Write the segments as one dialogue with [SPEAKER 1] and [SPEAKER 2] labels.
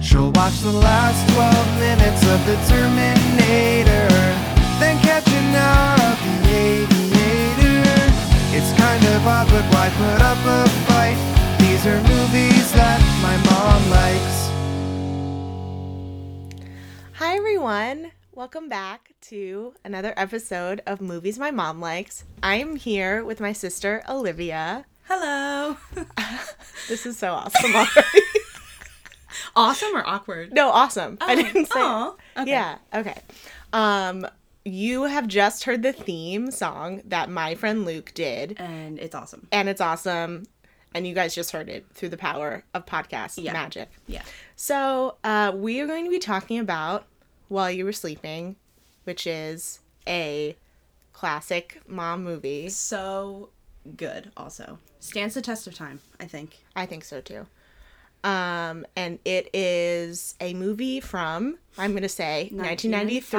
[SPEAKER 1] She'll watch the last 12 minutes of the Terminator, then catch enough the Aviator. It's kind of odd, but why put up a fight? These are movies that my mom likes.
[SPEAKER 2] Hi, everyone. Welcome back to another episode of Movies My Mom Likes. I'm here with my sister, Olivia.
[SPEAKER 3] Hello.
[SPEAKER 2] This is so awesome already.
[SPEAKER 3] awesome or awkward?
[SPEAKER 2] no, awesome. I
[SPEAKER 3] Oh,
[SPEAKER 2] didn't say.
[SPEAKER 3] aw, okay.
[SPEAKER 2] Yeah, okay. Um, you have just heard the theme song that my friend Luke did,
[SPEAKER 3] And it's awesome.
[SPEAKER 2] and it's awesome. And you guys just heard it through the power of podcast
[SPEAKER 3] Yeah.
[SPEAKER 2] magic.
[SPEAKER 3] Yeah.
[SPEAKER 2] So, uh, we are going to be talking about While You Were Sleeping, which is a classic mom movie.
[SPEAKER 3] So good also. Stands the test of time, I think.
[SPEAKER 2] I think so too. Um, and it is a movie from, I'm going to say, 1993.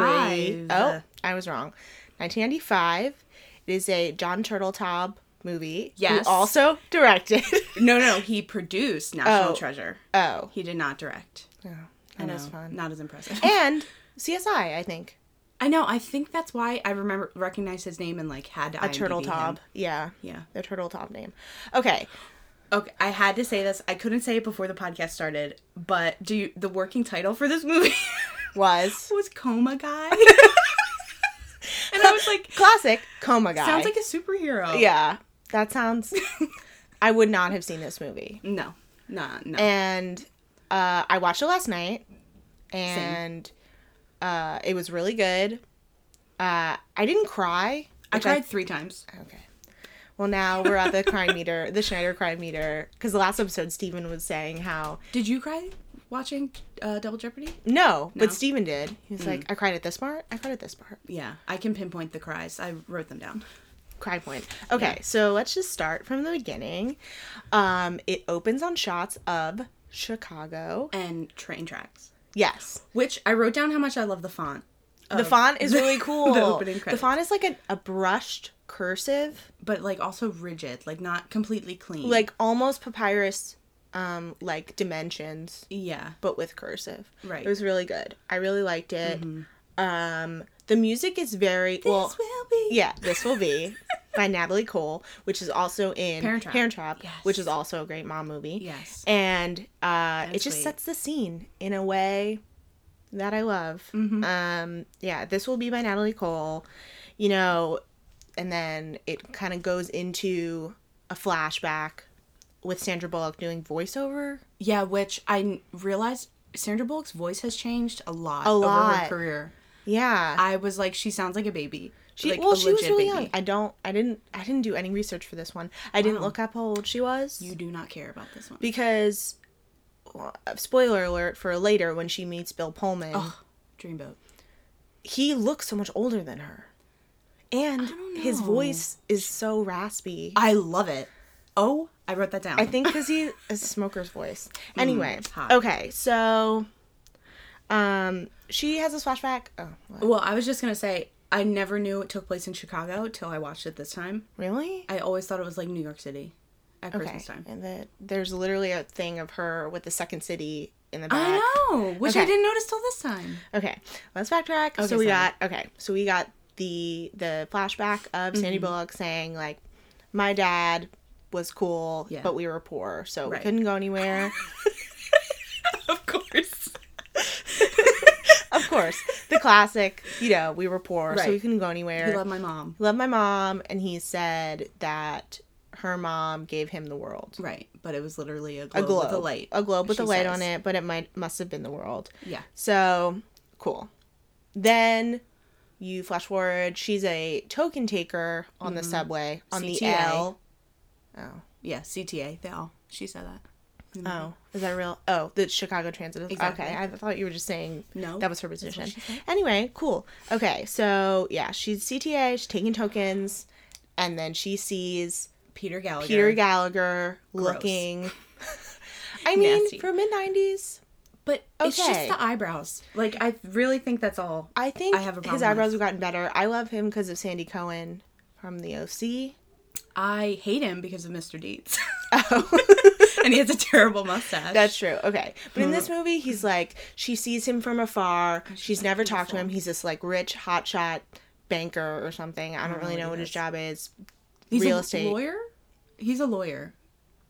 [SPEAKER 3] 1995.
[SPEAKER 2] Oh, I was wrong. 1995. It is a John Turteltaub movie. who
[SPEAKER 3] Yes.
[SPEAKER 2] also directed.
[SPEAKER 3] No, no, he produced National
[SPEAKER 2] Oh.
[SPEAKER 3] Treasure.
[SPEAKER 2] oh.
[SPEAKER 3] He did not direct.
[SPEAKER 2] oh.
[SPEAKER 3] I
[SPEAKER 2] That was
[SPEAKER 3] know,
[SPEAKER 2] fun.
[SPEAKER 3] Not as impressive.
[SPEAKER 2] And CSI, I think.
[SPEAKER 3] I know. I think that's why I remember recognized his name and like had to
[SPEAKER 2] A Turteltaub. Yeah.
[SPEAKER 3] Yeah.
[SPEAKER 2] The Turteltaub name. Okay.
[SPEAKER 3] Okay, I had to say this. I couldn't say it before the podcast started, but do you, the working title for this movie
[SPEAKER 2] Was
[SPEAKER 3] was Coma Guy. and I was like,
[SPEAKER 2] classic coma guy.
[SPEAKER 3] sounds like a superhero.
[SPEAKER 2] yeah. That sounds. I would not have seen this movie.
[SPEAKER 3] No. Nah, no.
[SPEAKER 2] and uh, I watched it last night, and uh, it was really good. Uh, I didn't cry.
[SPEAKER 3] I
[SPEAKER 2] which
[SPEAKER 3] tried three times.
[SPEAKER 2] okay. Well, now we're at the crime meter, the Schneider crime meter, because the last episode Steven was saying how
[SPEAKER 3] Did you cry watching uh, Double Jeopardy?
[SPEAKER 2] no,
[SPEAKER 3] No. Mm-hmm.
[SPEAKER 2] but Steven did. He was like, I cried at this part. I cried at this part.
[SPEAKER 3] Yeah, I can pinpoint the cries. I wrote them down.
[SPEAKER 2] Cry point. Okay, so let's just start from the beginning. Um, it opens on shots of Chicago.
[SPEAKER 3] And train tracks,
[SPEAKER 2] Yes.
[SPEAKER 3] which I wrote down how much I love the font.
[SPEAKER 2] The
[SPEAKER 3] of-
[SPEAKER 2] font is really
[SPEAKER 3] the
[SPEAKER 2] cool.
[SPEAKER 3] opening
[SPEAKER 2] The
[SPEAKER 3] credits.
[SPEAKER 2] font is like a, a brushed cursive,
[SPEAKER 3] but like also rigid, like not completely clean.
[SPEAKER 2] like almost papyrus um like dimensions,
[SPEAKER 3] yeah,
[SPEAKER 2] but with cursive.
[SPEAKER 3] Right. Mm-hmm.
[SPEAKER 2] It was really good. I really liked it. Um the music is very well
[SPEAKER 3] this will be.
[SPEAKER 2] Yeah, this will be by Natalie Cole, which is also in
[SPEAKER 3] Parent Trap. Yes.
[SPEAKER 2] which is also a great mom movie.
[SPEAKER 3] Yes.
[SPEAKER 2] and uh, it
[SPEAKER 3] was
[SPEAKER 2] just
[SPEAKER 3] sweet.
[SPEAKER 2] sets the scene in a way that I love.
[SPEAKER 3] Mm-hmm.
[SPEAKER 2] Um, yeah, this will be by Natalie Cole, you know, and then it kind of goes into a flashback with Sandra Bullock doing voiceover.
[SPEAKER 3] yeah, which I n- realized Sandra Bullock's voice has changed a lot,
[SPEAKER 2] A
[SPEAKER 3] over
[SPEAKER 2] lot.
[SPEAKER 3] her career.
[SPEAKER 2] Yeah,
[SPEAKER 3] I was like, she sounds like a baby.
[SPEAKER 2] she
[SPEAKER 3] like,
[SPEAKER 2] well,
[SPEAKER 3] a
[SPEAKER 2] she was
[SPEAKER 3] legit
[SPEAKER 2] really
[SPEAKER 3] baby.
[SPEAKER 2] young. I don't, I didn't, I didn't do any research for this one. I didn't look up how old she was.
[SPEAKER 3] You do not care about this one.
[SPEAKER 2] because well, spoiler alert for later when she meets Bill Pullman,
[SPEAKER 3] Ugh, Dreamboat.
[SPEAKER 2] he looks so much older than her. And
[SPEAKER 3] don't
[SPEAKER 2] his
[SPEAKER 3] know.
[SPEAKER 2] voice is so raspy. I,
[SPEAKER 3] I love it. Oh, I wrote that down.
[SPEAKER 2] think cuz he is Smoker's voice. Anyway.
[SPEAKER 3] Mm, hot.
[SPEAKER 2] okay, so um she has a flashback. Oh, what?
[SPEAKER 3] Well, I was just gonna say I never knew it took place in Chicago till I watched it this time.
[SPEAKER 2] really?
[SPEAKER 3] I always thought it was like New York City at
[SPEAKER 2] Okay.
[SPEAKER 3] Christmas time.
[SPEAKER 2] And that there's literally a thing of her with the second city in the back.
[SPEAKER 3] I know, which I
[SPEAKER 2] Okay.
[SPEAKER 3] didn't notice till this time.
[SPEAKER 2] Okay, let's backtrack.
[SPEAKER 3] Okay,
[SPEAKER 2] so we
[SPEAKER 3] sorry.
[SPEAKER 2] got okay. So we got the the flashback of Sandy
[SPEAKER 3] Mm-hmm.
[SPEAKER 2] Bullock saying like, "My dad was cool,
[SPEAKER 3] Yeah.
[SPEAKER 2] but we were poor, so we
[SPEAKER 3] Right.
[SPEAKER 2] couldn't go anywhere."
[SPEAKER 3] Of course.
[SPEAKER 2] of course, the classic. You know, we were poor, so we
[SPEAKER 3] Right.
[SPEAKER 2] couldn't go anywhere.
[SPEAKER 3] I love my mom.
[SPEAKER 2] He loved my mom, and he said that her mom gave him the world.
[SPEAKER 3] Right, but it was literally a
[SPEAKER 2] A
[SPEAKER 3] globe,
[SPEAKER 2] globe,
[SPEAKER 3] with a light.
[SPEAKER 2] a globe with
[SPEAKER 3] she
[SPEAKER 2] a light
[SPEAKER 3] says.
[SPEAKER 2] on it, but it might must have been the world.
[SPEAKER 3] Yeah.
[SPEAKER 2] So cool. Then you flash forward. She's a token taker on
[SPEAKER 3] Mm-hmm.
[SPEAKER 2] the subway on the
[SPEAKER 3] CTA.
[SPEAKER 2] L.
[SPEAKER 3] Yeah, CTA, they all. She said that. Mm-hmm.
[SPEAKER 2] Oh, is that real? Oh, the Chicago Transit.
[SPEAKER 3] Exactly.
[SPEAKER 2] Okay, I thought you were just saying
[SPEAKER 3] No,
[SPEAKER 2] That was her
[SPEAKER 3] that's what
[SPEAKER 2] position.
[SPEAKER 3] she said.
[SPEAKER 2] Anyway, cool. Okay, so yeah, she's CTA. She's taking tokens, and then she sees
[SPEAKER 3] Peter Gallagher.
[SPEAKER 2] Peter Gallagher looking. I mean,
[SPEAKER 3] Nasty.
[SPEAKER 2] for mid '90s,
[SPEAKER 3] But it's
[SPEAKER 2] Okay.
[SPEAKER 3] just the eyebrows. Like I really think that's all.
[SPEAKER 2] I think
[SPEAKER 3] I have a
[SPEAKER 2] his
[SPEAKER 3] problem
[SPEAKER 2] eyebrows
[SPEAKER 3] with-
[SPEAKER 2] have gotten better. I love him because of Sandy Cohen from The OC.
[SPEAKER 3] I hate him because of Mr. Deeds.
[SPEAKER 2] Oh.
[SPEAKER 3] and he has a terrible mustache.
[SPEAKER 2] That's true. Okay. But in this movie, he's like, she sees him from afar. She's never talked to him. He's this like rich hotshot banker or something. I don't really know what his job is.
[SPEAKER 3] He's
[SPEAKER 2] real
[SPEAKER 3] a
[SPEAKER 2] estate.
[SPEAKER 3] lawyer. He's a lawyer,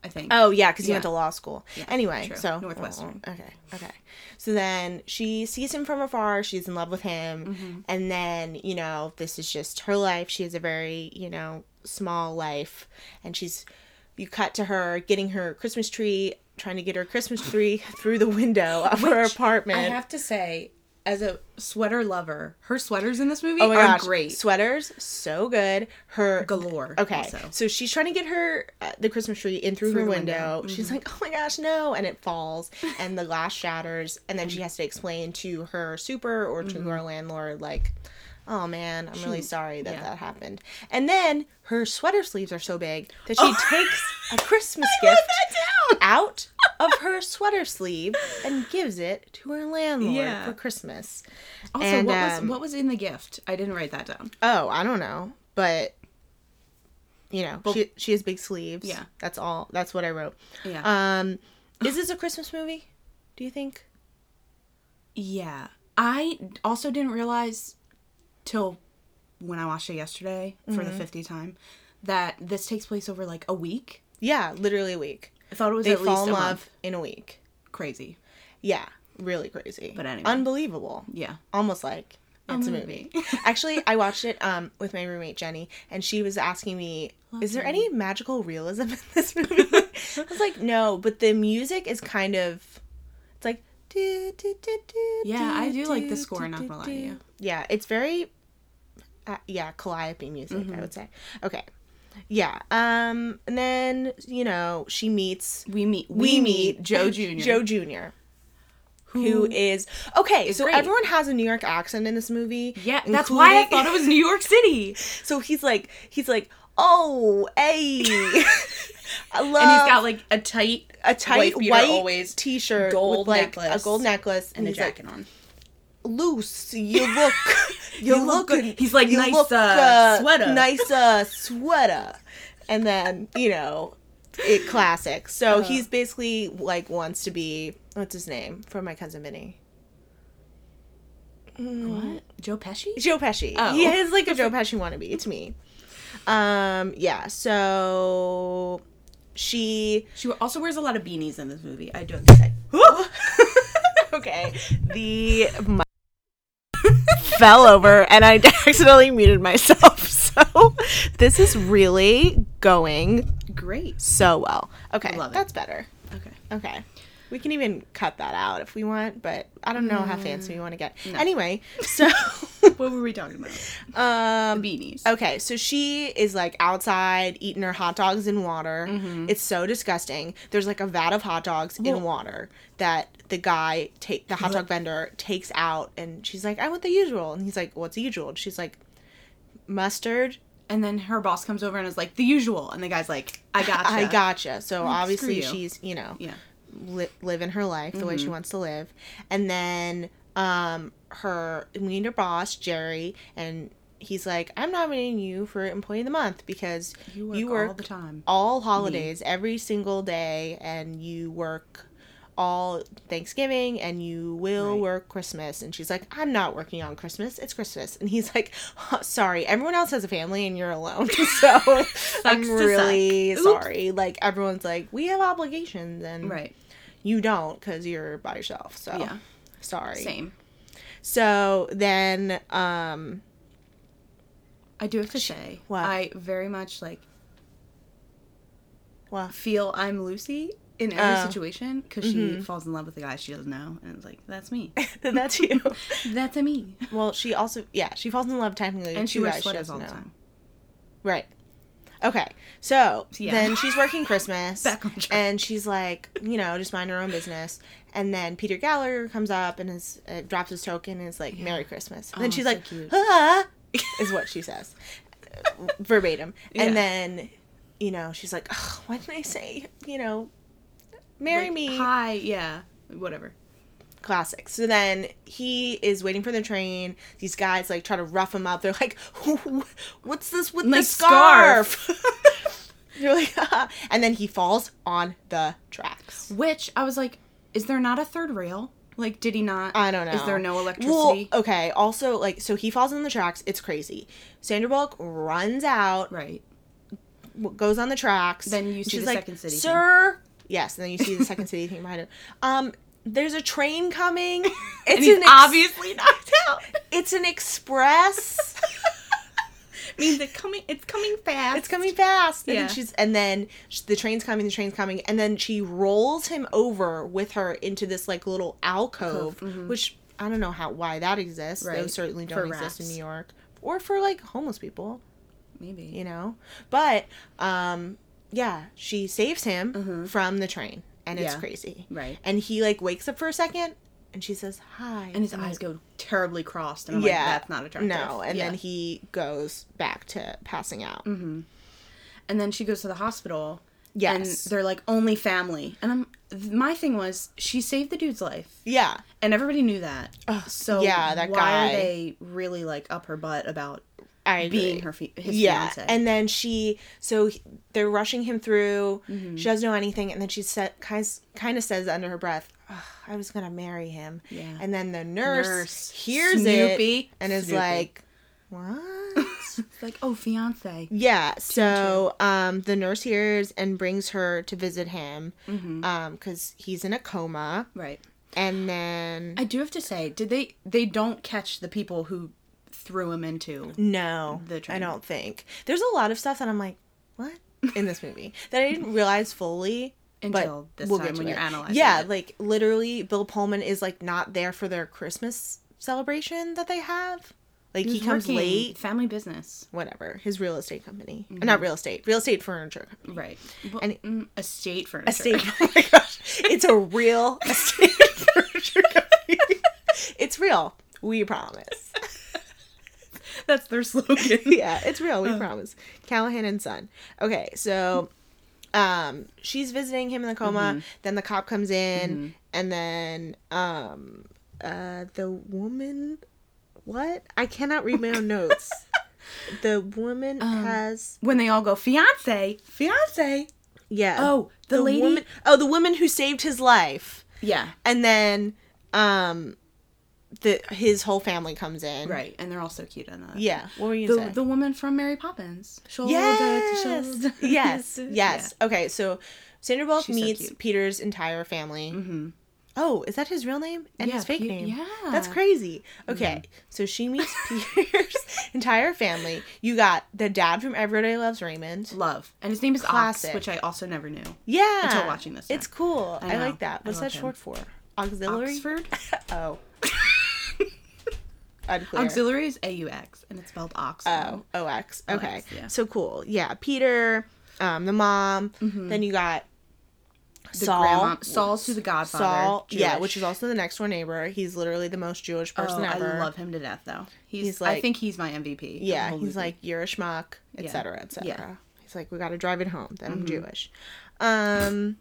[SPEAKER 3] I think.
[SPEAKER 2] Oh, yeah, because he went
[SPEAKER 3] Yeah.
[SPEAKER 2] to law school. anyway,
[SPEAKER 3] true.
[SPEAKER 2] so.
[SPEAKER 3] Northwestern.
[SPEAKER 2] Oh, okay. Okay. So then she sees him from afar. She's in love with him.
[SPEAKER 3] Mm-hmm.
[SPEAKER 2] And then, you know, this is just her life. She has a very, you know, small life. And she's. You cut to her getting her Christmas tree. Trying to get her Christmas tree through the window of her apartment.
[SPEAKER 3] I have to say, as a sweater lover, her sweaters in this movie
[SPEAKER 2] Oh my
[SPEAKER 3] are
[SPEAKER 2] gosh,
[SPEAKER 3] great.
[SPEAKER 2] Sweaters, so good. Her
[SPEAKER 3] Galore.
[SPEAKER 2] Okay,
[SPEAKER 3] also.
[SPEAKER 2] so she's trying to get her uh, the Christmas tree in through,
[SPEAKER 3] Through
[SPEAKER 2] her
[SPEAKER 3] the
[SPEAKER 2] window.
[SPEAKER 3] window. Mm-hmm.
[SPEAKER 2] She's like, "Oh my gosh, no!" And it falls, and the glass shatters, and then she has to explain to her super or to
[SPEAKER 3] Mm-hmm.
[SPEAKER 2] her landlord, like, "Oh man, I'm really sorry that
[SPEAKER 3] yeah.
[SPEAKER 2] that happened." And then her sweater sleeves are so big that she
[SPEAKER 3] Oh,
[SPEAKER 2] takes a Christmas gift out of her sweater sleeve and gives it to her landlord
[SPEAKER 3] Yeah.
[SPEAKER 2] for Christmas.
[SPEAKER 3] Also,
[SPEAKER 2] and,
[SPEAKER 3] what was
[SPEAKER 2] um,
[SPEAKER 3] what was in the gift? I didn't write that down.
[SPEAKER 2] Oh, I don't know, but you know, she she has big sleeves.
[SPEAKER 3] Yeah.
[SPEAKER 2] that's all. That's what I wrote.
[SPEAKER 3] Yeah.
[SPEAKER 2] Um, is this a Christmas movie? Do you think?
[SPEAKER 3] yeah. I also didn't realize till when I watched it yesterday for the 50th time that this takes place over like a week.
[SPEAKER 2] Yeah, literally a week.
[SPEAKER 3] I thought it was
[SPEAKER 2] They
[SPEAKER 3] at least
[SPEAKER 2] fall
[SPEAKER 3] a
[SPEAKER 2] in love
[SPEAKER 3] month.
[SPEAKER 2] in a week.
[SPEAKER 3] Crazy.
[SPEAKER 2] Yeah, really crazy.
[SPEAKER 3] But anyway.
[SPEAKER 2] unbelievable.
[SPEAKER 3] Yeah.
[SPEAKER 2] Almost like it's a movie.
[SPEAKER 3] movie.
[SPEAKER 2] Actually, I watched it um with my roommate Jenny, and she was asking me, "Is there any magical realism in this movie?" I was like, "No," but the music is kind of, it's like. do, do, do, do,
[SPEAKER 3] Yeah, I do like
[SPEAKER 2] do,
[SPEAKER 3] the score,
[SPEAKER 2] do,
[SPEAKER 3] not
[SPEAKER 2] do,
[SPEAKER 3] gonna lie to
[SPEAKER 2] do.
[SPEAKER 3] you.
[SPEAKER 2] Yeah, it's very, uh, yeah, calliope music.
[SPEAKER 3] Mm-hmm.
[SPEAKER 2] I would say. Okay. Yeah. Um. And then you know she meets
[SPEAKER 3] We meet we, meet Joe Jr.
[SPEAKER 2] Joe Jr. Who is okay? so
[SPEAKER 3] great.
[SPEAKER 2] everyone has a New York accent in this movie.
[SPEAKER 3] Yeah, that's why I
[SPEAKER 2] including-
[SPEAKER 3] thought it was New York City.
[SPEAKER 2] So he's like, he's like, oh, hey, I love
[SPEAKER 3] and he's got like Uh, a tight
[SPEAKER 2] a tight
[SPEAKER 3] wife beater
[SPEAKER 2] white
[SPEAKER 3] always
[SPEAKER 2] t-shirt
[SPEAKER 3] gold
[SPEAKER 2] with like a
[SPEAKER 3] necklace
[SPEAKER 2] gold necklace
[SPEAKER 3] and a
[SPEAKER 2] he's like,
[SPEAKER 3] jacket on.
[SPEAKER 2] Loose, you look, you,
[SPEAKER 3] You
[SPEAKER 2] look.
[SPEAKER 3] look good." He's like,
[SPEAKER 2] you
[SPEAKER 3] "Nice, uh, sweater."
[SPEAKER 2] nice uh, sweater, and then you know, it classic.
[SPEAKER 3] Uh-huh.
[SPEAKER 2] So he's basically like wants to be what's his name from my cousin Vinny.
[SPEAKER 3] What? Joe Pesci?
[SPEAKER 2] Joe Pesci.
[SPEAKER 3] Oh.
[SPEAKER 2] He is like a Joe Pesci wannabe to me. Um, yeah, so she
[SPEAKER 3] She also wears a lot of beanies in this movie. I do have to say.
[SPEAKER 2] Okay. The mi- fell over and I accidentally muted myself. So this is really going
[SPEAKER 3] Great.
[SPEAKER 2] so well. Okay.
[SPEAKER 3] Love it.
[SPEAKER 2] That's better.
[SPEAKER 3] Okay.
[SPEAKER 2] Okay. We can even cut that out if we want, but I don't know
[SPEAKER 3] Mm.
[SPEAKER 2] how fancy we want to get. Anyway, so
[SPEAKER 3] What were we talking about?
[SPEAKER 2] um
[SPEAKER 3] Beanies.
[SPEAKER 2] Okay, so she is like outside eating her hot dogs in water.
[SPEAKER 3] Mm-hmm.
[SPEAKER 2] It's so disgusting. There's like a vat of hot dogs in water that the guy take the hot dog vendor takes out, and she's like, "I want the usual," and he's like, "What's the usual?" And she's like, "Mustard."
[SPEAKER 3] And then her boss comes over and is like, "The usual," and the guy's like, "I gotcha." Mm,
[SPEAKER 2] I gotcha. So obviously
[SPEAKER 3] you. Mm-hmm.
[SPEAKER 2] she's you know
[SPEAKER 3] Yeah.
[SPEAKER 2] li- living her life the way she wants to live. And then um her we and her boss, Jerry, and he's like, I'm nominating you for employee of the month because you work,
[SPEAKER 3] all the time.
[SPEAKER 2] all holidays, every single day, and you work all Thanksgiving and you will
[SPEAKER 3] Right.
[SPEAKER 2] work Christmas. And she's like, I'm not working on Christmas. It's Christmas. And he's like, sorry, everyone else has a family and you're alone. So I'm
[SPEAKER 3] to suck.
[SPEAKER 2] really
[SPEAKER 3] Oops.
[SPEAKER 2] sorry. Like everyone's like, we have obligations and
[SPEAKER 3] Right.
[SPEAKER 2] you don't because you're by yourself. So
[SPEAKER 3] Yeah.
[SPEAKER 2] sorry.
[SPEAKER 3] Same.
[SPEAKER 2] So then, um,
[SPEAKER 3] I do have to say,
[SPEAKER 2] What?
[SPEAKER 3] I very much like
[SPEAKER 2] well,
[SPEAKER 3] feel I'm Lucy in every
[SPEAKER 2] Oh.
[SPEAKER 3] situation because she falls in love with a guy she doesn't know, and it's like, "That's me.
[SPEAKER 2] that's you.
[SPEAKER 3] That's a me."
[SPEAKER 2] well, she also, yeah, she falls in love technically. with
[SPEAKER 3] And she
[SPEAKER 2] two
[SPEAKER 3] wears
[SPEAKER 2] guys
[SPEAKER 3] sweaters
[SPEAKER 2] doesn't
[SPEAKER 3] all the
[SPEAKER 2] know.
[SPEAKER 3] time.
[SPEAKER 2] Right. Okay. So
[SPEAKER 3] Yeah.
[SPEAKER 2] then she's working Christmas.
[SPEAKER 3] Back on track.
[SPEAKER 2] And she's like, you know, just mind her own business. And then Peter Gallagher comes up and is, uh, drops his token and is like, Merry Christmas. And then
[SPEAKER 3] Oh,
[SPEAKER 2] she's
[SPEAKER 3] so
[SPEAKER 2] like,
[SPEAKER 3] cute.
[SPEAKER 2] ah, is what she says uh, verbatim.
[SPEAKER 3] Yeah.
[SPEAKER 2] And then, you know, she's like, "Ugh, why didn't I say, you know, marry
[SPEAKER 3] Like,
[SPEAKER 2] me?
[SPEAKER 3] Hi. Yeah. Whatever.
[SPEAKER 2] Classic. So then he is waiting for the train. These guys like try to rough him up. They're like, "What's this with the
[SPEAKER 3] Like,
[SPEAKER 2] scarf?" You're like, "Ah." and then he falls on the tracks.
[SPEAKER 3] Which I was like, is there not a third rail? Like, did he not?
[SPEAKER 2] I don't know.
[SPEAKER 3] Is there no
[SPEAKER 2] Well,
[SPEAKER 3] electricity?
[SPEAKER 2] okay. Also, like, so he falls on the tracks. It's crazy. Sandra Bullock runs out,
[SPEAKER 3] right.
[SPEAKER 2] w- goes on the tracks.
[SPEAKER 3] Then you
[SPEAKER 2] and
[SPEAKER 3] see
[SPEAKER 2] she's
[SPEAKER 3] the
[SPEAKER 2] like,
[SPEAKER 3] Second City thing.
[SPEAKER 2] Sir. Yes, and then you see the second city thing behind it. Um, there's a train coming. It's
[SPEAKER 3] And he's
[SPEAKER 2] an
[SPEAKER 3] obviously knocked out.
[SPEAKER 2] It's an express.
[SPEAKER 3] means it's coming. It's coming fast.
[SPEAKER 2] It's coming fast. And
[SPEAKER 3] Yeah.
[SPEAKER 2] then she's and then sh the train's coming, the train's coming, and then she rolls him over with her into this like little alcove, which I don't know how why that exists.
[SPEAKER 3] mm-hmm. Right.
[SPEAKER 2] Those certainly
[SPEAKER 3] For
[SPEAKER 2] don't exist in
[SPEAKER 3] rats.
[SPEAKER 2] New York or for like homeless people,
[SPEAKER 3] Maybe.
[SPEAKER 2] you know. But um yeah, she saves him from the train and it's
[SPEAKER 3] Mm-hmm. Yeah.
[SPEAKER 2] crazy.
[SPEAKER 3] Right.
[SPEAKER 2] And he like wakes up for a second and she says hi
[SPEAKER 3] And his eyes go terribly crossed, and I'm like, that's not attractive.
[SPEAKER 2] No, and
[SPEAKER 3] Yeah. Mm-hmm.
[SPEAKER 2] then he goes back to passing out.
[SPEAKER 3] and then she goes to the hospital.
[SPEAKER 2] Yes.
[SPEAKER 3] And they're like, only family. And I'm, th- my thing was, she saved the dude's life.
[SPEAKER 2] Yeah.
[SPEAKER 3] And everybody knew that. so
[SPEAKER 2] yeah, that
[SPEAKER 3] why
[SPEAKER 2] guy.
[SPEAKER 3] are they really like up her butt about
[SPEAKER 2] I agree.
[SPEAKER 3] being her fi- his
[SPEAKER 2] yeah
[SPEAKER 3] fiance?
[SPEAKER 2] and then she so he- they're rushing him through
[SPEAKER 3] Mm-hmm.
[SPEAKER 2] she doesn't know anything and then she said kind kind of says under her breath "Ugh, i was gonna marry him
[SPEAKER 3] Yeah.
[SPEAKER 2] and then the nurse,
[SPEAKER 3] Nurse.
[SPEAKER 2] hears
[SPEAKER 3] Snoopy.
[SPEAKER 2] it and is
[SPEAKER 3] Snoopy.
[SPEAKER 2] like what
[SPEAKER 3] It's like, oh, fiance.
[SPEAKER 2] yeah so um the nurse hears and brings her to visit him
[SPEAKER 3] Mm-hmm.
[SPEAKER 2] um because he's in a coma
[SPEAKER 3] Right.
[SPEAKER 2] and then
[SPEAKER 3] I do have to say, did they? They don't catch the people who threw him into.
[SPEAKER 2] No,
[SPEAKER 3] the
[SPEAKER 2] I
[SPEAKER 3] train.
[SPEAKER 2] don't think. There's a lot of stuff that I'm like, what in this movie that I didn't realize fully
[SPEAKER 3] Until
[SPEAKER 2] but
[SPEAKER 3] this
[SPEAKER 2] we'll
[SPEAKER 3] time
[SPEAKER 2] get to
[SPEAKER 3] when you're
[SPEAKER 2] it.
[SPEAKER 3] analyzing
[SPEAKER 2] Yeah,
[SPEAKER 3] it.
[SPEAKER 2] like literally, Bill Pullman is like not there for their Christmas celebration that they have. Like he,
[SPEAKER 3] was
[SPEAKER 2] comes
[SPEAKER 3] working
[SPEAKER 2] late.
[SPEAKER 3] Family business.
[SPEAKER 2] Whatever his real estate company, Uh,
[SPEAKER 3] Mm-hmm.
[SPEAKER 2] not real estate, real estate furniture company.
[SPEAKER 3] Right.
[SPEAKER 2] And-
[SPEAKER 3] and mm, estate furniture.
[SPEAKER 2] estate. Oh my gosh, it's a real estate furniture company. It's real. We promise.
[SPEAKER 3] That's their slogan.
[SPEAKER 2] yeah, it's real.
[SPEAKER 3] Uh.
[SPEAKER 2] We promise. Callahan and Son. Okay, so um she's visiting him in the coma.
[SPEAKER 3] Mm-hmm.
[SPEAKER 2] Then the cop comes in, and then um uh the woman. What? I cannot read my own notes. The woman
[SPEAKER 3] Um,
[SPEAKER 2] has
[SPEAKER 3] When they all go, fiance, fiance.
[SPEAKER 2] yeah.
[SPEAKER 3] Oh, the lady-
[SPEAKER 2] woman. Oh, the woman who saved his life,
[SPEAKER 3] Yeah.
[SPEAKER 2] and then um the his whole family comes in.
[SPEAKER 3] Right. And they're all so cute in that.
[SPEAKER 2] Yeah. What were you
[SPEAKER 3] The,
[SPEAKER 2] saying?
[SPEAKER 3] the woman from Mary Poppins. Shoulder
[SPEAKER 2] Yes.
[SPEAKER 3] to shoulder.
[SPEAKER 2] yes. Yes.
[SPEAKER 3] Yeah.
[SPEAKER 2] Okay. So Sandra Bullock
[SPEAKER 3] She's so
[SPEAKER 2] meets
[SPEAKER 3] cute.
[SPEAKER 2] Peter's entire family. Mm-hmm. Oh, is that his real name and his
[SPEAKER 3] Yeah,
[SPEAKER 2] fake
[SPEAKER 3] Pe-
[SPEAKER 2] name?
[SPEAKER 3] yeah. Mm-hmm.
[SPEAKER 2] That's crazy. Okay. So she meets Peter's entire family. You got the dad from Everyday Loves Raymond.
[SPEAKER 3] Love. And his name is
[SPEAKER 2] Classic.
[SPEAKER 3] Ox, which I also never knew.
[SPEAKER 2] Yeah.
[SPEAKER 3] Until watching this
[SPEAKER 2] It's
[SPEAKER 3] now.
[SPEAKER 2] cool. I,
[SPEAKER 3] I know.
[SPEAKER 2] like that.
[SPEAKER 3] I
[SPEAKER 2] What's
[SPEAKER 3] love
[SPEAKER 2] that
[SPEAKER 3] him.
[SPEAKER 2] short for? Auxiliary?
[SPEAKER 3] Oxford?
[SPEAKER 2] Oh. Unclear.
[SPEAKER 3] Auxiliary is AUX, and it's spelled Oxford.
[SPEAKER 2] Oh, OX. Okay.
[SPEAKER 3] yeah.
[SPEAKER 2] So cool. Yeah. Peter, um, the mom. Then you got
[SPEAKER 3] Mm-hmm. The
[SPEAKER 2] Saul.
[SPEAKER 3] grandma- Saul's who the godfather.
[SPEAKER 2] Saul. Yeah,
[SPEAKER 3] Jewish.
[SPEAKER 2] which is also the next door neighbor. He's literally the most Jewish person
[SPEAKER 3] Oh, I
[SPEAKER 2] ever.
[SPEAKER 3] love him to death, though. He's,
[SPEAKER 2] He's
[SPEAKER 3] I
[SPEAKER 2] like-
[SPEAKER 3] think he's my MVP. of the
[SPEAKER 2] Yeah,
[SPEAKER 3] whole
[SPEAKER 2] he's
[SPEAKER 3] movie.
[SPEAKER 2] like, you're a schmuck,
[SPEAKER 3] Yeah.
[SPEAKER 2] etc., etc.
[SPEAKER 3] Yeah. Mm-hmm.
[SPEAKER 2] He's like, we got to drive it home that I'm Jewish. Um,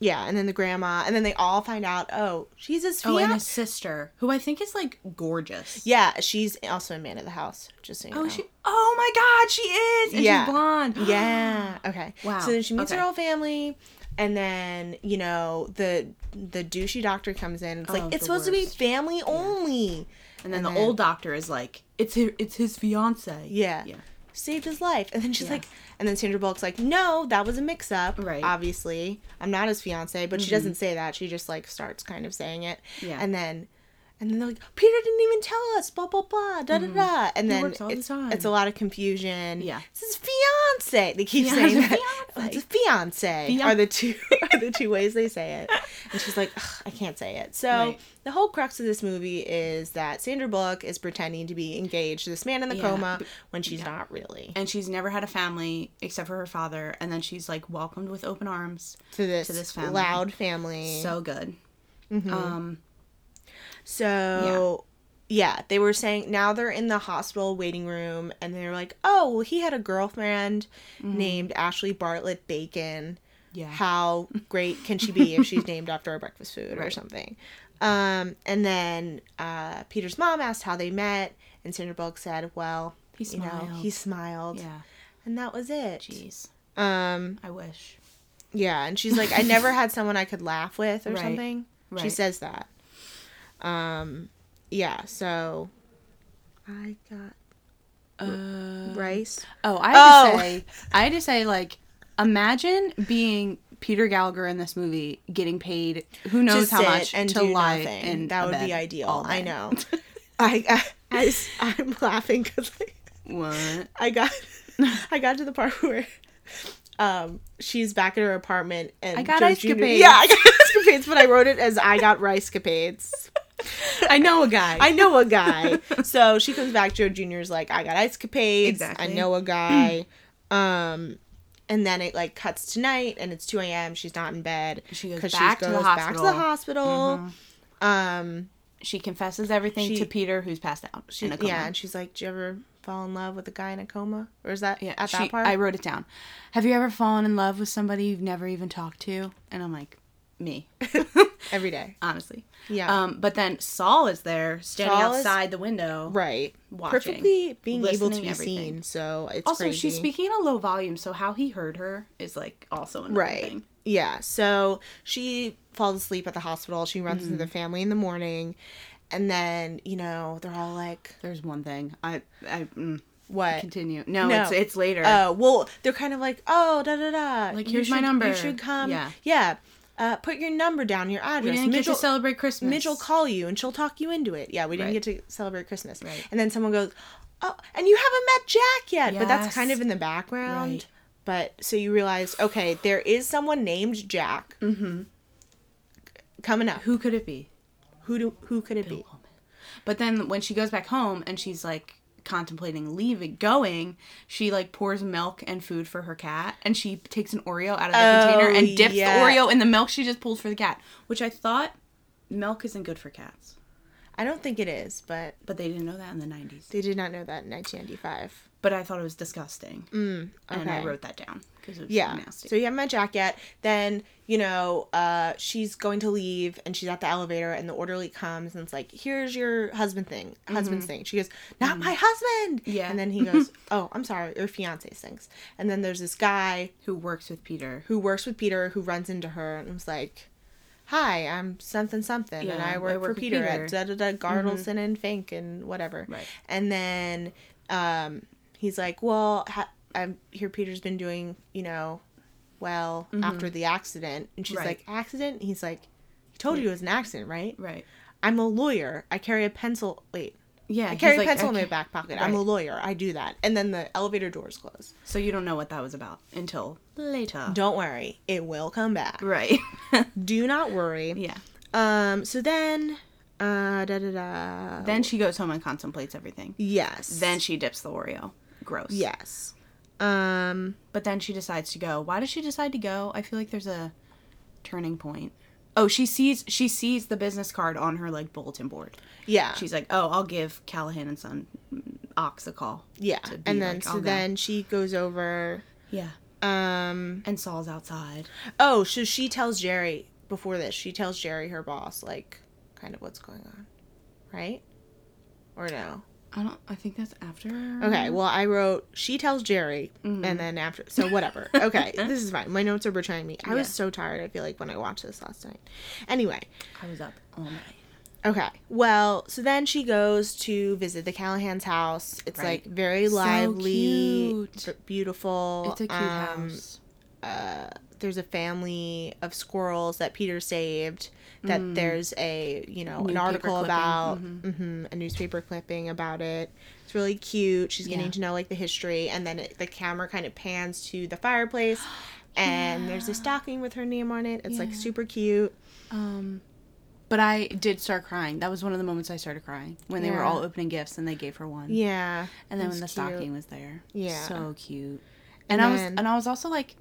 [SPEAKER 2] yeah, and then the grandma, and then they all find out, oh, she's his
[SPEAKER 3] Oh, and
[SPEAKER 2] fiance.
[SPEAKER 3] his sister, who I think is like gorgeous.
[SPEAKER 2] yeah, she's also a man of the house, just so you know.
[SPEAKER 3] Oh, she. Oh my God, she is, and
[SPEAKER 2] Yeah.
[SPEAKER 3] she's blonde.
[SPEAKER 2] yeah okay
[SPEAKER 3] Wow.
[SPEAKER 2] so then she meets her
[SPEAKER 3] Okay.
[SPEAKER 2] whole family and then you know the the douchey doctor comes in it's like
[SPEAKER 3] Oh,
[SPEAKER 2] it's
[SPEAKER 3] the
[SPEAKER 2] supposed to be
[SPEAKER 3] worst.
[SPEAKER 2] family only
[SPEAKER 3] And then
[SPEAKER 2] And
[SPEAKER 3] the
[SPEAKER 2] then-
[SPEAKER 3] old doctor is like, "It's his, it's his fiance."
[SPEAKER 2] yeah.
[SPEAKER 3] Yeah.
[SPEAKER 2] saved his life and then she's
[SPEAKER 3] Yeah.
[SPEAKER 2] like and then sandra bullock's like no that was a mix-up
[SPEAKER 3] Right. Mm-hmm.
[SPEAKER 2] obviously i'm not his fiance but she doesn't say that she just like starts kind of saying it
[SPEAKER 3] Yeah.
[SPEAKER 2] and then and then they're like peter didn't even tell us blah blah blah da da da and then
[SPEAKER 3] Mm-hmm. works all the
[SPEAKER 2] it's,
[SPEAKER 3] time.
[SPEAKER 2] it's a lot of confusion
[SPEAKER 3] Yeah.
[SPEAKER 2] it's his fiance they keep
[SPEAKER 3] Yeah,
[SPEAKER 2] saying
[SPEAKER 3] it's a
[SPEAKER 2] that it's
[SPEAKER 3] fiance.
[SPEAKER 2] a fiance
[SPEAKER 3] Fian-
[SPEAKER 2] are the two are the two ways they say it and she's like "Ugh, i can't say it so
[SPEAKER 3] Right.
[SPEAKER 2] the whole crux of this movie is that sandra bullock is pretending to be engaged to this man in the
[SPEAKER 3] Yeah,
[SPEAKER 2] coma when she's not really
[SPEAKER 3] And she's never had a family except for her father, and then she's like welcomed with open arms.
[SPEAKER 2] to this,
[SPEAKER 3] to this family.
[SPEAKER 2] loud family. So,
[SPEAKER 3] So good.
[SPEAKER 2] Mm-hmm.
[SPEAKER 3] Um,
[SPEAKER 2] yeah. they were saying now they're in the hospital waiting room, and they were like, "Oh, well, he had a girlfriend named Ashley Bartlett Bacon.
[SPEAKER 3] Mm-hmm. yeah.
[SPEAKER 2] How great can she be if she's named after a breakfast food or something?" Um, and then uh, Peter's mom asked how they met, and Sandra Bullock said, "Well,
[SPEAKER 3] He
[SPEAKER 2] you know,
[SPEAKER 3] smiled.
[SPEAKER 2] he smiled,
[SPEAKER 3] yeah.
[SPEAKER 2] and that was it."
[SPEAKER 3] Jeez.
[SPEAKER 2] Um,
[SPEAKER 3] I wish.
[SPEAKER 2] yeah, and she's like, I never had someone I could laugh with or
[SPEAKER 3] Right,
[SPEAKER 2] something. She
[SPEAKER 3] right.
[SPEAKER 2] says that. Um, yeah, so I got
[SPEAKER 3] Uh,
[SPEAKER 2] rice.
[SPEAKER 3] oh, I had
[SPEAKER 2] Oh.
[SPEAKER 3] to say, I had to say, like, imagine being Peter Gallagher in this movie, getting paid who knows
[SPEAKER 2] Just
[SPEAKER 3] how
[SPEAKER 2] sit
[SPEAKER 3] much
[SPEAKER 2] and
[SPEAKER 3] to
[SPEAKER 2] do
[SPEAKER 3] lie,
[SPEAKER 2] nothing.
[SPEAKER 3] and
[SPEAKER 2] that
[SPEAKER 3] a
[SPEAKER 2] would
[SPEAKER 3] bed
[SPEAKER 2] be ideal.
[SPEAKER 3] all
[SPEAKER 2] I
[SPEAKER 3] day.
[SPEAKER 2] know. I, I, I am laughing because like,
[SPEAKER 3] What?
[SPEAKER 2] I got I got to the part where um she's back at her apartment and
[SPEAKER 3] I got
[SPEAKER 2] Joe
[SPEAKER 3] ice
[SPEAKER 2] Jr.
[SPEAKER 3] capades.
[SPEAKER 2] Yeah, I got ice capades, but I wrote it as I got rice capades.
[SPEAKER 3] I know a guy.
[SPEAKER 2] I know a guy. so she comes back, Joe Jr.'s like, I got ice capades, I
[SPEAKER 3] Exactly.
[SPEAKER 2] know a guy. um and then it like cuts to night and it's two AM, she's not in bed.
[SPEAKER 3] She goes
[SPEAKER 2] 'cause
[SPEAKER 3] back to the Mm-hmm.
[SPEAKER 2] back to the hospital. Um
[SPEAKER 3] she confesses everything
[SPEAKER 2] She-
[SPEAKER 3] to Peter, who's passed out in a coma.
[SPEAKER 2] Yeah, and she's like, "Do you ever fall in love with a guy in a coma?" Or is that
[SPEAKER 3] Yeah,
[SPEAKER 2] at
[SPEAKER 3] she,
[SPEAKER 2] that part?
[SPEAKER 3] I wrote it down. Have you ever fallen in love with somebody you've never even talked to? And I'm like, me,
[SPEAKER 2] Every day,
[SPEAKER 3] honestly.
[SPEAKER 2] Yeah.
[SPEAKER 3] Um, but then Saul is there standing
[SPEAKER 2] Saul is-
[SPEAKER 3] outside the window.
[SPEAKER 2] right?
[SPEAKER 3] Watching,
[SPEAKER 2] Perfectly being able to
[SPEAKER 3] listening,
[SPEAKER 2] be
[SPEAKER 3] everything.
[SPEAKER 2] seen. So it's
[SPEAKER 3] Also,
[SPEAKER 2] crazy.
[SPEAKER 3] she's speaking at a low volume, so how he heard her is like also another
[SPEAKER 2] right.
[SPEAKER 3] thing.
[SPEAKER 2] Yeah. So she falls asleep at the hospital. She runs into the
[SPEAKER 3] Mm-hmm.
[SPEAKER 2] family in the morning, and then you know they're all like,
[SPEAKER 3] There's one thing I I mm,
[SPEAKER 2] "What?"
[SPEAKER 3] continue. No,
[SPEAKER 2] No.
[SPEAKER 3] it's it's later.
[SPEAKER 2] Oh well, they're kind of like, "Oh, da da da."
[SPEAKER 3] Like,
[SPEAKER 2] you
[SPEAKER 3] here's my
[SPEAKER 2] should-
[SPEAKER 3] number."
[SPEAKER 2] You should come.
[SPEAKER 3] Yeah.
[SPEAKER 2] Yeah. Uh, put your number down, your address.
[SPEAKER 3] we didn't get
[SPEAKER 2] Mitchell-
[SPEAKER 3] to celebrate Christmas.
[SPEAKER 2] Mitch will call you and she'll talk you into it. Yeah, we didn't
[SPEAKER 3] Right.
[SPEAKER 2] get to celebrate Christmas.
[SPEAKER 3] Right.
[SPEAKER 2] And then someone goes, Oh, and you haven't met Jack yet. But that's
[SPEAKER 3] Yes.
[SPEAKER 2] kind of in the background.
[SPEAKER 3] Right.
[SPEAKER 2] But so you realize, okay, there is someone named Jack
[SPEAKER 3] Mm-hmm.
[SPEAKER 2] coming up. Who,
[SPEAKER 3] Who could it be?
[SPEAKER 2] who, do, who could it be?
[SPEAKER 3] But then when she goes back home and she's like contemplating leaving, going, she like pours milk and food for her cat, and she takes an Oreo out of the container
[SPEAKER 2] Oh,
[SPEAKER 3] and dips
[SPEAKER 2] yeah.
[SPEAKER 3] the Oreo in the milk she just pulled for the cat. Which I thought milk isn't good for cats,
[SPEAKER 2] I don't think it is, but
[SPEAKER 3] but they didn't know that in the '90s.
[SPEAKER 2] they did not know that in 1995.
[SPEAKER 3] But I thought it was disgusting, and I
[SPEAKER 2] Mm, okay.
[SPEAKER 3] wrote that down because it was
[SPEAKER 2] Yeah.
[SPEAKER 3] nasty.
[SPEAKER 2] So you haven't met Jack yet. Then, you know, uh, she's going to leave and she's at the elevator and the orderly comes and it's like, here's your husband thing, husband's thing. She goes, not my husband.
[SPEAKER 3] Mm-hmm. Yeah.
[SPEAKER 2] And then he goes, oh, I'm sorry, your fiance's things. And then there's this guy
[SPEAKER 3] Who works with Peter?
[SPEAKER 2] who works with Peter who runs into her and was like, hi, I'm something something and
[SPEAKER 3] Yeah,
[SPEAKER 2] I work, for
[SPEAKER 3] with
[SPEAKER 2] Peter, at
[SPEAKER 3] Peter."
[SPEAKER 2] da
[SPEAKER 3] Mm-hmm.
[SPEAKER 2] da da Gardelson and Fink and whatever.
[SPEAKER 3] Right.
[SPEAKER 2] And then um, he's like, well, ha- I hear Peter's been doing, you know, well after the accident. And she's
[SPEAKER 3] Mm-hmm. Right.
[SPEAKER 2] like, accident? And he's like, he told you it was an accident, right?
[SPEAKER 3] Right.
[SPEAKER 2] I'm a lawyer. I carry a pencil. Wait.
[SPEAKER 3] Yeah.
[SPEAKER 2] I
[SPEAKER 3] he's
[SPEAKER 2] carry a
[SPEAKER 3] like,
[SPEAKER 2] pencil in my
[SPEAKER 3] okay.
[SPEAKER 2] back pocket. I'm a
[SPEAKER 3] Right.
[SPEAKER 2] lawyer. I do that. And then the elevator doors close.
[SPEAKER 3] So you don't know what that was about until later.
[SPEAKER 2] Don't worry. It will come back.
[SPEAKER 3] Right.
[SPEAKER 2] Do not worry.
[SPEAKER 3] yeah.
[SPEAKER 2] Um, so then, uh, da da da.
[SPEAKER 3] Then she goes home and contemplates everything.
[SPEAKER 2] Oh. yes.
[SPEAKER 3] Then she dips the Oreo. Gross.
[SPEAKER 2] yes. Um,
[SPEAKER 3] But then she decides to go. Why does she decide to go? I feel like there's a turning point. Oh, she sees she sees the business card on her like bulletin board.
[SPEAKER 2] yeah.
[SPEAKER 3] She's like, "Oh, I'll give Callahan and Son mm, Ox a call."
[SPEAKER 2] yeah.
[SPEAKER 3] to be
[SPEAKER 2] And then,
[SPEAKER 3] like,
[SPEAKER 2] so
[SPEAKER 3] "Oh, "I'll go."
[SPEAKER 2] then she goes over.
[SPEAKER 3] Yeah.
[SPEAKER 2] Um,
[SPEAKER 3] And Saul's outside.
[SPEAKER 2] oh, so she tells Jerry before this, she tells Jerry, her boss, like, kind of what's going on, right? Or no?
[SPEAKER 3] I don't. I think that's after. Mm-hmm.
[SPEAKER 2] Okay, well, I wrote she tells Jerry, and then after, so whatever. Okay, this is fine. My notes are betraying me. I was
[SPEAKER 3] Yeah.
[SPEAKER 2] so tired. I feel like when I watched this last night. Anyway,
[SPEAKER 3] I was up all night.
[SPEAKER 2] okay. Well, so then she goes to visit the Callahan's house. It's
[SPEAKER 3] Right.
[SPEAKER 2] like very
[SPEAKER 3] So
[SPEAKER 2] lively,
[SPEAKER 3] cute.
[SPEAKER 2] b- beautiful.
[SPEAKER 3] It's a cute
[SPEAKER 2] Um,
[SPEAKER 3] house.
[SPEAKER 2] uh, there's a family of squirrels that Peter saved. That there's a you know an
[SPEAKER 3] Mm. Newspaper
[SPEAKER 2] article
[SPEAKER 3] clipping. Mm-hmm.
[SPEAKER 2] about mhm, a newspaper clipping about it. It's really cute. She's getting
[SPEAKER 3] Yeah.
[SPEAKER 2] to know like the history, and then it, the camera kind of pans to the fireplace, and there's a stocking with her name on it. It's like
[SPEAKER 3] Yeah.
[SPEAKER 2] super cute.
[SPEAKER 3] Um, but I did start crying. That was one of the moments I started crying when they were
[SPEAKER 2] Yeah.
[SPEAKER 3] all opening gifts and they gave her one.
[SPEAKER 2] Yeah,
[SPEAKER 3] And then
[SPEAKER 2] it
[SPEAKER 3] when the
[SPEAKER 2] was cute.
[SPEAKER 3] stocking was there.
[SPEAKER 2] Yeah.
[SPEAKER 3] So cute.
[SPEAKER 2] And
[SPEAKER 3] And, I was
[SPEAKER 2] then-
[SPEAKER 3] and I was also like,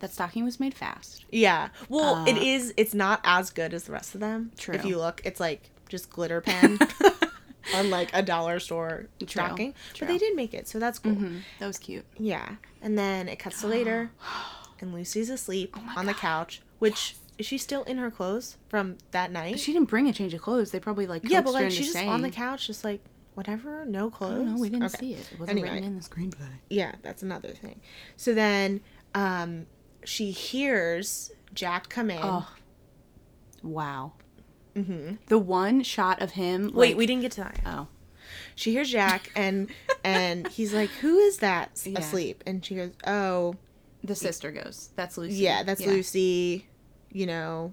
[SPEAKER 3] that stocking was made fast.
[SPEAKER 2] Yeah. Well, it
[SPEAKER 3] Uh,
[SPEAKER 2] is. It's not as good as the rest of them.
[SPEAKER 3] True.
[SPEAKER 2] If you look, it's like just glitter pen on like a dollar store
[SPEAKER 3] True.
[SPEAKER 2] stocking. But
[SPEAKER 3] True. Mm-hmm.
[SPEAKER 2] they did make it, so that's cool.
[SPEAKER 3] That was cute.
[SPEAKER 2] Yeah. And then it cuts to later, and Lucy's
[SPEAKER 3] Oh
[SPEAKER 2] asleep on the couch. Which is she still in her clothes from that night?
[SPEAKER 3] She didn't bring a change of clothes. They probably like
[SPEAKER 2] yeah, but
[SPEAKER 3] coaxed her
[SPEAKER 2] like
[SPEAKER 3] into
[SPEAKER 2] she's just on the
[SPEAKER 3] staying.
[SPEAKER 2] couch, just like whatever, no
[SPEAKER 3] I
[SPEAKER 2] clothes.
[SPEAKER 3] don't know. We didn't
[SPEAKER 2] Okay.
[SPEAKER 3] see it. It wasn't
[SPEAKER 2] Anyway.
[SPEAKER 3] written in the screenplay.
[SPEAKER 2] Yeah, that's another thing. So then um, she hears Jack come in.
[SPEAKER 3] Oh. Wow. The one shot of him.
[SPEAKER 2] Mm-hmm. Wait,
[SPEAKER 3] like-
[SPEAKER 2] we didn't get to that.
[SPEAKER 3] Oh.
[SPEAKER 2] She hears Jack and and he's like, "Who is that s-
[SPEAKER 3] Yeah.
[SPEAKER 2] asleep?" And she goes, "Oh,
[SPEAKER 3] The sister goes. That's Lucy.
[SPEAKER 2] yeah, that's Lucy, you know,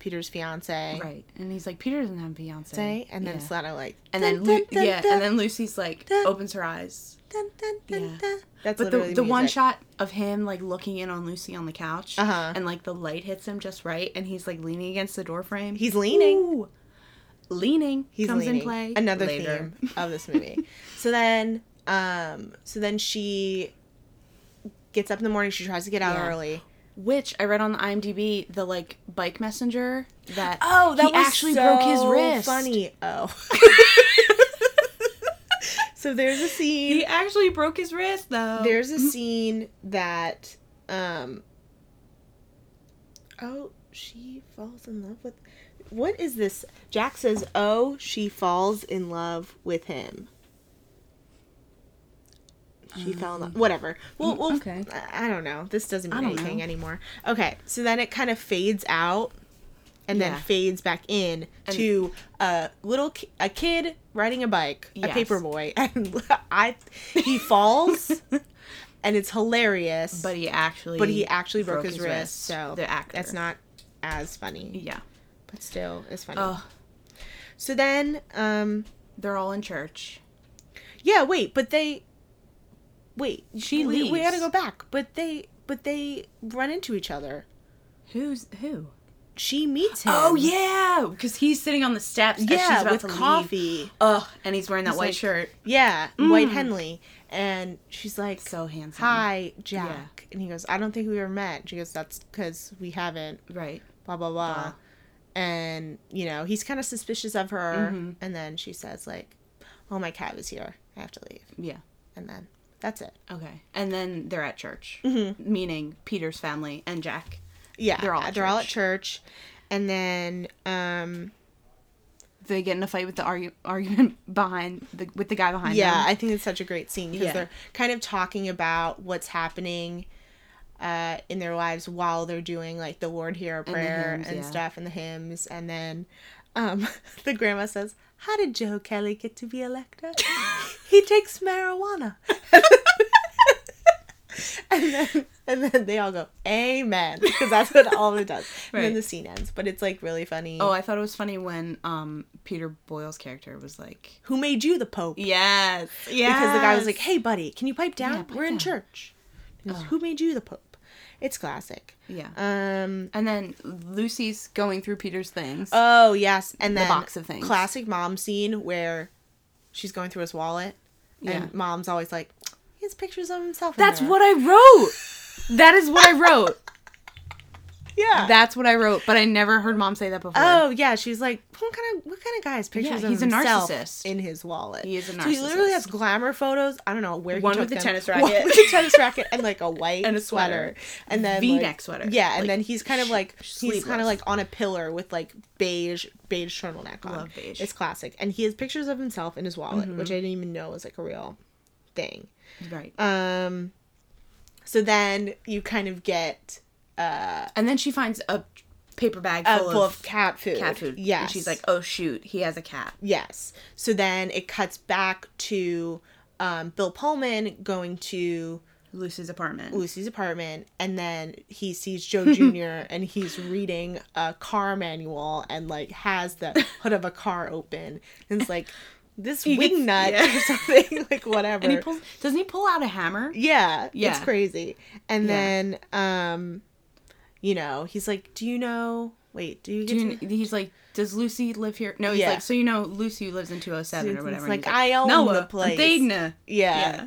[SPEAKER 2] Peter's fiance."
[SPEAKER 3] Right. And he's like, Peter doesn't have a fiance.
[SPEAKER 2] Say, and then
[SPEAKER 3] Yeah.
[SPEAKER 2] Solana like,
[SPEAKER 3] And then
[SPEAKER 2] dun,
[SPEAKER 3] Lu-
[SPEAKER 2] dun,
[SPEAKER 3] yeah,
[SPEAKER 2] dun,
[SPEAKER 3] and then Lucy's like
[SPEAKER 2] dun.
[SPEAKER 3] opens her eyes.
[SPEAKER 2] dun, dun, dun,
[SPEAKER 3] Yeah.
[SPEAKER 2] dun. That's
[SPEAKER 3] But the,
[SPEAKER 2] literally
[SPEAKER 3] the one
[SPEAKER 2] music.
[SPEAKER 3] shot of him like looking in on Lucy on the couch,
[SPEAKER 2] Uh-huh.
[SPEAKER 3] and like the light hits him just right, and he's like leaning against the door frame.
[SPEAKER 2] He's leaning.
[SPEAKER 3] Ooh. leaning.
[SPEAKER 2] He's
[SPEAKER 3] comes
[SPEAKER 2] leaning.
[SPEAKER 3] in play.
[SPEAKER 2] Another
[SPEAKER 3] later.
[SPEAKER 2] theme of this movie. so then, um, so then she gets up in the morning. She tries to get out
[SPEAKER 3] Yeah.
[SPEAKER 2] early.
[SPEAKER 3] Which I read on the IMDb, the like bike messenger that he
[SPEAKER 2] Oh, was
[SPEAKER 3] actually
[SPEAKER 2] so
[SPEAKER 3] broke his wrist.
[SPEAKER 2] Funny. Oh. so there's a scene.
[SPEAKER 3] He actually broke his wrist though.
[SPEAKER 2] There's a scene that um Oh, she falls in love with What is this? Jack says, "Oh, she falls in love with him." She fell in love. Whatever. Well, well
[SPEAKER 3] Um, okay.
[SPEAKER 2] I- I don't know. This doesn't
[SPEAKER 3] I
[SPEAKER 2] mean
[SPEAKER 3] don't
[SPEAKER 2] anything
[SPEAKER 3] know.
[SPEAKER 2] anymore. Okay. So then it kind of fades out and
[SPEAKER 3] Yeah.
[SPEAKER 2] then fades back in to a little ki- a kid riding a bike, a
[SPEAKER 3] Yes.
[SPEAKER 2] paper boy, and I he falls and it's hilarious.
[SPEAKER 3] but he actually
[SPEAKER 2] but he actually broke, his, wrist, so
[SPEAKER 3] the actor.
[SPEAKER 2] that's not as funny.
[SPEAKER 3] Yeah.
[SPEAKER 2] But still, it's funny.
[SPEAKER 3] Oh,
[SPEAKER 2] So then, um,
[SPEAKER 3] they're all in church.
[SPEAKER 2] yeah, wait, but they, wait,
[SPEAKER 3] She
[SPEAKER 2] we, We
[SPEAKER 3] leaves.
[SPEAKER 2] gotta go back, but they, but they run into each other.
[SPEAKER 3] Who's who?
[SPEAKER 2] She meets him.
[SPEAKER 3] Oh yeah, because he's sitting on the steps. Yeah,
[SPEAKER 2] yeah,
[SPEAKER 3] about
[SPEAKER 2] with
[SPEAKER 3] to
[SPEAKER 2] coffee.
[SPEAKER 3] Leave. Ugh, and he's wearing that
[SPEAKER 2] He's
[SPEAKER 3] white
[SPEAKER 2] like-
[SPEAKER 3] shirt.
[SPEAKER 2] Yeah, White Henley, and she's like,
[SPEAKER 3] Mm. So handsome.
[SPEAKER 2] "Hi, Jack," and he goes, "I don't think we ever met." She goes, "That's because we haven't."
[SPEAKER 3] Right.
[SPEAKER 2] blah blah blah,
[SPEAKER 3] Blah.
[SPEAKER 2] and you know he's kind of suspicious of her
[SPEAKER 3] Mm-hmm.
[SPEAKER 2] and then she says like oh my cat is here i have to leave
[SPEAKER 3] Yeah.
[SPEAKER 2] and then that's it
[SPEAKER 3] Okay. And then they're at church,
[SPEAKER 2] Mm-hmm.
[SPEAKER 3] meaning Peter's family and Jack.
[SPEAKER 2] yeah
[SPEAKER 3] They're
[SPEAKER 2] they're
[SPEAKER 3] all
[SPEAKER 2] all,
[SPEAKER 3] at
[SPEAKER 2] they're all at church and then um
[SPEAKER 3] They get in a fight with the argu- argument behind the with the guy behind
[SPEAKER 2] yeah
[SPEAKER 3] them.
[SPEAKER 2] i think it's such a great scene because
[SPEAKER 3] Yeah.
[SPEAKER 2] they're kind of talking about what's happening uh in their lives while they're doing like the lord hear our prayer and,
[SPEAKER 3] hymns, yeah.
[SPEAKER 2] stuff and the hymns and then um the grandma says how did joe kelly get to be elected he takes marijuana and then and then they all go amen because that's what all of it does and
[SPEAKER 3] Right.
[SPEAKER 2] then the scene ends but it's like really funny
[SPEAKER 3] Oh, I thought it was funny when um Peter Boyle's character was like,
[SPEAKER 2] who made you the pope
[SPEAKER 3] "Yes, yeah,"
[SPEAKER 2] because the guy was like, "Hey, buddy, can you pipe down?
[SPEAKER 3] Yeah, pipe
[SPEAKER 2] We're in
[SPEAKER 3] down." Oh.
[SPEAKER 2] church." He goes, Who made you the pope? It's classic.
[SPEAKER 3] "Yeah."
[SPEAKER 2] Um.
[SPEAKER 3] and then Lucy's going through Peter's things.
[SPEAKER 2] Oh yes, and then
[SPEAKER 3] box of things.
[SPEAKER 2] Classic mom scene where she's going through his wallet,
[SPEAKER 3] Yeah.
[SPEAKER 2] and mom's always like, "He has pictures of himself." in
[SPEAKER 3] That's
[SPEAKER 2] there."
[SPEAKER 3] what I wrote. That is what I wrote.
[SPEAKER 2] Yeah.
[SPEAKER 3] That's what I wrote, but I never heard mom say that before.
[SPEAKER 2] Oh yeah, she's like, what kind of what kind of guy has pictures of
[SPEAKER 3] he's a
[SPEAKER 2] himself
[SPEAKER 3] narcissist.
[SPEAKER 2] in his wallet?
[SPEAKER 3] He is a
[SPEAKER 2] So he literally has
[SPEAKER 3] narcissist.
[SPEAKER 2] glamour photos. I don't know where
[SPEAKER 3] One
[SPEAKER 2] he took
[SPEAKER 3] with a
[SPEAKER 2] them.
[SPEAKER 3] tennis
[SPEAKER 2] one
[SPEAKER 3] racket.
[SPEAKER 2] with a tennis racket, and like a white
[SPEAKER 3] And a sweater.
[SPEAKER 2] and then
[SPEAKER 3] V-neck
[SPEAKER 2] like-
[SPEAKER 3] sweater.
[SPEAKER 2] Yeah, and
[SPEAKER 3] Like,
[SPEAKER 2] then he's kind of
[SPEAKER 3] sh-
[SPEAKER 2] like he's kind
[SPEAKER 3] sleeveless.
[SPEAKER 2] of like on a pillar with like beige beige turtleneck on.
[SPEAKER 3] Love beige. Mm-hmm.
[SPEAKER 2] It's classic, and he has pictures of himself in his wallet, which I didn't even know was like a real thing.
[SPEAKER 3] Right.
[SPEAKER 2] Um, so then you kind of get
[SPEAKER 3] and then she finds a paper bag
[SPEAKER 2] a
[SPEAKER 3] full,
[SPEAKER 2] full
[SPEAKER 3] of,
[SPEAKER 2] of cat food.
[SPEAKER 3] cat food.
[SPEAKER 2] Yes.
[SPEAKER 3] And she's like, oh, shoot, he has a cat.
[SPEAKER 2] Yes. So then it cuts back to um, Bill Pullman going to
[SPEAKER 3] Lucy's apartment.
[SPEAKER 2] Lucy's apartment, and then he sees Joe Jr. and he's reading a car manual and like has the hood of a car open and it's like this wing nut
[SPEAKER 3] yeah.
[SPEAKER 2] or something like whatever.
[SPEAKER 3] And he pulls, doesn't he pull out a hammer?
[SPEAKER 2] Yeah,
[SPEAKER 3] Yeah.
[SPEAKER 2] it's crazy. And
[SPEAKER 3] Yeah.
[SPEAKER 2] then, um, you know, he's like, "Do you know? Wait, do you get
[SPEAKER 3] Do
[SPEAKER 2] to
[SPEAKER 3] you, he's like, does Lucy live here? No, he's
[SPEAKER 2] Yeah.
[SPEAKER 3] like, so you know, Lucy lives in 207 or
[SPEAKER 2] It's
[SPEAKER 3] whatever.
[SPEAKER 2] like,
[SPEAKER 3] And he's
[SPEAKER 2] "I own
[SPEAKER 3] "No,
[SPEAKER 2] the
[SPEAKER 3] uh,
[SPEAKER 2] place."
[SPEAKER 3] Athena."
[SPEAKER 2] Yeah.
[SPEAKER 3] Yeah.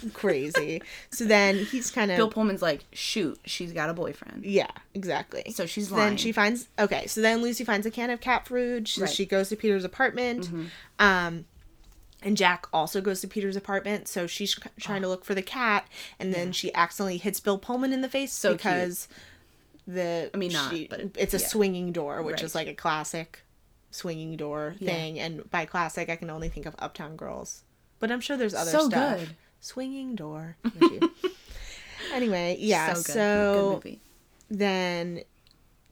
[SPEAKER 2] It's crazy. so then he's kind of
[SPEAKER 3] Bill Pullman's like, shoot, she's got a boyfriend.
[SPEAKER 2] Yeah, exactly.
[SPEAKER 3] So she's
[SPEAKER 2] Then
[SPEAKER 3] lying.
[SPEAKER 2] she finds okay, so then Lucy finds a can of cat food. She,
[SPEAKER 3] Right. Mm-hmm.
[SPEAKER 2] she goes to Peter's apartment. Um and Jack also goes to Peter's apartment, so she's c- trying to look for the cat, and then she accidentally hits Bill Pullman in the face
[SPEAKER 3] So cute.
[SPEAKER 2] because the I
[SPEAKER 3] mean, not, but it-
[SPEAKER 2] it's a
[SPEAKER 3] yeah.
[SPEAKER 2] swinging door, which
[SPEAKER 3] Right.
[SPEAKER 2] is like a classic swinging door
[SPEAKER 3] Yeah.
[SPEAKER 2] thing. And by classic, I can only think of Uptown Girls, but I'm sure there's other
[SPEAKER 3] So
[SPEAKER 2] stuff.
[SPEAKER 3] good.
[SPEAKER 2] Swinging door. Thank you. Anyway, yeah. So,
[SPEAKER 3] good. good movie.
[SPEAKER 2] then,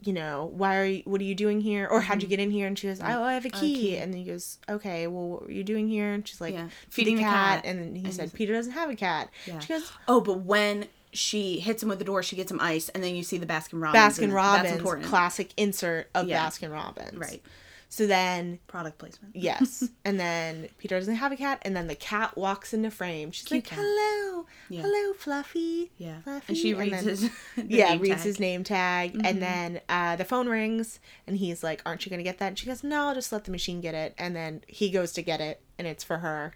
[SPEAKER 2] you know, why are you? What are you doing here? Or
[SPEAKER 3] Mm-hmm.
[SPEAKER 2] how'd you get in here? And she goes, Oh, I have a key. And then he goes, Okay, well, what were you doing here? And she's like,
[SPEAKER 3] Yeah.
[SPEAKER 2] Feeding
[SPEAKER 3] Feeding
[SPEAKER 2] the
[SPEAKER 3] the
[SPEAKER 2] cat.
[SPEAKER 3] cat.
[SPEAKER 2] And then he
[SPEAKER 3] And
[SPEAKER 2] said,
[SPEAKER 3] he's-
[SPEAKER 2] Peter doesn't have a cat.
[SPEAKER 3] Yeah.
[SPEAKER 2] She goes,
[SPEAKER 3] oh, but when she hits him with the door, she gets him ice, and then you see the Baskin Robbins.
[SPEAKER 2] Baskin
[SPEAKER 3] and That's
[SPEAKER 2] Robbins,
[SPEAKER 3] important.
[SPEAKER 2] classic insert of
[SPEAKER 3] Yeah.
[SPEAKER 2] Baskin Robbins.
[SPEAKER 3] Right.
[SPEAKER 2] So then
[SPEAKER 3] Product placement.
[SPEAKER 2] Yes. and then Peter doesn't have a cat, and then the cat walks into frame. She's like,
[SPEAKER 3] cat.
[SPEAKER 2] "Hello,
[SPEAKER 3] Yeah.
[SPEAKER 2] hello, Fluffy."
[SPEAKER 3] Yeah.
[SPEAKER 2] Fluffy.
[SPEAKER 3] And she reads
[SPEAKER 2] then-
[SPEAKER 3] his. the
[SPEAKER 2] yeah,
[SPEAKER 3] name
[SPEAKER 2] reads
[SPEAKER 3] tag. Mm-hmm.
[SPEAKER 2] his name tag, and then uh, the phone rings, and he's like, "Aren't you gonna get that?" And she goes, "No, I'll just let the machine get it." And then he goes to get it, and it's for her,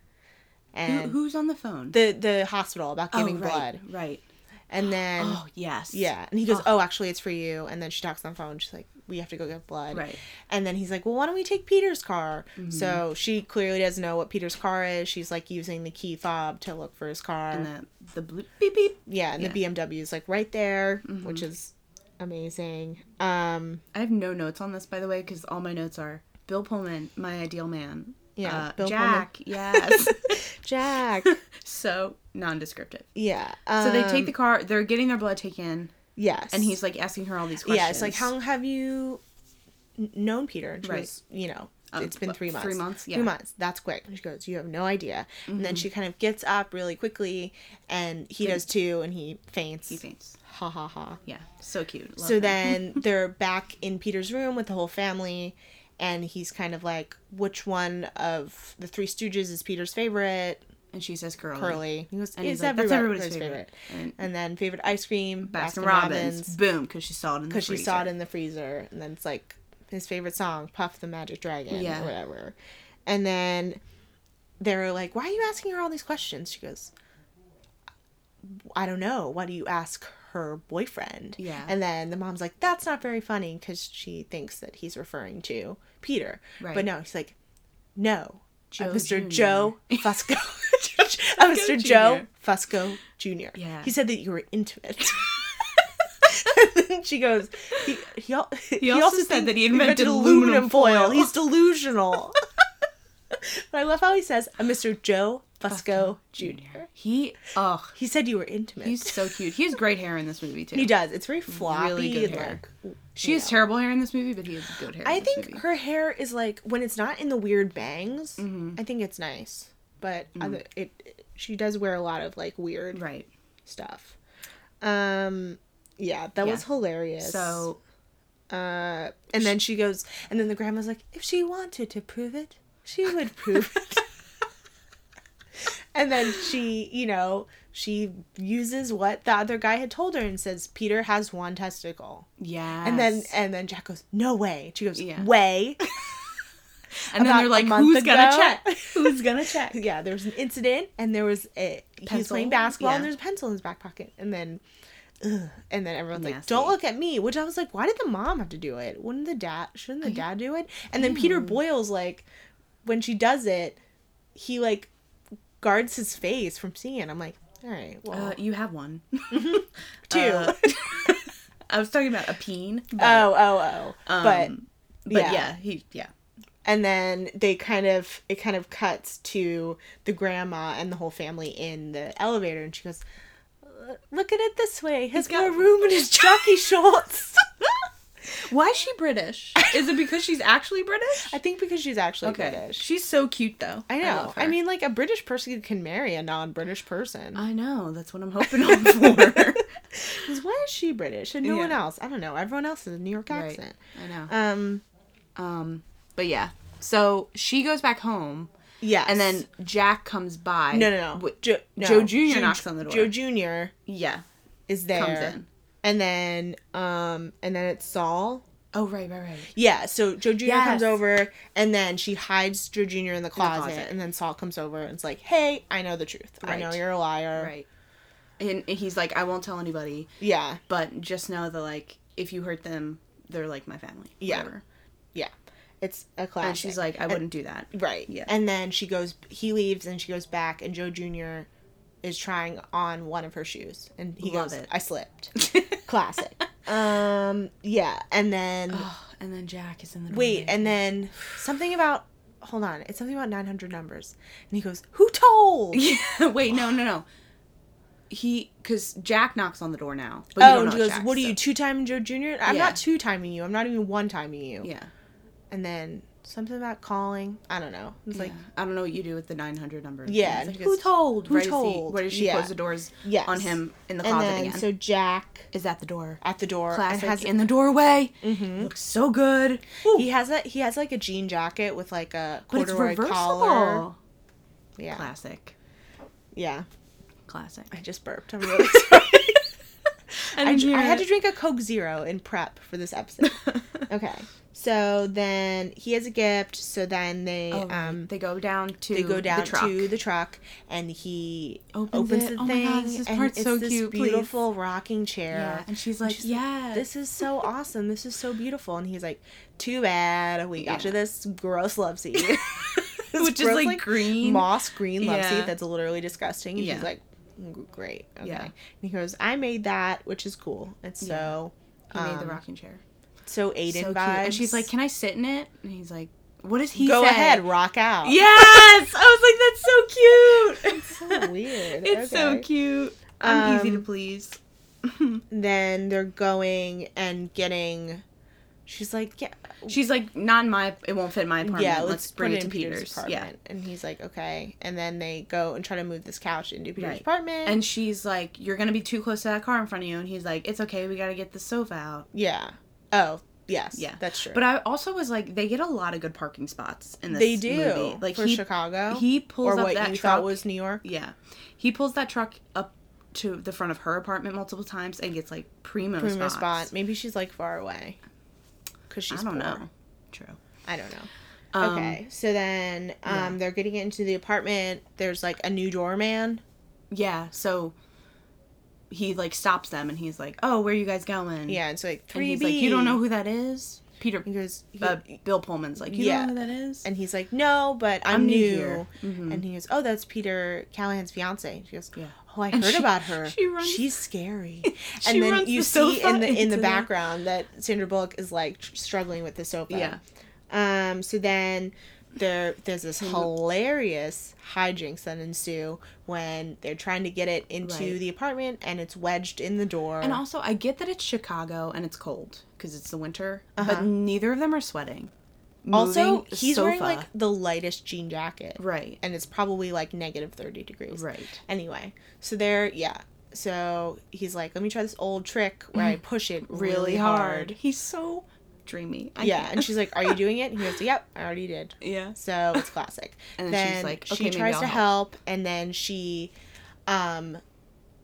[SPEAKER 3] Who,
[SPEAKER 2] and
[SPEAKER 3] who's on the phone?
[SPEAKER 2] the the hospital about giving
[SPEAKER 3] oh, right,
[SPEAKER 2] blood,
[SPEAKER 3] Right.
[SPEAKER 2] and then.
[SPEAKER 3] Oh yes.
[SPEAKER 2] Yeah, and he goes, "Oh, actually, it's for you." And then she talks on the phone. She's like, "We have to go get blood."
[SPEAKER 3] Right. Mm-hmm.
[SPEAKER 2] And then he's like, "Well, why don't we take Peter's car?" So she clearly doesn't know what Peter's car is. She's like using the key fob to look for his car.
[SPEAKER 3] And the the blue beep beep.
[SPEAKER 2] yeah, and the BMW is like right there,
[SPEAKER 3] Mm-hmm.
[SPEAKER 2] which is amazing. Um,
[SPEAKER 3] I have no notes on this, by the way, because all my notes are Bill Pullman, my ideal man.
[SPEAKER 2] Yeah,
[SPEAKER 3] Uh,
[SPEAKER 2] Bill Pullman.
[SPEAKER 3] Jack. Yes.
[SPEAKER 2] Jack.
[SPEAKER 3] so nondescriptive.
[SPEAKER 2] yeah.
[SPEAKER 3] So they
[SPEAKER 2] um,
[SPEAKER 3] take the car. They're getting their blood taken,
[SPEAKER 2] yes,
[SPEAKER 3] and he's like asking her all these questions.
[SPEAKER 2] yeah. It's like, how long have you n- known Peter? And she
[SPEAKER 3] Right.
[SPEAKER 2] goes, you know.
[SPEAKER 3] Um,
[SPEAKER 2] it's been
[SPEAKER 3] what,
[SPEAKER 2] three months.
[SPEAKER 3] three months?
[SPEAKER 2] Three
[SPEAKER 3] Yeah. Mm-hmm.
[SPEAKER 2] months. That's quick. And she goes, You have no idea. And then she kind of gets up really quickly and he does too and he faints.
[SPEAKER 3] he faints.
[SPEAKER 2] Ha ha ha.
[SPEAKER 3] Yeah, so cute. Love
[SPEAKER 2] so
[SPEAKER 3] him.
[SPEAKER 2] then they're back in Peter's room with the whole family, and he's kind of like, "Which one of the Three Stooges is Peter's favorite?"
[SPEAKER 3] and she says Curly.
[SPEAKER 2] Curly. He goes,
[SPEAKER 3] And
[SPEAKER 2] "It's
[SPEAKER 3] he's like, "That's
[SPEAKER 2] everybody's,
[SPEAKER 3] everybody's
[SPEAKER 2] favorite."
[SPEAKER 3] favorite.
[SPEAKER 2] And then favorite ice cream,
[SPEAKER 3] Baskin,
[SPEAKER 2] Baskin,
[SPEAKER 3] Robbins.
[SPEAKER 2] Robbins,
[SPEAKER 3] Boom, because she saw it in the
[SPEAKER 2] because she saw it
[SPEAKER 3] freezer.
[SPEAKER 2] in the freezer, and then it's like his favorite song, "Puff the Magic Dragon,"
[SPEAKER 3] Yeah.
[SPEAKER 2] or whatever. And then they're like, "Why are you asking her all these questions?" She goes, "I don't know. Why do you ask her boyfriend?"
[SPEAKER 3] Yeah.
[SPEAKER 2] And then the mom's like, "That's not very funny," because she thinks that he's referring to Peter,
[SPEAKER 3] Right.
[SPEAKER 2] but no, he's like, "No."
[SPEAKER 3] Joe
[SPEAKER 2] uh, Mr.
[SPEAKER 3] Jr..
[SPEAKER 2] Joe Fusco. uh, Mr. Joe Fusco Jr.
[SPEAKER 3] Yeah.
[SPEAKER 2] He said that you were intimate. And she goes, he, he, al- he
[SPEAKER 3] also
[SPEAKER 2] also
[SPEAKER 3] said
[SPEAKER 2] said
[SPEAKER 3] that he invented
[SPEAKER 2] aluminum
[SPEAKER 3] aluminum
[SPEAKER 2] foil.
[SPEAKER 3] foil.
[SPEAKER 2] He's delusional. but I love how he says, "I'm Mr. Joe Fusco Jr."
[SPEAKER 3] He, oh,
[SPEAKER 2] He said you were intimate.
[SPEAKER 3] he's so cute. He has great hair in this movie too.
[SPEAKER 2] he does. It's very floppy.
[SPEAKER 3] Really good
[SPEAKER 2] and,
[SPEAKER 3] hair.
[SPEAKER 2] like,
[SPEAKER 3] She has terrible hair in this movie, but he has good hair.
[SPEAKER 2] I
[SPEAKER 3] in this
[SPEAKER 2] think
[SPEAKER 3] movie.
[SPEAKER 2] her hair is like when it's not in the weird bangs.
[SPEAKER 3] Mm-hmm.
[SPEAKER 2] I think it's nice, but other, it, it she does wear a lot of like weird
[SPEAKER 3] right.
[SPEAKER 2] stuff. Um, yeah, that
[SPEAKER 3] Yeah.
[SPEAKER 2] was hilarious.
[SPEAKER 3] So
[SPEAKER 2] Uh, and then she goes, and then the grandma's like, if she wanted to prove it, she would prove it. and then she, you know, she uses what the other guy had told her and says, Peter has one testicle.
[SPEAKER 3] yeah,
[SPEAKER 2] And then, and then Jack goes, no way. She goes,
[SPEAKER 3] Yeah.
[SPEAKER 2] way.
[SPEAKER 3] and then
[SPEAKER 2] about
[SPEAKER 3] they're
[SPEAKER 2] a
[SPEAKER 3] like,
[SPEAKER 2] month
[SPEAKER 3] who's gonna
[SPEAKER 2] ago.
[SPEAKER 3] check? Who's gonna check?
[SPEAKER 2] yeah, there was an incident, and there was a he was
[SPEAKER 3] Pencil?
[SPEAKER 2] playing basketball, and
[SPEAKER 3] Yeah.
[SPEAKER 2] there's a pencil in his back pocket, and then, ugh, and then everyone's like,
[SPEAKER 3] Nasty.
[SPEAKER 2] "Don't look at me," which I was like, "Why did the mom have to do it? Wouldn't the dad? Shouldn't the dad do it?" And then Peter Boyle's like, when she does it, he like guards his face from seeing. it. I'm like, all right, well,
[SPEAKER 3] Uh, you have one.
[SPEAKER 2] two.
[SPEAKER 3] uh, I was talking about a peen. But,
[SPEAKER 2] oh, oh, oh, but.
[SPEAKER 3] um, but
[SPEAKER 2] yeah.
[SPEAKER 3] yeah. he yeah.
[SPEAKER 2] And then they kind of it kind of cuts to the grandma and the whole family in the elevator, and she goes, "Look at it this way. Has
[SPEAKER 3] got-
[SPEAKER 2] more room in his jockey shorts."
[SPEAKER 3] Why is she British? Is it because she's actually British?
[SPEAKER 2] I think because she's actually
[SPEAKER 3] Okay,
[SPEAKER 2] British.
[SPEAKER 3] she's so cute though.
[SPEAKER 2] I know.
[SPEAKER 3] love
[SPEAKER 2] I,
[SPEAKER 3] her. Oh.
[SPEAKER 2] mean, like a British person can marry a non-British person.
[SPEAKER 3] I know. That's what I'm hoping on for.
[SPEAKER 2] 'Cause why is she British and no one
[SPEAKER 3] Yeah.
[SPEAKER 2] else? I don't know. Everyone else is a New York
[SPEAKER 3] Right.
[SPEAKER 2] accent.
[SPEAKER 3] I know.
[SPEAKER 2] Um.
[SPEAKER 3] Um, but yeah. So she goes back home,
[SPEAKER 2] Yeah.
[SPEAKER 3] and then Jack comes by.
[SPEAKER 2] no, no, no.
[SPEAKER 3] Wi-
[SPEAKER 2] Jo- no.
[SPEAKER 3] Joe Jr.
[SPEAKER 2] Ju-
[SPEAKER 3] knocks on the
[SPEAKER 2] Joe
[SPEAKER 3] door.
[SPEAKER 2] Jr.
[SPEAKER 3] yeah.
[SPEAKER 2] is there.
[SPEAKER 3] Comes in.
[SPEAKER 2] And then, um, and then it's Saul.
[SPEAKER 3] Oh right, right, right.
[SPEAKER 2] Yeah, so Joe Jr. comes
[SPEAKER 3] Yes.
[SPEAKER 2] over and then she hides Joe Jr. in the closet,
[SPEAKER 3] closet.
[SPEAKER 2] and then Saul comes over and it's like, Hey, I know the truth. I
[SPEAKER 3] Right.
[SPEAKER 2] know you're a liar.
[SPEAKER 3] Right. And he's like, I won't tell anybody,
[SPEAKER 2] Yeah.
[SPEAKER 3] but just know that like if you hurt them, they're like my family.
[SPEAKER 2] Yeah.
[SPEAKER 3] whatever."
[SPEAKER 2] Yeah. It's a classic.
[SPEAKER 3] And she's like, I wouldn't do that.
[SPEAKER 2] Right.
[SPEAKER 3] Yeah.
[SPEAKER 2] And then she goes he leaves and she goes back and Joe Jr. is trying on one of her shoes and he
[SPEAKER 3] Love
[SPEAKER 2] goes,
[SPEAKER 3] it.
[SPEAKER 2] I slipped. classic. Um yeah. And then
[SPEAKER 3] and then Jack is in the
[SPEAKER 2] Wait, and then something about hold on, it's something about nine hundred numbers. And he goes, Who told?
[SPEAKER 3] yeah, wait, no, no, no. he because Jack knocks on the door now. But you
[SPEAKER 2] Oh,
[SPEAKER 3] don't
[SPEAKER 2] and
[SPEAKER 3] know
[SPEAKER 2] she
[SPEAKER 3] it's
[SPEAKER 2] goes,
[SPEAKER 3] Jack,
[SPEAKER 2] "What are
[SPEAKER 3] so-
[SPEAKER 2] you, two time Joe Junior? I'm
[SPEAKER 3] Yeah.
[SPEAKER 2] not two timing you. I'm not even one timing you."
[SPEAKER 3] Yeah.
[SPEAKER 2] And then something about calling. I don't know. It's like
[SPEAKER 3] yeah. I don't know what you do with the 900 number.
[SPEAKER 2] Yeah,
[SPEAKER 3] It's like,
[SPEAKER 2] and
[SPEAKER 3] who
[SPEAKER 2] who's-
[SPEAKER 3] told?
[SPEAKER 2] who
[SPEAKER 3] right as he-
[SPEAKER 2] told?
[SPEAKER 3] Where does she
[SPEAKER 2] Yeah.
[SPEAKER 3] close the doors
[SPEAKER 2] yes
[SPEAKER 3] on him in the
[SPEAKER 2] and
[SPEAKER 3] closet
[SPEAKER 2] then
[SPEAKER 3] again?
[SPEAKER 2] so Jack
[SPEAKER 3] is that the door?
[SPEAKER 2] at the door
[SPEAKER 3] Classic.
[SPEAKER 2] and has
[SPEAKER 3] in the doorway. Looks so good.
[SPEAKER 2] he has that he has like a jean jacket with like a
[SPEAKER 3] but it's
[SPEAKER 2] corduroy
[SPEAKER 3] reversible.
[SPEAKER 2] collar. Yeah,
[SPEAKER 3] Classic.
[SPEAKER 2] yeah.
[SPEAKER 3] Classic.
[SPEAKER 2] I just burped. I'm really sorry.
[SPEAKER 3] I,
[SPEAKER 2] I, dr- I had to drink a Coke Zero in prep for this episode. okay. So then he has a gift. So then they
[SPEAKER 3] Oh,
[SPEAKER 2] um
[SPEAKER 3] they go down to
[SPEAKER 2] they go down
[SPEAKER 3] the truck.
[SPEAKER 2] to the truck and he
[SPEAKER 3] Opens
[SPEAKER 2] opens,
[SPEAKER 3] it.
[SPEAKER 2] the
[SPEAKER 3] Oh my
[SPEAKER 2] thing.
[SPEAKER 3] God, this is
[SPEAKER 2] and
[SPEAKER 3] part's
[SPEAKER 2] it's
[SPEAKER 3] so
[SPEAKER 2] this
[SPEAKER 3] cute, please.
[SPEAKER 2] beautiful rocking chair.
[SPEAKER 3] yeah, and she's like,
[SPEAKER 2] she's like,
[SPEAKER 3] yeah,
[SPEAKER 2] This is so awesome. This is so beautiful. And he's like, too bad we got you this gross love seat. This
[SPEAKER 3] which is
[SPEAKER 2] gross,
[SPEAKER 3] like, green.
[SPEAKER 2] moss green love
[SPEAKER 3] Yeah.
[SPEAKER 2] seat that's literally disgusting. And
[SPEAKER 3] Yeah.
[SPEAKER 2] she's like, "Mm, great. Okay.
[SPEAKER 3] Yeah.
[SPEAKER 2] And he goes, I made that, which is cool. And so,
[SPEAKER 3] He made the
[SPEAKER 2] um,
[SPEAKER 3] rocking chair.
[SPEAKER 2] so Aiden
[SPEAKER 3] so cute.
[SPEAKER 2] vibes.
[SPEAKER 3] And she's like, can I sit in it? And he's like, what does he
[SPEAKER 2] go
[SPEAKER 3] say?
[SPEAKER 2] ahead, rock out.
[SPEAKER 3] Yes, I was like, that's so cute.
[SPEAKER 2] It's so weird.
[SPEAKER 3] It's so
[SPEAKER 2] Okay.
[SPEAKER 3] cute. I'm easy to
[SPEAKER 2] Um,
[SPEAKER 3] please.
[SPEAKER 2] Then they're going and getting. She's like, yeah,
[SPEAKER 3] She's like, not in my. It won't fit in my apartment.
[SPEAKER 2] yeah.
[SPEAKER 3] let's,
[SPEAKER 2] Let's,
[SPEAKER 3] bring
[SPEAKER 2] put
[SPEAKER 3] it, to
[SPEAKER 2] in
[SPEAKER 3] Peter's.
[SPEAKER 2] apartment. And he's like, okay. And then they go and try to move this couch into Peter's
[SPEAKER 3] Right.
[SPEAKER 2] apartment.
[SPEAKER 3] Yeah. And she's like, you're gonna be too close to that car in front of you. And he's like, it's okay. We gotta get the sofa out.
[SPEAKER 2] yeah. Oh, yes.
[SPEAKER 3] Yeah.
[SPEAKER 2] Yeah, that's true.
[SPEAKER 3] But I also was like, they get a lot of good parking spots in this.
[SPEAKER 2] they do
[SPEAKER 3] Movie. Like
[SPEAKER 2] like for
[SPEAKER 3] he
[SPEAKER 2] Chicago.
[SPEAKER 3] he pulls
[SPEAKER 2] or
[SPEAKER 3] up
[SPEAKER 2] what
[SPEAKER 3] that
[SPEAKER 2] you
[SPEAKER 3] truck.
[SPEAKER 2] thought was New York.
[SPEAKER 3] yeah, he pulls that truck up to the front of her apartment multiple times and gets like primo,
[SPEAKER 2] Primo
[SPEAKER 3] spots.
[SPEAKER 2] spot. Maybe she's like far away. Cause she's
[SPEAKER 3] I don't
[SPEAKER 2] poor.
[SPEAKER 3] know. True.
[SPEAKER 2] I don't know.
[SPEAKER 3] Um,
[SPEAKER 2] okay, so then um, they're getting into the apartment. There's like a new doorman.
[SPEAKER 3] Mm-hmm. Yeah. So he like stops them and he's like, "Oh, where are you guys going?"
[SPEAKER 2] Yeah, and so like
[SPEAKER 3] And
[SPEAKER 2] three
[SPEAKER 3] he's
[SPEAKER 2] B.
[SPEAKER 3] like, "You don't know who that is." Peter
[SPEAKER 2] He goes, he-
[SPEAKER 3] uh, Bill Pullman's like, "You
[SPEAKER 2] Yeah.
[SPEAKER 3] don't know who that is?"
[SPEAKER 2] and he's like, no, but I'm,
[SPEAKER 3] I'm new
[SPEAKER 2] new.
[SPEAKER 3] here. Mhm.
[SPEAKER 2] And he goes, oh, that's Peter Callahan's fiance. She goes,
[SPEAKER 3] Yeah.
[SPEAKER 2] oh, I
[SPEAKER 3] And
[SPEAKER 2] heard
[SPEAKER 3] she-
[SPEAKER 2] about her.
[SPEAKER 3] she runs-
[SPEAKER 2] She's scary.
[SPEAKER 3] She
[SPEAKER 2] and then
[SPEAKER 3] runs
[SPEAKER 2] you
[SPEAKER 3] the
[SPEAKER 2] see
[SPEAKER 3] sofa
[SPEAKER 2] in the in
[SPEAKER 3] into
[SPEAKER 2] the
[SPEAKER 3] the-
[SPEAKER 2] background that Sandra Bullock is like tr- struggling with the sofa.
[SPEAKER 3] Yeah.
[SPEAKER 2] Um. So then there there's this hilarious hijinks that ensue when they're trying to get it into
[SPEAKER 3] Right.
[SPEAKER 2] the apartment and it's wedged in the door.
[SPEAKER 3] And also, I get that it's Chicago and it's cold because it's the winter, but
[SPEAKER 2] Uh-huh.
[SPEAKER 3] neither of them are sweating.
[SPEAKER 2] also,
[SPEAKER 3] Moving the
[SPEAKER 2] he's wearing
[SPEAKER 3] sofa-
[SPEAKER 2] like the lightest jean jacket.
[SPEAKER 3] right,
[SPEAKER 2] and it's probably like negative 30 degrees.
[SPEAKER 3] right,
[SPEAKER 2] Anyway, so there, yeah. So he's like, let me try this old trick where I push it really, hard.
[SPEAKER 3] He's so dreamy. I
[SPEAKER 2] Yeah.
[SPEAKER 3] can't.
[SPEAKER 2] And she's like, are you doing it? And he goes, yep, I already did.
[SPEAKER 3] yeah,
[SPEAKER 2] So it's classic.
[SPEAKER 3] And
[SPEAKER 2] and
[SPEAKER 3] then
[SPEAKER 2] then,
[SPEAKER 3] she's like, "Okay,
[SPEAKER 2] she
[SPEAKER 3] maybe
[SPEAKER 2] tries
[SPEAKER 3] I'll
[SPEAKER 2] to
[SPEAKER 3] help."
[SPEAKER 2] help. and then she, um,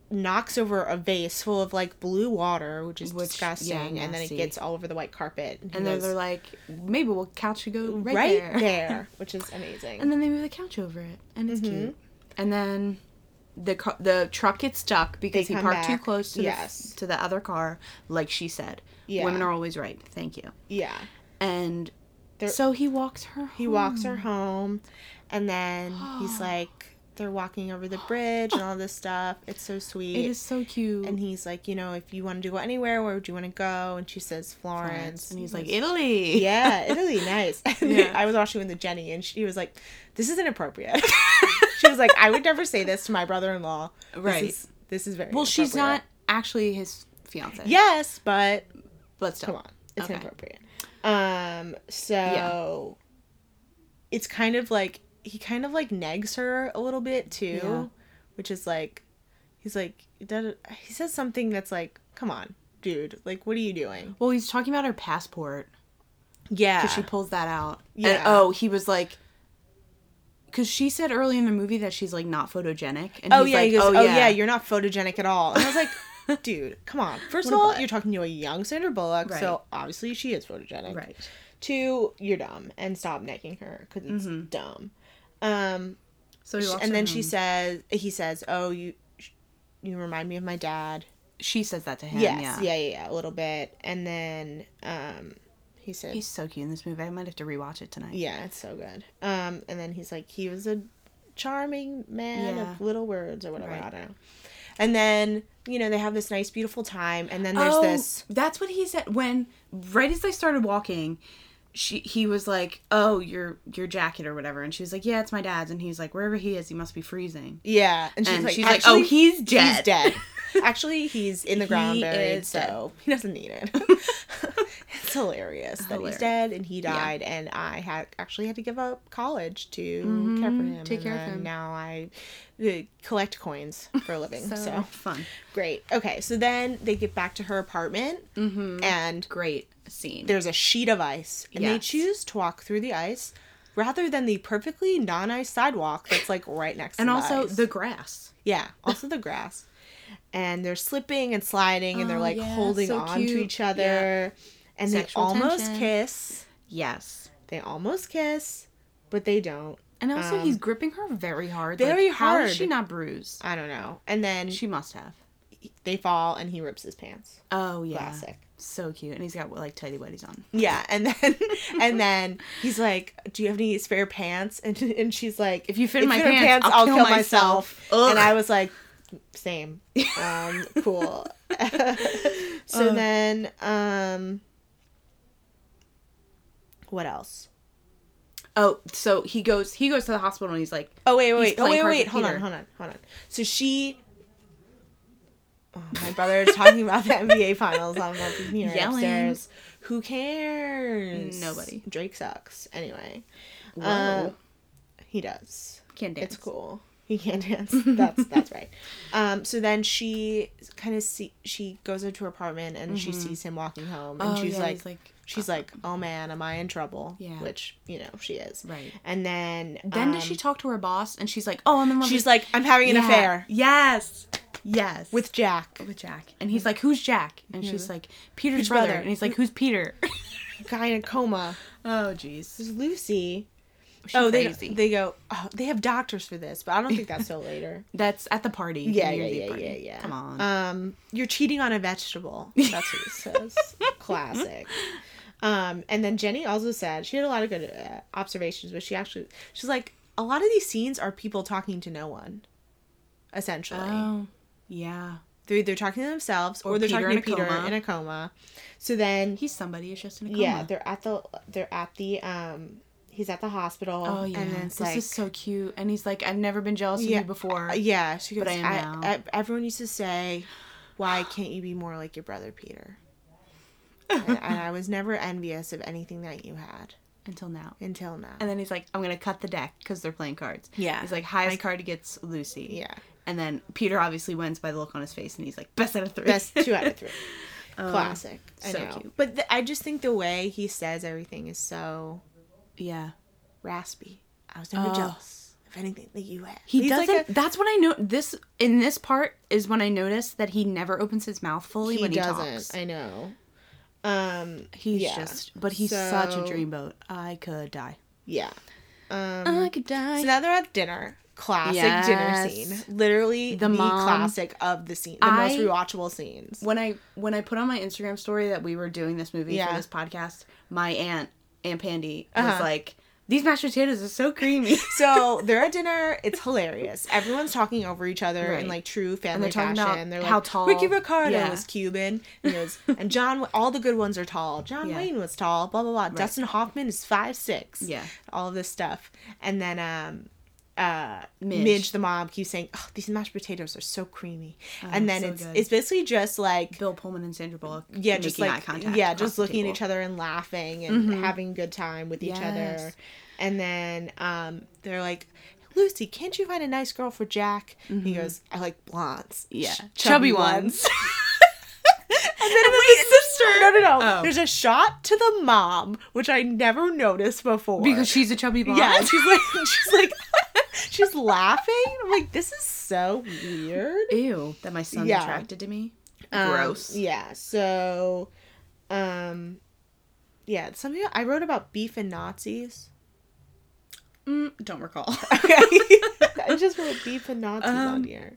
[SPEAKER 2] knocks over a vase full of like blue water, which is
[SPEAKER 3] Which- yeah,
[SPEAKER 2] disgusting, and then it
[SPEAKER 3] nasty.
[SPEAKER 2] gets all over the white carpet. he
[SPEAKER 3] and then
[SPEAKER 2] goes,
[SPEAKER 3] they're like, maybe we'll couch should go right,
[SPEAKER 2] right,
[SPEAKER 3] there.
[SPEAKER 2] there. which is amazing.
[SPEAKER 3] And then they move the couch over it, and it's
[SPEAKER 2] Mm-hmm.
[SPEAKER 3] cute. And then the car, the truck gets stuck because
[SPEAKER 2] They
[SPEAKER 3] he
[SPEAKER 2] come
[SPEAKER 3] parked too
[SPEAKER 2] back.
[SPEAKER 3] close to
[SPEAKER 2] Yes.
[SPEAKER 3] the, to the other car, like she said.
[SPEAKER 2] Yeah.
[SPEAKER 3] Women are always right. Thank you.
[SPEAKER 2] yeah,
[SPEAKER 3] And
[SPEAKER 2] They're-
[SPEAKER 3] so he walks her. Home.
[SPEAKER 2] He walks her home, and then he's like, they're walking over the bridge and all this stuff. It's so sweet.
[SPEAKER 3] It is so cute.
[SPEAKER 2] And he's like, you know, if you wanted to go anywhere, where would you want to go? And she says Florence.
[SPEAKER 3] and he's like Italy.
[SPEAKER 2] yeah, Italy, nice.
[SPEAKER 3] Yeah.
[SPEAKER 2] I was watching with Jenny, and she was like, this is inappropriate. she was like, I would never say this to my brother-in-law. This
[SPEAKER 3] Right.
[SPEAKER 2] is- this is very
[SPEAKER 3] Well, she's not
[SPEAKER 2] inappropriate."
[SPEAKER 3] actually his fiance.
[SPEAKER 2] Yes, but
[SPEAKER 3] but still.
[SPEAKER 2] come on it's
[SPEAKER 3] Okay.
[SPEAKER 2] inappropriate um so it's kind of like he kind of like negs her a little bit too
[SPEAKER 3] Yeah.
[SPEAKER 2] which is like he's like da- da- he says something that's like come on dude like what are you doing
[SPEAKER 3] Well, he's talking about her passport
[SPEAKER 2] yeah
[SPEAKER 3] because she pulls that out. And
[SPEAKER 2] Yeah.
[SPEAKER 3] oh, he was like, because she said early in the movie that she's like not photogenic. And
[SPEAKER 2] oh
[SPEAKER 3] he's
[SPEAKER 2] yeah
[SPEAKER 3] like,
[SPEAKER 2] he goes oh, yeah. you're not photogenic at all and i was like dude come on first of
[SPEAKER 3] What a
[SPEAKER 2] all
[SPEAKER 3] butt.
[SPEAKER 2] you're talking to a young sandra bullock
[SPEAKER 3] Right.
[SPEAKER 2] so obviously she is photogenic
[SPEAKER 3] right.
[SPEAKER 2] two you're dumb and stop negging her because it's dumb um
[SPEAKER 3] So he walks
[SPEAKER 2] and
[SPEAKER 3] her
[SPEAKER 2] then
[SPEAKER 3] home.
[SPEAKER 2] she says he says oh you you remind me of my dad
[SPEAKER 3] she says that to him.
[SPEAKER 2] yes
[SPEAKER 3] yeah.
[SPEAKER 2] yeah. yeah yeah a little bit and then um he said
[SPEAKER 3] He's so cute in this movie. I might have to rewatch it tonight.
[SPEAKER 2] yeah it's so good um and then he's like he was a charming man
[SPEAKER 3] Yeah.
[SPEAKER 2] of little words or whatever
[SPEAKER 3] Right.
[SPEAKER 2] i don't know and then you know they have this nice
[SPEAKER 3] Oh,
[SPEAKER 2] beautiful time and then there's this
[SPEAKER 3] That's what he said when right as they started walking, she he was like, "Oh, your your jacket or whatever," and she was like, "Yeah, it's my dad's," and he's like, "Wherever he is, he must be freezing."
[SPEAKER 2] Yeah, and she's
[SPEAKER 3] And
[SPEAKER 2] like,
[SPEAKER 3] she's like, "Oh,
[SPEAKER 2] "Actually,
[SPEAKER 3] he's dead."
[SPEAKER 2] He's dead. Actually, he's in the ground
[SPEAKER 3] He
[SPEAKER 2] buried,
[SPEAKER 3] is dead.
[SPEAKER 2] so he doesn't need it. it's hilarious that
[SPEAKER 3] Hilarious.
[SPEAKER 2] he's dead and he died, and I had actually had to give up college to care for him.
[SPEAKER 3] Mm-hmm. take
[SPEAKER 2] and
[SPEAKER 3] care of
[SPEAKER 2] then
[SPEAKER 3] him.
[SPEAKER 2] Now I uh, collect coins for a living. so.
[SPEAKER 3] So fun,
[SPEAKER 2] great. Okay, so then they get back to her apartment,
[SPEAKER 3] Mm-hmm.
[SPEAKER 2] and
[SPEAKER 3] great scene.
[SPEAKER 2] there's a sheet of ice, and they
[SPEAKER 3] Yes.
[SPEAKER 2] choose to walk through the ice. Rather than the perfectly non-ice sidewalk that's like right next
[SPEAKER 3] and
[SPEAKER 2] to
[SPEAKER 3] also
[SPEAKER 2] the ice.
[SPEAKER 3] the grass.
[SPEAKER 2] Yeah, also the grass. And they're slipping and sliding and they're
[SPEAKER 3] Oh,
[SPEAKER 2] like
[SPEAKER 3] yeah,
[SPEAKER 2] holding
[SPEAKER 3] so
[SPEAKER 2] on to
[SPEAKER 3] cute.
[SPEAKER 2] each other.
[SPEAKER 3] Yeah.
[SPEAKER 2] And
[SPEAKER 3] Sexual
[SPEAKER 2] they almost
[SPEAKER 3] tension.
[SPEAKER 2] kiss.
[SPEAKER 3] Yes.
[SPEAKER 2] They almost kiss, but they don't.
[SPEAKER 3] And also,
[SPEAKER 2] Um,
[SPEAKER 3] he's gripping her very hard.
[SPEAKER 2] very
[SPEAKER 3] like, How
[SPEAKER 2] hard.
[SPEAKER 3] is she not bruised?
[SPEAKER 2] I don't know. And then
[SPEAKER 3] She must have.
[SPEAKER 2] they fall and he rips his pants.
[SPEAKER 3] Oh yeah.
[SPEAKER 2] Classic.
[SPEAKER 3] So cute, and he's got like tidy whities on.
[SPEAKER 2] Yeah, and then and then he's like, "Do you have any spare pants?" And and she's like,
[SPEAKER 3] If you fit in my pants, I'll kill myself." Ugh.
[SPEAKER 2] And I was like, "Same, um, cool." so then, um, what else?
[SPEAKER 3] Oh, so he goes. He goes to the hospital, and he's like,
[SPEAKER 2] Oh wait, wait,
[SPEAKER 3] He's
[SPEAKER 2] wait, oh,
[SPEAKER 3] playing
[SPEAKER 2] wait,
[SPEAKER 3] cards
[SPEAKER 2] wait.
[SPEAKER 3] with
[SPEAKER 2] Hold on,
[SPEAKER 3] Peter.
[SPEAKER 2] hold on, hold on. So she. Oh, my brother is talking about the NBA finals on the here
[SPEAKER 3] Yelling.
[SPEAKER 2] upstairs. Who cares?
[SPEAKER 3] Nobody.
[SPEAKER 2] Drake sucks. Anyway,
[SPEAKER 3] "Whoa,
[SPEAKER 2] Uh, he does.
[SPEAKER 3] can't dance."
[SPEAKER 2] It's cool. He can dance. That's that's right. Um, so then she kind of see she goes into her apartment and she sees him walking home and
[SPEAKER 3] Oh,
[SPEAKER 2] she's
[SPEAKER 3] yeah,
[SPEAKER 2] like,
[SPEAKER 3] he's like-
[SPEAKER 2] she's like oh man am I in trouble
[SPEAKER 3] Yeah.
[SPEAKER 2] which you know she is
[SPEAKER 3] Right.
[SPEAKER 2] and then
[SPEAKER 3] Then does
[SPEAKER 2] um,
[SPEAKER 3] she talk to her boss, and she's like, "Oh, I'm in love."
[SPEAKER 2] she's
[SPEAKER 3] with-
[SPEAKER 2] like I'm having an
[SPEAKER 3] Yeah.
[SPEAKER 2] affair
[SPEAKER 3] Yes, yes,
[SPEAKER 2] with Jack
[SPEAKER 3] with Jack, and he's like, "Who's Jack?" And she's like, "Peter's
[SPEAKER 2] Whose
[SPEAKER 3] brother.
[SPEAKER 2] brother?
[SPEAKER 3] and he's like, "Who's Peter?"
[SPEAKER 2] guy in a coma
[SPEAKER 3] oh, jeez.
[SPEAKER 2] there's Lucy oh they
[SPEAKER 3] crazy.
[SPEAKER 2] they go oh they have doctors for this but I don't think that's till later
[SPEAKER 3] That's at the party.
[SPEAKER 2] yeah
[SPEAKER 3] New
[SPEAKER 2] yeah
[SPEAKER 3] Year's Eve
[SPEAKER 2] yeah,
[SPEAKER 3] party.
[SPEAKER 2] yeah yeah
[SPEAKER 3] Come on.
[SPEAKER 2] um you're cheating on a vegetable that's what it says classic um and then jenny also said she had a lot of good uh, observations but she actually she's like a lot of these scenes are people talking to no one essentially
[SPEAKER 3] oh, yeah.
[SPEAKER 2] they're either talking to themselves or,
[SPEAKER 3] Or
[SPEAKER 2] they're
[SPEAKER 3] Peter
[SPEAKER 2] talking
[SPEAKER 3] in
[SPEAKER 2] to
[SPEAKER 3] a
[SPEAKER 2] peter
[SPEAKER 3] coma.
[SPEAKER 2] in a coma so then
[SPEAKER 3] He's somebody. who's just in a coma.
[SPEAKER 2] yeah they're at the they're at the um he's at the hospital
[SPEAKER 3] Oh yeah,
[SPEAKER 2] and then it's
[SPEAKER 3] this
[SPEAKER 2] like
[SPEAKER 3] is so cute. And he's like, "I've never been jealous of you before."
[SPEAKER 2] uh, yeah, she goes.
[SPEAKER 3] but I am
[SPEAKER 2] I
[SPEAKER 3] now."
[SPEAKER 2] I- everyone used to say, "Why can't you be more like your brother Peter?" and, and I was never envious of anything that you had
[SPEAKER 3] Until now.
[SPEAKER 2] until now.
[SPEAKER 3] And then he's like, "I'm gonna cut the deck because they're playing cards."
[SPEAKER 2] Yeah.
[SPEAKER 3] He's like, "Highest card gets Lucy."
[SPEAKER 2] yeah,
[SPEAKER 3] And then Peter obviously wins by the look on his face, and he's like, "Best out of three.
[SPEAKER 2] that's two out of three. Classic. I
[SPEAKER 3] Oh, so
[SPEAKER 2] know.
[SPEAKER 3] cute.
[SPEAKER 2] But th- I just think the way he says everything is so
[SPEAKER 3] Um, yeah.
[SPEAKER 2] raspy. I was never
[SPEAKER 3] Oh.
[SPEAKER 2] jealous of anything that you had.
[SPEAKER 3] He
[SPEAKER 2] He's like
[SPEAKER 3] doesn't. that's when I know this. In this part is when I noticed that he never opens his mouth
[SPEAKER 2] a-
[SPEAKER 3] fully
[SPEAKER 2] he
[SPEAKER 3] when he
[SPEAKER 2] doesn't.
[SPEAKER 3] talks.
[SPEAKER 2] I know. Um.
[SPEAKER 3] He's
[SPEAKER 2] yeah.
[SPEAKER 3] just, but he's such a
[SPEAKER 2] So-
[SPEAKER 3] dreamboat. I could die.
[SPEAKER 2] Yeah. Um.
[SPEAKER 3] I could die.
[SPEAKER 2] So now they're at dinner. Classic dinner
[SPEAKER 3] Yes.
[SPEAKER 2] scene. Literally the,
[SPEAKER 3] The mom-
[SPEAKER 2] classic of the scene. The
[SPEAKER 3] I-
[SPEAKER 2] most rewatchable scenes.
[SPEAKER 3] when I when I put on my Instagram story that we were doing this movie
[SPEAKER 2] Yeah.
[SPEAKER 3] for this podcast, my aunt Aunt Pandy was
[SPEAKER 2] Uh-huh.
[SPEAKER 3] like, "These mashed potatoes are so creamy."
[SPEAKER 2] So they're at dinner. It's hilarious. Everyone's talking over each other
[SPEAKER 3] Right.
[SPEAKER 2] in like true family
[SPEAKER 3] they're talking
[SPEAKER 2] fashion.
[SPEAKER 3] about
[SPEAKER 2] they're like,
[SPEAKER 3] how tall-
[SPEAKER 2] Ricky Ricardo
[SPEAKER 3] Yeah.
[SPEAKER 2] was Cuban. And, it was, and John, all the good ones are tall. John
[SPEAKER 3] Yeah.
[SPEAKER 2] Wayne was tall. Blah blah blah. Dustin Hoffman is five six.
[SPEAKER 3] Yeah.
[SPEAKER 2] all of this stuff. And then um, uh, Midge.
[SPEAKER 3] Midge.
[SPEAKER 2] the mom keeps saying, "Oh, these mashed potatoes are so creamy." and then
[SPEAKER 3] Oh, so
[SPEAKER 2] it's
[SPEAKER 3] good.
[SPEAKER 2] it's basically just like
[SPEAKER 3] Bill Pullman and Sandra Bullock.
[SPEAKER 2] yeah just
[SPEAKER 3] making eye
[SPEAKER 2] like
[SPEAKER 3] contact
[SPEAKER 2] yeah
[SPEAKER 3] across
[SPEAKER 2] just
[SPEAKER 3] the
[SPEAKER 2] looking at
[SPEAKER 3] table.
[SPEAKER 2] each other and laughing and having a good time with each other
[SPEAKER 3] Yes.
[SPEAKER 2] and then um they're like lucy can't you find a nice girl for jack And he goes i like blondes
[SPEAKER 3] Mm-hmm. Yeah,
[SPEAKER 2] Ch-
[SPEAKER 3] chubby, ones.
[SPEAKER 2] and then wait sister no no no
[SPEAKER 3] Oh.
[SPEAKER 2] there's a shot to the mom which i never noticed before
[SPEAKER 3] because she's a chubby blonde.
[SPEAKER 2] yeah she's like she's like she's laughing i'm like this is so weird
[SPEAKER 3] Ew, that my son's
[SPEAKER 2] Yeah.
[SPEAKER 3] attracted to me.
[SPEAKER 2] Um,
[SPEAKER 3] Gross.
[SPEAKER 2] Yeah. So, um, yeah, something I wrote about beef and Nazis.
[SPEAKER 3] Mm, don't recall.
[SPEAKER 2] Okay. I just wrote beef and Nazis on
[SPEAKER 3] Um,
[SPEAKER 2] here.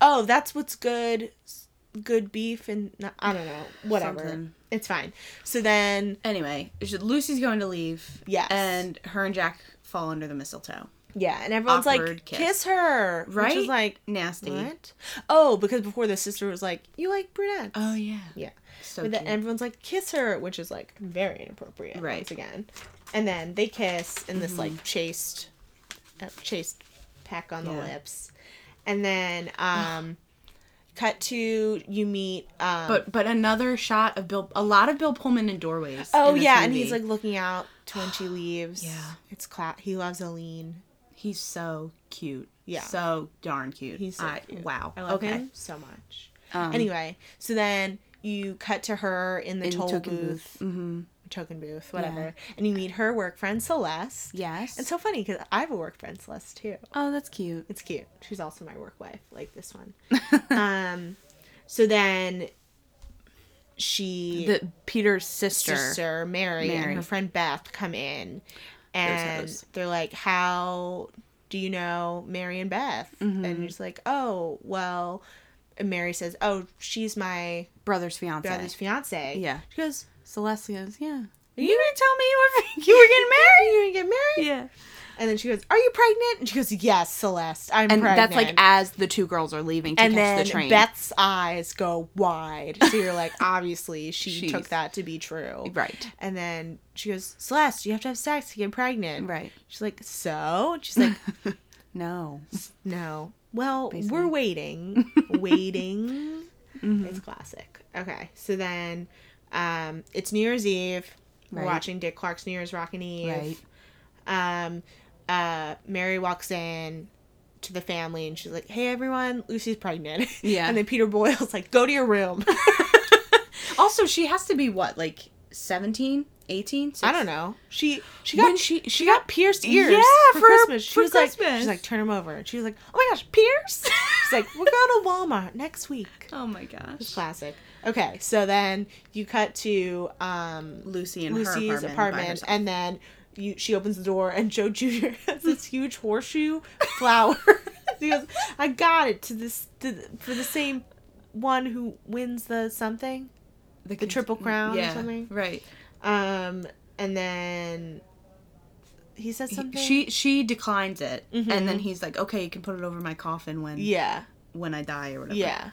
[SPEAKER 2] Oh, that's what's good. s- Good beef and Na- I don't know. Whatever.
[SPEAKER 3] Something.
[SPEAKER 2] It's fine. So then,
[SPEAKER 3] anyway, sh- Lucy's going to leave.
[SPEAKER 2] Yes.
[SPEAKER 3] and her and Jack fall under the mistletoe.
[SPEAKER 2] Yeah, and everyone's
[SPEAKER 3] Awkward
[SPEAKER 2] like,
[SPEAKER 3] kiss.
[SPEAKER 2] kiss, her, right? Which
[SPEAKER 3] Right?
[SPEAKER 2] is like
[SPEAKER 3] Nasty.
[SPEAKER 2] what? Oh, because before the sister was like, you like brunettes.
[SPEAKER 3] Oh yeah.
[SPEAKER 2] yeah.
[SPEAKER 3] So
[SPEAKER 2] but then
[SPEAKER 3] cute.
[SPEAKER 2] everyone's like, kiss her, which is like very inappropriate.
[SPEAKER 3] Right.
[SPEAKER 2] Once
[SPEAKER 3] Mm-hmm.
[SPEAKER 2] again, and then they kiss in this like chaste, uh, chaste peck on the
[SPEAKER 3] Yeah.
[SPEAKER 2] lips, and then um, cut to you meet. Um,
[SPEAKER 3] But but another shot of Bill. A lot of Bill Pullman in doorways.
[SPEAKER 2] oh
[SPEAKER 3] in this
[SPEAKER 2] yeah, and he's
[SPEAKER 3] movie.
[SPEAKER 2] like looking out to when she leaves.
[SPEAKER 3] Yeah.
[SPEAKER 2] it's cla- he loves Aline.
[SPEAKER 3] he's so cute.
[SPEAKER 2] Yeah.
[SPEAKER 3] So darn cute.
[SPEAKER 2] He's so
[SPEAKER 3] I-
[SPEAKER 2] cute.
[SPEAKER 3] wow.
[SPEAKER 2] I love
[SPEAKER 3] okay. Um,
[SPEAKER 2] him so much. anyway, so then you cut to her in the
[SPEAKER 3] In
[SPEAKER 2] toll
[SPEAKER 3] token Mm-hmm.
[SPEAKER 2] booth, token booth, whatever, and you meet her work friend Celeste.
[SPEAKER 3] Yes.
[SPEAKER 2] It's so funny because I have a work friend Celeste too.
[SPEAKER 3] oh, that's cute.
[SPEAKER 2] It's cute. She's also my work wife, like this one. um, so then she
[SPEAKER 3] The Peter's sister.
[SPEAKER 2] sister Mary,
[SPEAKER 3] Mary.
[SPEAKER 2] and her friend Beth come in, and
[SPEAKER 3] hoes.
[SPEAKER 2] they're like, "How do you know Mary and Beth?"
[SPEAKER 3] Mm-hmm.
[SPEAKER 2] And she's like, "Oh, well." And Mary says, "Oh, she's my
[SPEAKER 3] brother's fiance.
[SPEAKER 2] brother's fiance."
[SPEAKER 3] Yeah.
[SPEAKER 2] she goes,
[SPEAKER 3] Celeste goes, yeah. You didn't tell me you were you
[SPEAKER 2] "You didn't get married?"
[SPEAKER 3] yeah.
[SPEAKER 2] And then she goes, "Are you pregnant?" And she goes, "Yes, Celeste, I'm
[SPEAKER 3] And
[SPEAKER 2] pregnant."
[SPEAKER 3] that's like as the two girls are leaving to
[SPEAKER 2] and
[SPEAKER 3] catch
[SPEAKER 2] then
[SPEAKER 3] the train.
[SPEAKER 2] Beth's eyes go wide. So you're like, obviously, she
[SPEAKER 3] She's-
[SPEAKER 2] took that to be true.
[SPEAKER 3] Right.
[SPEAKER 2] And then she goes, Celeste, you have to have sex to get pregnant.
[SPEAKER 3] Right.
[SPEAKER 2] She's like, so? And She's like,
[SPEAKER 3] No.
[SPEAKER 2] no. Well,
[SPEAKER 3] Basically. Mm-hmm.
[SPEAKER 2] we're waiting. waiting. It's classic. Okay. So then um, it's New Year's Eve. We're
[SPEAKER 3] Right.
[SPEAKER 2] watching Dick Clark's New Year's Rockin'
[SPEAKER 3] Right.
[SPEAKER 2] Eve. Right. Um, uh, Mary walks in to the family and she's like, hey, everyone, Lucy's pregnant.
[SPEAKER 3] Yeah.
[SPEAKER 2] and then Peter Boyle's like, go to your room.
[SPEAKER 3] Also, she has to be what, like 17, 18?
[SPEAKER 2] I don't know. She she got
[SPEAKER 3] When she she got
[SPEAKER 2] pierced ears.
[SPEAKER 3] Yeah, for-
[SPEAKER 2] Christmas. She
[SPEAKER 3] for
[SPEAKER 2] was like,
[SPEAKER 3] Christmas.
[SPEAKER 2] she's like, turn him over. And she was like, oh my gosh, Pierce. she's like, we're going to Walmart next week.
[SPEAKER 3] Oh my gosh.
[SPEAKER 2] Classic. Okay, so then you cut to um,
[SPEAKER 3] Lucy in
[SPEAKER 2] Lucy's apartment, and then you she opens the door, and Joe Jr. has this huge horseshoe flower. he goes, "I got it to this to, the- for the same one who wins the something."
[SPEAKER 3] the
[SPEAKER 2] Triple Crown or
[SPEAKER 3] yeah,
[SPEAKER 2] something?
[SPEAKER 3] Right.
[SPEAKER 2] Um, and then he says something. Mm-hmm.
[SPEAKER 3] She she declines it, and then he's like, "Okay, you can put it over my coffin when
[SPEAKER 2] yeah,
[SPEAKER 3] when I die or whatever."
[SPEAKER 2] yeah.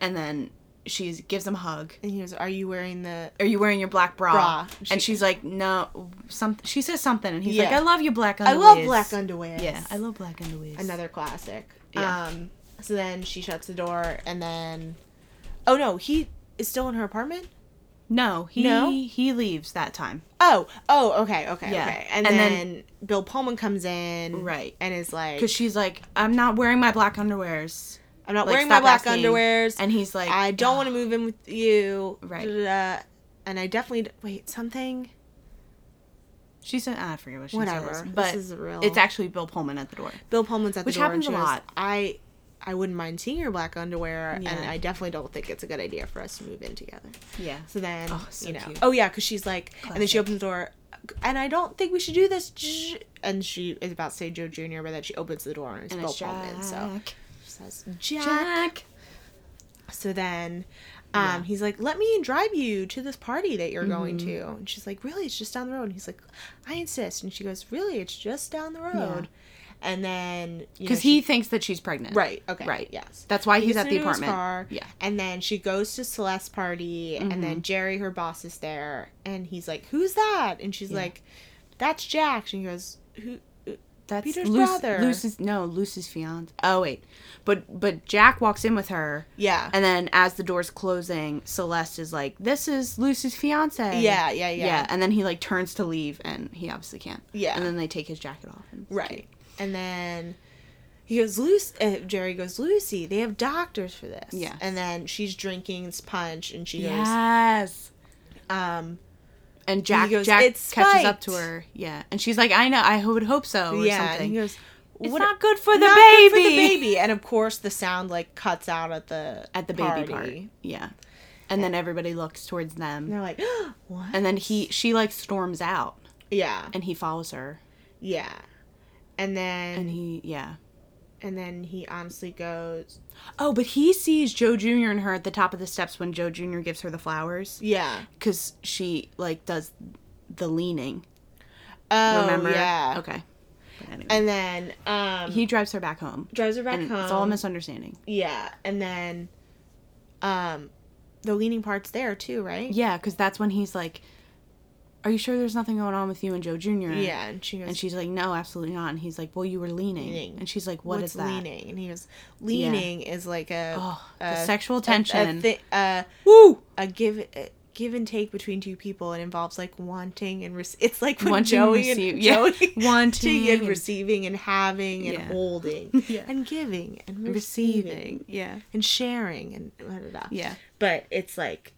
[SPEAKER 3] And then she gives him a hug.
[SPEAKER 2] And he goes, "Are you wearing the?"
[SPEAKER 3] Are you wearing your black bra?
[SPEAKER 2] Bra.
[SPEAKER 3] and she's like, "No." Some she says something, and he's like,
[SPEAKER 2] Yeah.
[SPEAKER 3] "I love your black
[SPEAKER 2] I
[SPEAKER 3] underwear."
[SPEAKER 2] love black underwear.
[SPEAKER 3] Yeah, I love black underwear.
[SPEAKER 2] another classic.
[SPEAKER 3] Yeah.
[SPEAKER 2] Um, so then she shuts the door, and then, oh no, he is still in her apartment.
[SPEAKER 3] No, he
[SPEAKER 2] No?
[SPEAKER 3] he leaves that time.
[SPEAKER 2] Oh, oh, okay, okay,
[SPEAKER 3] Yeah.
[SPEAKER 2] okay. And,
[SPEAKER 3] And
[SPEAKER 2] then, Bill Pullman comes in,
[SPEAKER 3] Right.
[SPEAKER 2] and is like,
[SPEAKER 3] Because she's like, "I'm not wearing my black underwears,"
[SPEAKER 2] "I'm not
[SPEAKER 3] like,
[SPEAKER 2] wearing my
[SPEAKER 3] stop
[SPEAKER 2] black
[SPEAKER 3] asking.
[SPEAKER 2] underwears,
[SPEAKER 3] and he's like,
[SPEAKER 2] I don't want to move in with you."
[SPEAKER 3] Right.
[SPEAKER 2] da, da, da. And I definitely d- wait something.
[SPEAKER 3] She said, "Ah, "I forget what she
[SPEAKER 2] Whatever.
[SPEAKER 3] says,"
[SPEAKER 2] This
[SPEAKER 3] but
[SPEAKER 2] is real.
[SPEAKER 3] it's actually Bill Pullman at the door.
[SPEAKER 2] Bill Pullman's at the
[SPEAKER 3] Which
[SPEAKER 2] door, and
[SPEAKER 3] happens
[SPEAKER 2] she
[SPEAKER 3] a
[SPEAKER 2] goes,
[SPEAKER 3] lot.
[SPEAKER 2] I, I wouldn't mind seeing your black underwear, and
[SPEAKER 3] Yeah.
[SPEAKER 2] I definitely don't think it's a good idea for us to move in together.
[SPEAKER 3] Yeah.
[SPEAKER 2] So then,
[SPEAKER 3] Oh, so
[SPEAKER 2] you know,
[SPEAKER 3] cute.
[SPEAKER 2] oh yeah, because she's like, and then she
[SPEAKER 3] Classic.
[SPEAKER 2] opens the door, and I don't think we should do this. J- And she is about to say Joe Jr., but then she opens the door and it's
[SPEAKER 3] And
[SPEAKER 2] Bill
[SPEAKER 3] it's
[SPEAKER 2] Pullman.
[SPEAKER 3] Jack.
[SPEAKER 2] So she says, Jack.
[SPEAKER 3] Jack.
[SPEAKER 2] So then, um, he's like, let me drive you to this party that you're going
[SPEAKER 3] Mm-hmm.
[SPEAKER 2] to. And she's like, really? It's just down the road. And he's like, I insist. And she goes, really? It's just down the road. And then, you know,
[SPEAKER 3] Because
[SPEAKER 2] she-
[SPEAKER 3] he thinks that she's pregnant.
[SPEAKER 2] Right. Okay.
[SPEAKER 3] Right.
[SPEAKER 2] Yes.
[SPEAKER 3] That's why
[SPEAKER 2] He
[SPEAKER 3] he's
[SPEAKER 2] gets
[SPEAKER 3] at the
[SPEAKER 2] into his
[SPEAKER 3] apartment.
[SPEAKER 2] car,
[SPEAKER 3] Yeah. Mm-hmm.
[SPEAKER 2] And then she goes to Celeste's party, and then Jerry, her boss, is there, and he's like, "Who's that?" And she's like, "That's Jack." And he goes, "Who?" uh,
[SPEAKER 3] That's
[SPEAKER 2] Peter's
[SPEAKER 3] Luce-
[SPEAKER 2] brother.
[SPEAKER 3] Luce's no, Luce's fiance. Oh wait, but but Jack walks in with her,
[SPEAKER 2] Yeah.
[SPEAKER 3] and then as the door's closing, Celeste is like, "This is Luce's fiance."
[SPEAKER 2] Yeah, yeah, yeah.
[SPEAKER 3] And then he like turns to leave, and he obviously can't.
[SPEAKER 2] Yeah.
[SPEAKER 3] And then they take his jacket off. and-
[SPEAKER 2] right. And then he goes, "Lucy." Uh, Jerry goes, "Lucy, they have doctors for this."
[SPEAKER 3] Yes.
[SPEAKER 2] And then she's drinking this punch, and she goes,
[SPEAKER 3] Yes.
[SPEAKER 2] "Um,
[SPEAKER 3] And Jack
[SPEAKER 2] goes,
[SPEAKER 3] Jack
[SPEAKER 2] "It's
[SPEAKER 3] catches up
[SPEAKER 2] spiked."
[SPEAKER 3] to her. Yeah. And she's like, "I know. I would hope so." Or
[SPEAKER 2] yeah." And
[SPEAKER 3] Something.
[SPEAKER 2] he goes,
[SPEAKER 3] it's
[SPEAKER 2] "What-
[SPEAKER 3] not good for the
[SPEAKER 2] not
[SPEAKER 3] baby.
[SPEAKER 2] good for the baby." And of course, the sound like cuts out at the
[SPEAKER 3] At the baby part. Yeah. And then everybody looks towards them.
[SPEAKER 2] And they're like, "What?"
[SPEAKER 3] And then he she like storms out
[SPEAKER 2] Yeah,
[SPEAKER 3] and he follows her.
[SPEAKER 2] yeah. And then
[SPEAKER 3] And
[SPEAKER 2] and,
[SPEAKER 3] he yeah.
[SPEAKER 2] then he honestly goes,
[SPEAKER 3] Oh, but he sees Joe Jr. and her at the top of the steps when Joe Jr. gives her the flowers
[SPEAKER 2] yeah.
[SPEAKER 3] cuz she like does the leaning.
[SPEAKER 2] Oh,
[SPEAKER 3] Remember?
[SPEAKER 2] yeah.
[SPEAKER 3] Okay. Anyway.
[SPEAKER 2] and then um,
[SPEAKER 3] he drives her back home.
[SPEAKER 2] drives her back
[SPEAKER 3] And
[SPEAKER 2] home.
[SPEAKER 3] It's all a misunderstanding.
[SPEAKER 2] yeah, and then um, the leaning part's there too, right?
[SPEAKER 3] Yeah, because that's when he's like, "Are you sure there's nothing going on with you and Joe Jr.?"
[SPEAKER 2] Yeah, and she goes,
[SPEAKER 3] And she's like, "No, absolutely not." And he's like, "Well, you were leaning."
[SPEAKER 2] Leaning.
[SPEAKER 3] And she's like,
[SPEAKER 2] "What's
[SPEAKER 3] What's that?"
[SPEAKER 2] leaning?" And he was, "Leaning is like a,
[SPEAKER 3] Oh, the
[SPEAKER 2] a
[SPEAKER 3] sexual
[SPEAKER 2] a-
[SPEAKER 3] tension.
[SPEAKER 2] a, thi- a,
[SPEAKER 3] Woo!
[SPEAKER 2] a give." A, Give and take between two people, and involves like wanting and rec- it's like when
[SPEAKER 3] Wanting and
[SPEAKER 2] Joey and,
[SPEAKER 3] receive- yeah.
[SPEAKER 2] Joey
[SPEAKER 3] Wanting
[SPEAKER 2] and
[SPEAKER 3] and-
[SPEAKER 2] receiving and having and
[SPEAKER 3] Yeah.
[SPEAKER 2] holding
[SPEAKER 3] Yeah.
[SPEAKER 2] and giving and receiving.
[SPEAKER 3] Receiving. Yeah.
[SPEAKER 2] and sharing and da, da, da.
[SPEAKER 3] Yeah.
[SPEAKER 2] but it's like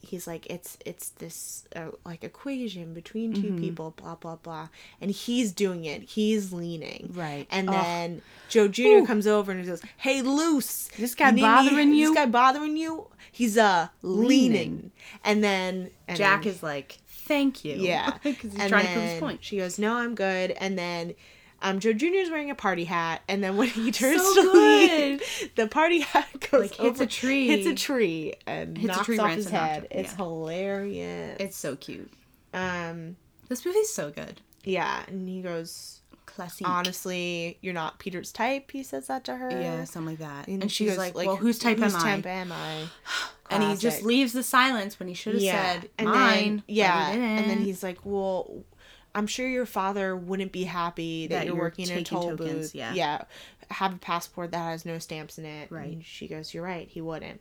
[SPEAKER 2] he's like it's it's this uh, like equation between 2
[SPEAKER 3] Mm-hmm.
[SPEAKER 2] people blah blah blah and he's doing it he's leaning
[SPEAKER 3] Right.
[SPEAKER 2] and
[SPEAKER 3] Ugh.
[SPEAKER 2] then joe jr comes over and he goes hey loose
[SPEAKER 3] This guy
[SPEAKER 2] you need me-
[SPEAKER 3] bothering you?"
[SPEAKER 2] this guy bothering you he's uh leaning,
[SPEAKER 3] Leaning.
[SPEAKER 2] and then and
[SPEAKER 3] Jack
[SPEAKER 2] then-
[SPEAKER 3] is like, "Thank you."
[SPEAKER 2] yeah
[SPEAKER 3] Because he's
[SPEAKER 2] And
[SPEAKER 3] trying to prove his
[SPEAKER 2] then
[SPEAKER 3] point.
[SPEAKER 2] she goes no i'm good and then um, Joe Jr. is wearing a party hat, and then when he turns
[SPEAKER 3] So
[SPEAKER 2] to leave,
[SPEAKER 3] good.
[SPEAKER 2] the party hat goes
[SPEAKER 3] Like, hits a
[SPEAKER 2] over-
[SPEAKER 3] tree.
[SPEAKER 2] hits a tree, and
[SPEAKER 3] Hits a
[SPEAKER 2] knocks
[SPEAKER 3] tree,
[SPEAKER 2] off
[SPEAKER 3] rents
[SPEAKER 2] his
[SPEAKER 3] a knock-
[SPEAKER 2] head. It's
[SPEAKER 3] yeah.
[SPEAKER 2] hilarious.
[SPEAKER 3] It's so cute.
[SPEAKER 2] um,
[SPEAKER 3] This movie's so good.
[SPEAKER 2] yeah, and he goes,
[SPEAKER 3] Classy.
[SPEAKER 2] honestly, you're not Peter's type. He says that to her.
[SPEAKER 3] Yeah, something like that. And,
[SPEAKER 2] and, she
[SPEAKER 3] she's
[SPEAKER 2] goes,
[SPEAKER 3] like, "Well, whose type
[SPEAKER 2] whose
[SPEAKER 3] am I?"
[SPEAKER 2] type am I?
[SPEAKER 3] And he just
[SPEAKER 2] Classic.
[SPEAKER 3] leaves the silence when he should have said,
[SPEAKER 2] and
[SPEAKER 3] "Mine."
[SPEAKER 2] Then,
[SPEAKER 3] but he
[SPEAKER 2] yeah, and then
[SPEAKER 3] didn't.
[SPEAKER 2] he's like, "Well, I'm sure your father wouldn't be happy that,
[SPEAKER 3] That
[SPEAKER 2] you're,
[SPEAKER 3] you're
[SPEAKER 2] working in a
[SPEAKER 3] taking
[SPEAKER 2] toll
[SPEAKER 3] tokens,
[SPEAKER 2] booth.
[SPEAKER 3] yeah.
[SPEAKER 2] yeah, have a passport that has no stamps in it."
[SPEAKER 3] Right. Mm.
[SPEAKER 2] And she goes, "You're right. He wouldn't."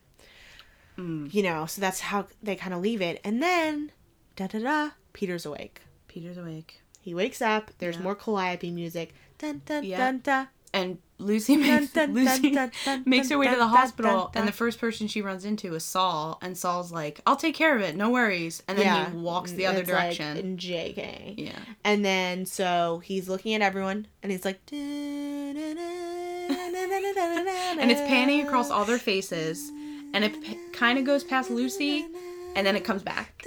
[SPEAKER 2] You know, so that's how they kind of leave it. And then, da da da, Peter's awake.
[SPEAKER 3] Peter's awake.
[SPEAKER 2] He wakes up. There's
[SPEAKER 3] Yeah.
[SPEAKER 2] more calliope music. Dun dun
[SPEAKER 3] Yeah.
[SPEAKER 2] dun dun.
[SPEAKER 3] and Lucy makes
[SPEAKER 2] dun,
[SPEAKER 3] Lucy
[SPEAKER 2] dun, dun,
[SPEAKER 3] makes
[SPEAKER 2] dun,
[SPEAKER 3] her way to
[SPEAKER 2] dun,
[SPEAKER 3] the
[SPEAKER 2] dun,
[SPEAKER 3] hospital,
[SPEAKER 2] dun, dun.
[SPEAKER 3] and the first person she runs into is Saul, and Saul's like, "I'll take care of it, no worries," and then he walks the other
[SPEAKER 2] Mm, It's like,
[SPEAKER 3] direction.
[SPEAKER 2] JK.
[SPEAKER 3] yeah,
[SPEAKER 2] And then so he's looking at everyone and he's like And
[SPEAKER 3] and it's panning across all their faces, and it p- kind of goes past Lucy, and then it comes back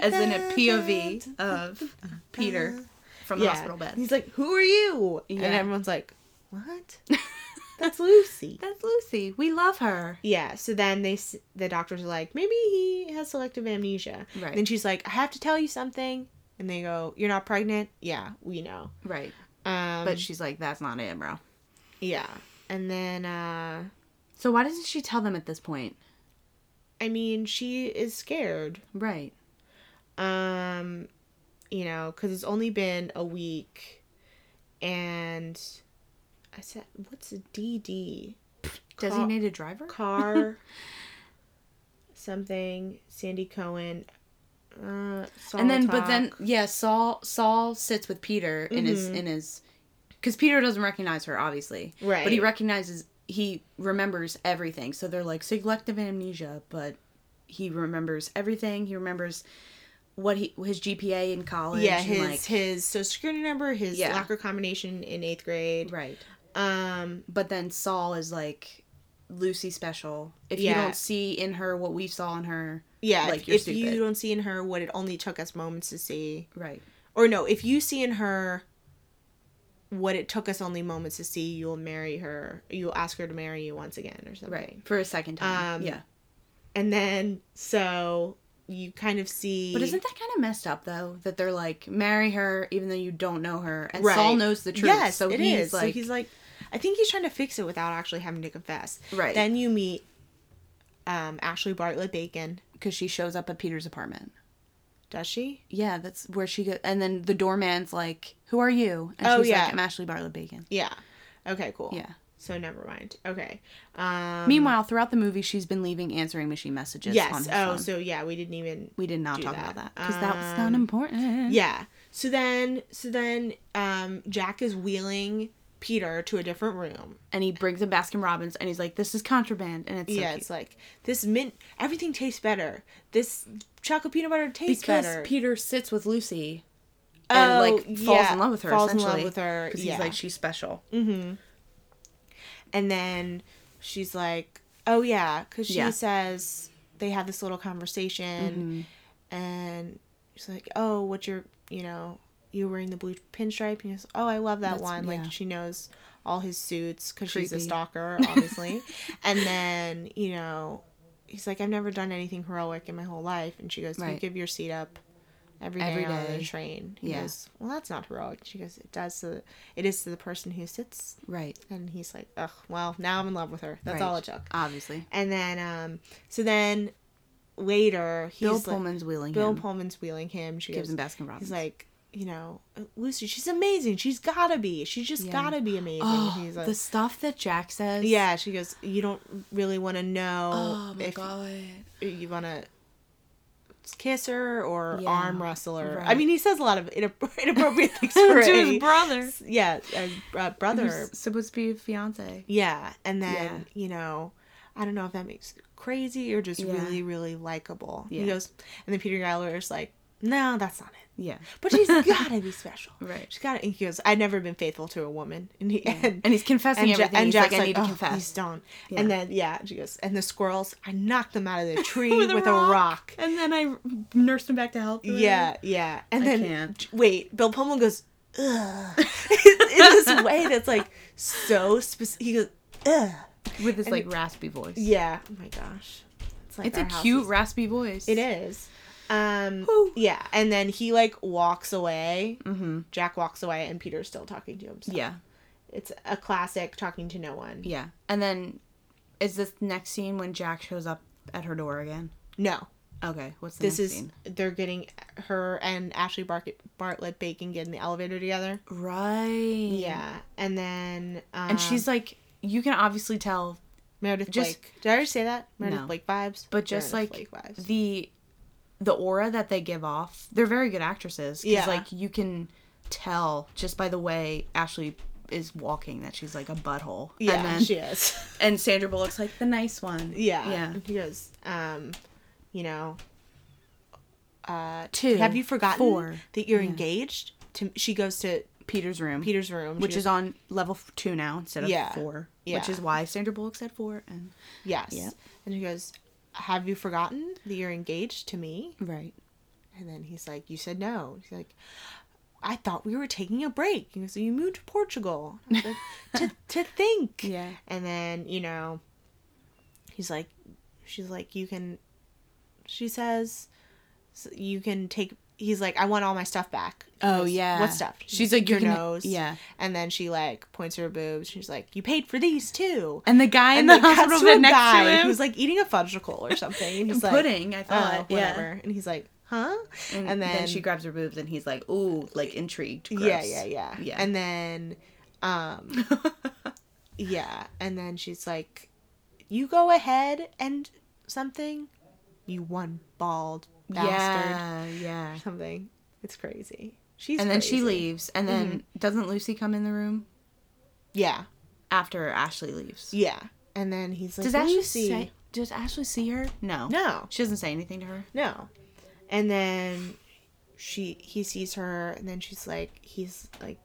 [SPEAKER 3] as in a POV of Peter from the
[SPEAKER 2] Yeah.
[SPEAKER 3] hospital bed.
[SPEAKER 2] He's like, Who are you?
[SPEAKER 3] Yeah.
[SPEAKER 2] And everyone's like, What? That's Lucy.
[SPEAKER 3] That's Lucy. We love her.
[SPEAKER 2] Yeah, so then they s- the doctors are like, maybe he has selective amnesia.
[SPEAKER 3] Right.
[SPEAKER 2] Then she's like, I have to tell you something, and they go, you're not pregnant. Yeah, we know.
[SPEAKER 3] Right,
[SPEAKER 2] Um,
[SPEAKER 3] but she's like, "That's not it, bro."
[SPEAKER 2] yeah, and then uh,
[SPEAKER 3] So why doesn't she tell them at this point?
[SPEAKER 2] I mean, she is scared.
[SPEAKER 3] Right.
[SPEAKER 2] um you know because it's only been a week and i said what's a dd Car-
[SPEAKER 3] Designated driver.
[SPEAKER 2] car something sandy cohen uh Saul
[SPEAKER 3] and then but then
[SPEAKER 2] Talk.
[SPEAKER 3] yeah saul saul sits with peter in
[SPEAKER 2] Mm-hmm.
[SPEAKER 3] his in his because peter doesn't recognize her obviously but he
[SPEAKER 2] Right.
[SPEAKER 3] recognizes he remembers everything so they're like selective amnesia but he remembers everything he remembers what he his gpa in college
[SPEAKER 2] yeah
[SPEAKER 3] and,
[SPEAKER 2] his
[SPEAKER 3] like-
[SPEAKER 2] his social security number his
[SPEAKER 3] Yeah.
[SPEAKER 2] locker combination in eighth grade
[SPEAKER 3] right
[SPEAKER 2] um
[SPEAKER 3] but then saul is like lucy special if you
[SPEAKER 2] Yeah.
[SPEAKER 3] don't see in her what we saw in her
[SPEAKER 2] yeah
[SPEAKER 3] Like,
[SPEAKER 2] if,
[SPEAKER 3] you're
[SPEAKER 2] if you
[SPEAKER 3] stupid.
[SPEAKER 2] don't see in her what it only took us moments to see
[SPEAKER 3] right
[SPEAKER 2] or no if you see in her what it took us only moments to see you'll marry her you'll ask her to marry you once again or something
[SPEAKER 3] right for a second time
[SPEAKER 2] Um,
[SPEAKER 3] yeah
[SPEAKER 2] and then so you kind of see
[SPEAKER 3] But isn't that kind of messed up though? That they're like marry her even though you don't know her, and Saul
[SPEAKER 2] Right.
[SPEAKER 3] knows the truth.
[SPEAKER 2] yes
[SPEAKER 3] so
[SPEAKER 2] it
[SPEAKER 3] he's
[SPEAKER 2] is.
[SPEAKER 3] like,
[SPEAKER 2] so he's like i think he's trying to fix it without actually having to confess
[SPEAKER 3] Right.
[SPEAKER 2] then you meet um ashley bartlett bacon
[SPEAKER 3] because she shows up at Peter's apartment.
[SPEAKER 2] does she
[SPEAKER 3] Yeah, that's where she goes. And then the doorman's like, "Who are you?" And
[SPEAKER 2] Oh,
[SPEAKER 3] she's
[SPEAKER 2] yeah. Oh,
[SPEAKER 3] like, "I'm Ashley Bartlett Bacon."
[SPEAKER 2] yeah okay cool
[SPEAKER 3] Yeah.
[SPEAKER 2] so never mind okay um
[SPEAKER 3] Meanwhile, throughout the movie, she's been leaving answering machine messages. on
[SPEAKER 2] yes
[SPEAKER 3] his
[SPEAKER 2] oh
[SPEAKER 3] phone.
[SPEAKER 2] so yeah we didn't even
[SPEAKER 3] we did not
[SPEAKER 2] do
[SPEAKER 3] talk
[SPEAKER 2] that. Um,
[SPEAKER 3] about that because that was not important.
[SPEAKER 2] Yeah. So then, so then, um, Jack is wheeling Peter to a different room.
[SPEAKER 3] And he brings a Baskin Robbins, and he's like, "This is contraband," and it's so
[SPEAKER 2] yeah,
[SPEAKER 3] cute.
[SPEAKER 2] it's like this mint. Everything tastes better. This chocolate peanut butter tastes
[SPEAKER 3] because
[SPEAKER 2] better. Oh,
[SPEAKER 3] Peter sits with Lucy and like falls
[SPEAKER 2] yeah,
[SPEAKER 3] in love with her.
[SPEAKER 2] Falls in love
[SPEAKER 3] essentially,
[SPEAKER 2] with her.
[SPEAKER 3] 'cause
[SPEAKER 2] Yeah. Mm.
[SPEAKER 3] he's like, "She's special."
[SPEAKER 2] and then she's like, "Oh yeah," because she
[SPEAKER 3] Yeah.
[SPEAKER 2] says they had this little conversation,
[SPEAKER 3] Mm-hmm.
[SPEAKER 2] and she's like, "Oh, what's your, you know, you were wearing the blue pinstripe?" And he goes, "Oh, I love that
[SPEAKER 3] That's-
[SPEAKER 2] one."
[SPEAKER 3] yeah.
[SPEAKER 2] Like she knows all his suits because she's a
[SPEAKER 3] Creepy.
[SPEAKER 2] stalker, obviously. and then you know, he's like, "I've never done anything heroic in my whole life," and she goes, "Can you
[SPEAKER 3] Right.
[SPEAKER 2] give your seat up?" every day,
[SPEAKER 3] Every
[SPEAKER 2] on the
[SPEAKER 3] day.
[SPEAKER 2] train. He
[SPEAKER 3] Yeah.
[SPEAKER 2] goes, Well, that's not heroic. She goes, It does to, it is to the person who sits.
[SPEAKER 3] Right.
[SPEAKER 2] And he's like, Ugh, well, now I'm in love with her. That's all
[SPEAKER 3] Right.
[SPEAKER 2] it took.
[SPEAKER 3] Obviously.
[SPEAKER 2] And then, um, so then later, he's
[SPEAKER 3] Bill
[SPEAKER 2] like-
[SPEAKER 3] Pullman's wheeling
[SPEAKER 2] Bill
[SPEAKER 3] him.
[SPEAKER 2] Pullman's wheeling him. She
[SPEAKER 3] Gives
[SPEAKER 2] goes-
[SPEAKER 3] him Baskin-Robbins.
[SPEAKER 2] He's like, you know, Lucy, she's amazing. She's gotta be. She's just
[SPEAKER 3] Yeah.
[SPEAKER 2] gotta be amazing.
[SPEAKER 3] oh,
[SPEAKER 2] he's like,
[SPEAKER 3] the stuff that Jack says.
[SPEAKER 2] yeah. She goes, you don't really want to know
[SPEAKER 3] Oh my
[SPEAKER 2] if
[SPEAKER 3] god.
[SPEAKER 2] you want to kiss her or
[SPEAKER 3] Yeah,
[SPEAKER 2] arm wrestle her. I
[SPEAKER 3] right.
[SPEAKER 2] mean, he says a lot of inappro- inappropriate things for
[SPEAKER 3] to
[SPEAKER 2] a-
[SPEAKER 3] his brother.
[SPEAKER 2] Yeah, a, uh brother.
[SPEAKER 3] supposed to be a fiance.
[SPEAKER 2] Yeah, and then you know, I don't know if that makes it crazy or just
[SPEAKER 3] Yeah.
[SPEAKER 2] really, really likable.
[SPEAKER 3] Yeah.
[SPEAKER 2] He goes, and then Peter Gallagher is like, no, that's not it.
[SPEAKER 3] Yeah.
[SPEAKER 2] But she's gotta be special.
[SPEAKER 3] Right.
[SPEAKER 2] She's gotta. And he goes, I've never been faithful to a woman. And he and,
[SPEAKER 3] And he's
[SPEAKER 2] and
[SPEAKER 3] confessing
[SPEAKER 2] Ja-
[SPEAKER 3] everything.
[SPEAKER 2] and
[SPEAKER 3] he's
[SPEAKER 2] Jack's
[SPEAKER 3] like, I need to
[SPEAKER 2] "Oh,
[SPEAKER 3] confess.
[SPEAKER 2] He's done.
[SPEAKER 3] Yeah.
[SPEAKER 2] And then yeah, she goes, and the squirrels, I knocked them out of the tree with, a rock.
[SPEAKER 3] And then I nursed him back to health.
[SPEAKER 2] Yeah, yeah. And
[SPEAKER 3] I
[SPEAKER 2] then
[SPEAKER 3] can't.
[SPEAKER 2] wait, Bill Pullman goes, ugh, in this way that's like so specific. He goes, ugh.
[SPEAKER 3] With this
[SPEAKER 2] And-
[SPEAKER 3] like raspy voice.
[SPEAKER 2] Yeah. Oh my gosh. like
[SPEAKER 3] It's a
[SPEAKER 2] our house
[SPEAKER 3] cute
[SPEAKER 2] is-
[SPEAKER 3] raspy voice.
[SPEAKER 2] It is. Um
[SPEAKER 3] Whew.
[SPEAKER 2] yeah, and then he like walks away. Mm-hmm. Jack walks away, and Peter's still talking to himself.
[SPEAKER 3] Yeah.
[SPEAKER 2] It's a classic talking to no one.
[SPEAKER 3] Yeah. And then is this next scene when Jack shows up at her door again?
[SPEAKER 2] No,
[SPEAKER 3] Okay. What's the
[SPEAKER 2] this
[SPEAKER 3] next
[SPEAKER 2] is
[SPEAKER 3] scene?
[SPEAKER 2] they're getting her and Ashley Bartlett, Bartlett baking get in the elevator together.
[SPEAKER 3] Right.
[SPEAKER 2] Yeah, and then um,
[SPEAKER 3] And she's like, you can obviously tell,
[SPEAKER 2] Meredith
[SPEAKER 3] just-
[SPEAKER 2] Blake. Did I already say that Meredith
[SPEAKER 3] No.
[SPEAKER 2] Blake vibes?
[SPEAKER 3] but just
[SPEAKER 2] Meredith
[SPEAKER 3] like
[SPEAKER 2] Blake vibes.
[SPEAKER 3] the the aura that they give off. They're very good actresses. 'cause,
[SPEAKER 2] Yeah.
[SPEAKER 3] Like you can tell just by the way Ashley is walking that she's like a butthole.
[SPEAKER 2] yeah,
[SPEAKER 3] And then,
[SPEAKER 2] she is.
[SPEAKER 3] And Sandra Bullock's like the nice one.
[SPEAKER 2] Yeah.
[SPEAKER 3] Yeah.
[SPEAKER 2] And He goes, um, you know, uh,
[SPEAKER 3] Two,
[SPEAKER 2] Have you forgotten
[SPEAKER 3] four.
[SPEAKER 2] that you're engaged? To she goes to
[SPEAKER 3] Peter's room.
[SPEAKER 2] Peter's room,
[SPEAKER 3] Which
[SPEAKER 2] She
[SPEAKER 3] is
[SPEAKER 2] goes,
[SPEAKER 3] on level f- two now instead of
[SPEAKER 2] Yeah.
[SPEAKER 3] four.
[SPEAKER 2] Yeah.
[SPEAKER 3] Which is why Sandra Bullock said four and
[SPEAKER 2] yes.
[SPEAKER 3] Yep.
[SPEAKER 2] And he goes, have you forgotten that you're engaged to me?
[SPEAKER 3] Right.
[SPEAKER 2] And then he's like, you said no. He's like, I thought we were taking a break. He goes, so you moved to Portugal I was like, to to think.
[SPEAKER 3] Yeah.
[SPEAKER 2] And then you know, he's like, she's like, you can. She says, "S- you can take. He's like, I want all my stuff back. He
[SPEAKER 3] Oh,
[SPEAKER 2] goes,
[SPEAKER 3] yeah.
[SPEAKER 2] What stuff?
[SPEAKER 3] She's like,
[SPEAKER 2] your
[SPEAKER 3] "You can-
[SPEAKER 2] nose.
[SPEAKER 3] yeah.
[SPEAKER 2] And then she like points her boobs. She's like, you paid for these too.
[SPEAKER 3] And the guy in the
[SPEAKER 2] it cuts
[SPEAKER 3] hospital
[SPEAKER 2] to
[SPEAKER 3] bed
[SPEAKER 2] a
[SPEAKER 3] next to
[SPEAKER 2] guy
[SPEAKER 3] him
[SPEAKER 2] who's like eating a fudgicle or something. And he's like,
[SPEAKER 3] pudding, I
[SPEAKER 2] oh,
[SPEAKER 3] thought.
[SPEAKER 2] whatever. And he's like, huh?
[SPEAKER 3] Yeah. And, then, she grabs her boobs and he's like, ooh, like intrigued.
[SPEAKER 2] Yeah,
[SPEAKER 3] gross.
[SPEAKER 2] yeah, yeah.
[SPEAKER 3] Yeah.
[SPEAKER 2] And then um yeah, and then she's like you go ahead and something you one bald bastard
[SPEAKER 3] Yeah, yeah.
[SPEAKER 2] something. It's crazy. She's
[SPEAKER 3] and then she
[SPEAKER 2] crazy.
[SPEAKER 3] leaves. And then doesn't Lucy come in the room
[SPEAKER 2] Yeah.
[SPEAKER 3] after Ashley leaves?
[SPEAKER 2] Yeah. And then he's like
[SPEAKER 3] Does
[SPEAKER 2] "Well,
[SPEAKER 3] Ashley
[SPEAKER 2] you see
[SPEAKER 3] say? Does Ashley see her? No.
[SPEAKER 2] No.
[SPEAKER 3] She doesn't say anything to her.
[SPEAKER 2] No. And then she he sees her and then she's like he's like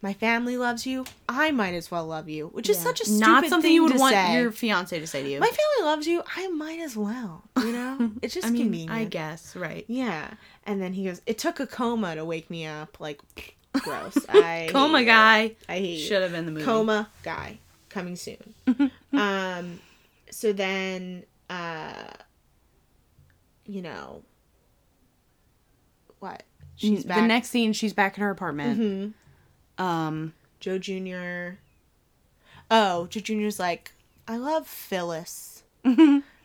[SPEAKER 2] my family loves you. I might as well love you, which is
[SPEAKER 3] Yeah.
[SPEAKER 2] such a stupid
[SPEAKER 3] not something
[SPEAKER 2] thing
[SPEAKER 3] you would
[SPEAKER 2] to
[SPEAKER 3] want
[SPEAKER 2] say.
[SPEAKER 3] your fiance to say to you.
[SPEAKER 2] My family loves you. I might as well. You know, it's just
[SPEAKER 3] I mean,
[SPEAKER 2] convenient.
[SPEAKER 3] I guess, right?
[SPEAKER 2] Yeah. And then he goes, "It took a coma to wake me up." Like, gross. I
[SPEAKER 3] Coma
[SPEAKER 2] hate it.
[SPEAKER 3] guy
[SPEAKER 2] I hate it.
[SPEAKER 3] should have been the movie.
[SPEAKER 2] Coma guy coming soon. um, so then, uh, you know, what? She's
[SPEAKER 3] Mm,
[SPEAKER 2] back.
[SPEAKER 3] The next scene, she's back in her apartment. Um,
[SPEAKER 2] Joe Jr. Oh, Joe Jr.'s like, I love Phyllis.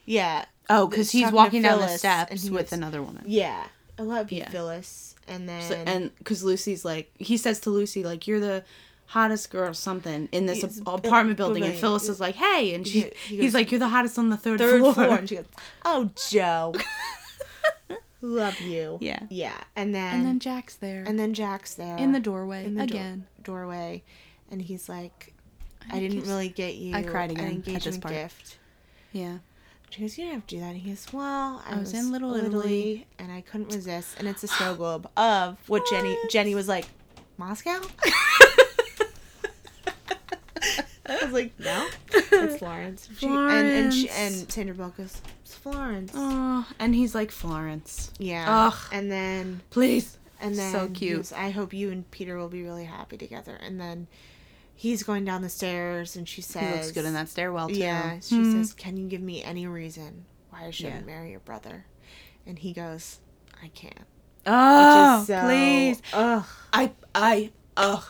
[SPEAKER 2] yeah.
[SPEAKER 3] oh, because he's
[SPEAKER 2] talking to
[SPEAKER 3] walking down the
[SPEAKER 2] Phyllis, and
[SPEAKER 3] steps
[SPEAKER 2] he
[SPEAKER 3] with
[SPEAKER 2] goes-
[SPEAKER 3] another woman.
[SPEAKER 2] Yeah. I love you,
[SPEAKER 3] Yeah.
[SPEAKER 2] Phyllis. And then
[SPEAKER 3] So- and because Lucy's like, he says to Lucy, like, you're the hottest girl or something in this
[SPEAKER 2] It's
[SPEAKER 3] ap-
[SPEAKER 2] bu-
[SPEAKER 3] apartment building.
[SPEAKER 2] building.
[SPEAKER 3] And Phyllis is like, hey. And she,
[SPEAKER 2] He- he goes,
[SPEAKER 3] he's like, you're the hottest on the third,
[SPEAKER 2] third
[SPEAKER 3] floor.
[SPEAKER 2] floor. and she goes, "Oh, Joe, love you."
[SPEAKER 3] Yeah.
[SPEAKER 2] yeah. And then
[SPEAKER 3] And then Jack's there. And
[SPEAKER 2] Jack's there
[SPEAKER 3] Mm-hmm. in the doorway
[SPEAKER 2] in the door-
[SPEAKER 3] again.
[SPEAKER 2] doorway, and he's like, "I, didn't
[SPEAKER 3] guess-
[SPEAKER 2] really get you.
[SPEAKER 3] I cried
[SPEAKER 2] I
[SPEAKER 3] again
[SPEAKER 2] didn't
[SPEAKER 3] at
[SPEAKER 2] get you
[SPEAKER 3] this
[SPEAKER 2] a
[SPEAKER 3] part.
[SPEAKER 2] gift."
[SPEAKER 3] yeah.
[SPEAKER 2] She goes, "You didn't have to do that." And he goes, "Well, I,
[SPEAKER 3] I
[SPEAKER 2] was,
[SPEAKER 3] was in Little Italy,
[SPEAKER 2] and I couldn't resist." And it's a snow globe of what Jenny Jenny was like, "Moscow." I was like, "No, it's Florence." She- and and, she,
[SPEAKER 3] Florence.
[SPEAKER 2] and Sandra Bullock goes, "It's Florence."
[SPEAKER 3] Oh, and he's like, Florence,
[SPEAKER 2] Yeah.
[SPEAKER 3] Ugh.
[SPEAKER 2] And then
[SPEAKER 3] please.
[SPEAKER 2] and then
[SPEAKER 3] So
[SPEAKER 2] he
[SPEAKER 3] cute.
[SPEAKER 2] was, I hope you and Peter will be really happy together. And then he's going down the stairs and she says
[SPEAKER 3] He looks good in that stairwell, too. Hmm.
[SPEAKER 2] Yeah. She says, Can you give me any reason why I shouldn't
[SPEAKER 3] Yeah.
[SPEAKER 2] marry your brother? And he goes, I can't.
[SPEAKER 3] Oh,
[SPEAKER 2] Just so-
[SPEAKER 3] please.
[SPEAKER 2] Ugh.
[SPEAKER 3] I I ugh.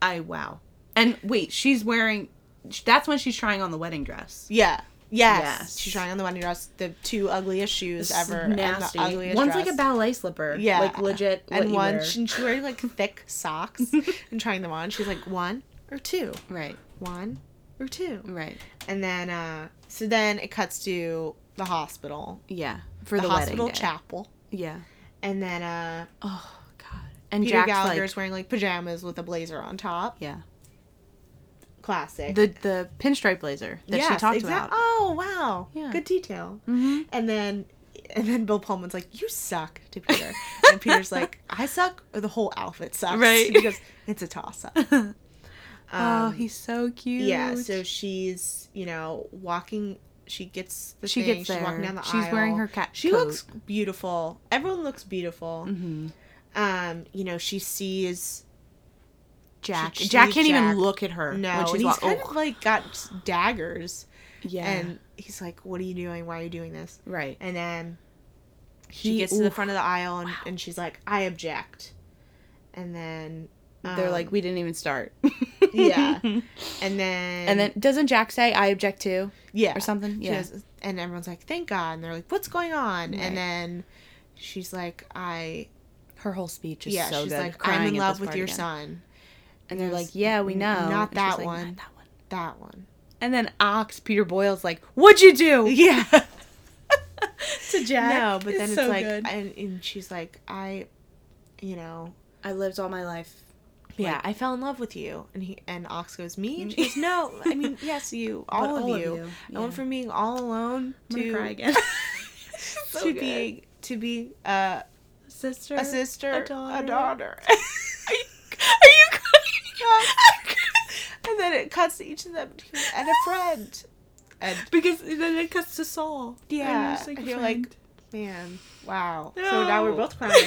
[SPEAKER 3] I wow. And wait, she's wearing. That's when she's trying on the wedding dress.
[SPEAKER 2] Yeah. Yes.
[SPEAKER 3] Yes.
[SPEAKER 2] She's trying on the wedding dress, the two ugliest shoes ever. and the
[SPEAKER 3] nasty.
[SPEAKER 2] ugliest
[SPEAKER 3] One's like
[SPEAKER 2] dress.
[SPEAKER 3] a ballet slipper.
[SPEAKER 2] Yeah.
[SPEAKER 3] like legit. what
[SPEAKER 2] And
[SPEAKER 3] you
[SPEAKER 2] one,
[SPEAKER 3] wear.
[SPEAKER 2] she, she's wearing like thick socks and trying them on. She's like, one or two?
[SPEAKER 3] right,
[SPEAKER 2] One or two?
[SPEAKER 3] right.
[SPEAKER 2] And then, uh, so then it cuts to the hospital,
[SPEAKER 3] Yeah, for
[SPEAKER 2] the,
[SPEAKER 3] the,
[SPEAKER 2] hospital
[SPEAKER 3] wedding day.
[SPEAKER 2] chapel.
[SPEAKER 3] Yeah.
[SPEAKER 2] And then, uh,
[SPEAKER 3] Oh God. And
[SPEAKER 2] Peter
[SPEAKER 3] Jack's
[SPEAKER 2] Gallagher's
[SPEAKER 3] like,
[SPEAKER 2] wearing like pajamas with a blazer on top.
[SPEAKER 3] yeah,
[SPEAKER 2] Classic.
[SPEAKER 3] the the pinstripe blazer that she
[SPEAKER 2] Yes,
[SPEAKER 3] talked
[SPEAKER 2] exact-
[SPEAKER 3] about.
[SPEAKER 2] Oh, wow.
[SPEAKER 3] Yeah.
[SPEAKER 2] Good detail.
[SPEAKER 3] Mm-hmm.
[SPEAKER 2] And then and then Bill Pullman's like, You suck to Peter. and Peter's like, I suck or the whole outfit sucks.
[SPEAKER 3] Right.
[SPEAKER 2] Because it's a toss up.
[SPEAKER 3] oh, he's so cute.
[SPEAKER 2] Um, Yeah, so she's, you know, walking she gets the
[SPEAKER 3] She
[SPEAKER 2] thing,
[SPEAKER 3] gets
[SPEAKER 2] she's walking
[SPEAKER 3] there.
[SPEAKER 2] down the aisle.
[SPEAKER 3] She's wearing her cat
[SPEAKER 2] She
[SPEAKER 3] coat.
[SPEAKER 2] looks beautiful. Everyone looks beautiful.
[SPEAKER 3] Mhm.
[SPEAKER 2] Um, you know, she sees
[SPEAKER 3] Jack.
[SPEAKER 2] She- she
[SPEAKER 3] Jack
[SPEAKER 2] sees
[SPEAKER 3] can't
[SPEAKER 2] Jack.
[SPEAKER 3] even look at her
[SPEAKER 2] no,
[SPEAKER 3] when
[SPEAKER 2] and
[SPEAKER 3] she's
[SPEAKER 2] he's
[SPEAKER 3] like,
[SPEAKER 2] kind
[SPEAKER 3] oh,
[SPEAKER 2] of like got daggers,
[SPEAKER 3] yeah,
[SPEAKER 2] and he's like, "What are you doing? Why are you doing this?"
[SPEAKER 3] right.
[SPEAKER 2] And then she
[SPEAKER 3] He-
[SPEAKER 2] gets to the
[SPEAKER 3] oof.
[SPEAKER 2] front of the aisle and, and she's like, I object. And then
[SPEAKER 3] They're
[SPEAKER 2] um,
[SPEAKER 3] like, we didn't even start.
[SPEAKER 2] Yeah. and then
[SPEAKER 3] And then doesn't Jack say, "I object to"?
[SPEAKER 2] yeah
[SPEAKER 3] or something?
[SPEAKER 2] She
[SPEAKER 3] Yeah.
[SPEAKER 2] goes- and everyone's like, thank God. And they're like, what's going on?
[SPEAKER 3] Right.
[SPEAKER 2] And then she's like, I
[SPEAKER 3] Her whole speech is
[SPEAKER 2] yeah.
[SPEAKER 3] so
[SPEAKER 2] she's
[SPEAKER 3] good.
[SPEAKER 2] like,
[SPEAKER 3] Crying
[SPEAKER 2] I'm in
[SPEAKER 3] at
[SPEAKER 2] love
[SPEAKER 3] this
[SPEAKER 2] with
[SPEAKER 3] part
[SPEAKER 2] your
[SPEAKER 3] again.
[SPEAKER 2] son.
[SPEAKER 3] And they're
[SPEAKER 2] Yes.
[SPEAKER 3] like, "Yeah, we
[SPEAKER 2] N-
[SPEAKER 3] know."
[SPEAKER 2] not
[SPEAKER 3] And she's
[SPEAKER 2] that
[SPEAKER 3] like,
[SPEAKER 2] one.
[SPEAKER 3] that one.
[SPEAKER 2] That one.
[SPEAKER 3] And then Ox Peter Boyle's like, "What'd you do?"
[SPEAKER 2] Yeah.
[SPEAKER 3] to
[SPEAKER 2] no, but then it's, like, and, and she's like, I, you know,
[SPEAKER 3] I lived all my life.
[SPEAKER 2] yeah,
[SPEAKER 3] Like-
[SPEAKER 2] I fell in love with you. And he and Ox goes, me? And she goes, no, I mean, yes, you, all,
[SPEAKER 3] But
[SPEAKER 2] of,
[SPEAKER 3] all of
[SPEAKER 2] you.
[SPEAKER 3] you,
[SPEAKER 2] I went
[SPEAKER 3] yeah.
[SPEAKER 2] from being all alone
[SPEAKER 3] I'm
[SPEAKER 2] to
[SPEAKER 3] gonna cry again. So
[SPEAKER 2] to
[SPEAKER 3] good.
[SPEAKER 2] being to be uh,
[SPEAKER 3] sister,
[SPEAKER 2] a sister, a daughter.
[SPEAKER 3] daughter. Are you, are you crying?
[SPEAKER 2] and then it cuts to each of them too, and a friend. And
[SPEAKER 3] because then it cuts to Saul.
[SPEAKER 2] Yeah,
[SPEAKER 3] just
[SPEAKER 2] and
[SPEAKER 3] a
[SPEAKER 2] you're like,
[SPEAKER 3] friend.
[SPEAKER 2] man, wow. So now we're
[SPEAKER 3] No.
[SPEAKER 2] both crying.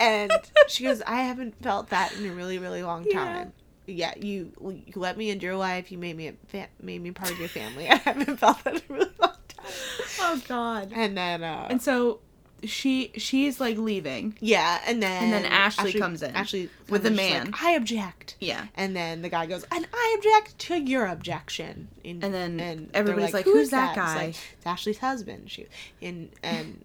[SPEAKER 2] and she goes, I haven't felt that in a really, really long
[SPEAKER 3] Yeah.
[SPEAKER 2] time. Yeah, you you let me into your life. You made me a fa- made me part of your family. I haven't felt that in a really long time.
[SPEAKER 3] "Oh God."
[SPEAKER 2] And then, uh,
[SPEAKER 3] And so she she's like leaving.
[SPEAKER 2] yeah, and then
[SPEAKER 3] And then Ashley comes in
[SPEAKER 2] Ashley
[SPEAKER 3] with
[SPEAKER 2] comes
[SPEAKER 3] a
[SPEAKER 2] in, she's like,
[SPEAKER 3] man.
[SPEAKER 2] I object.
[SPEAKER 3] Yeah.
[SPEAKER 2] And then the guy goes, and I object to your objection. In,
[SPEAKER 3] And then
[SPEAKER 2] they're
[SPEAKER 3] everybody's like, "Who's that
[SPEAKER 2] It's
[SPEAKER 3] guy?"
[SPEAKER 2] like, it's Ashley's husband. She and and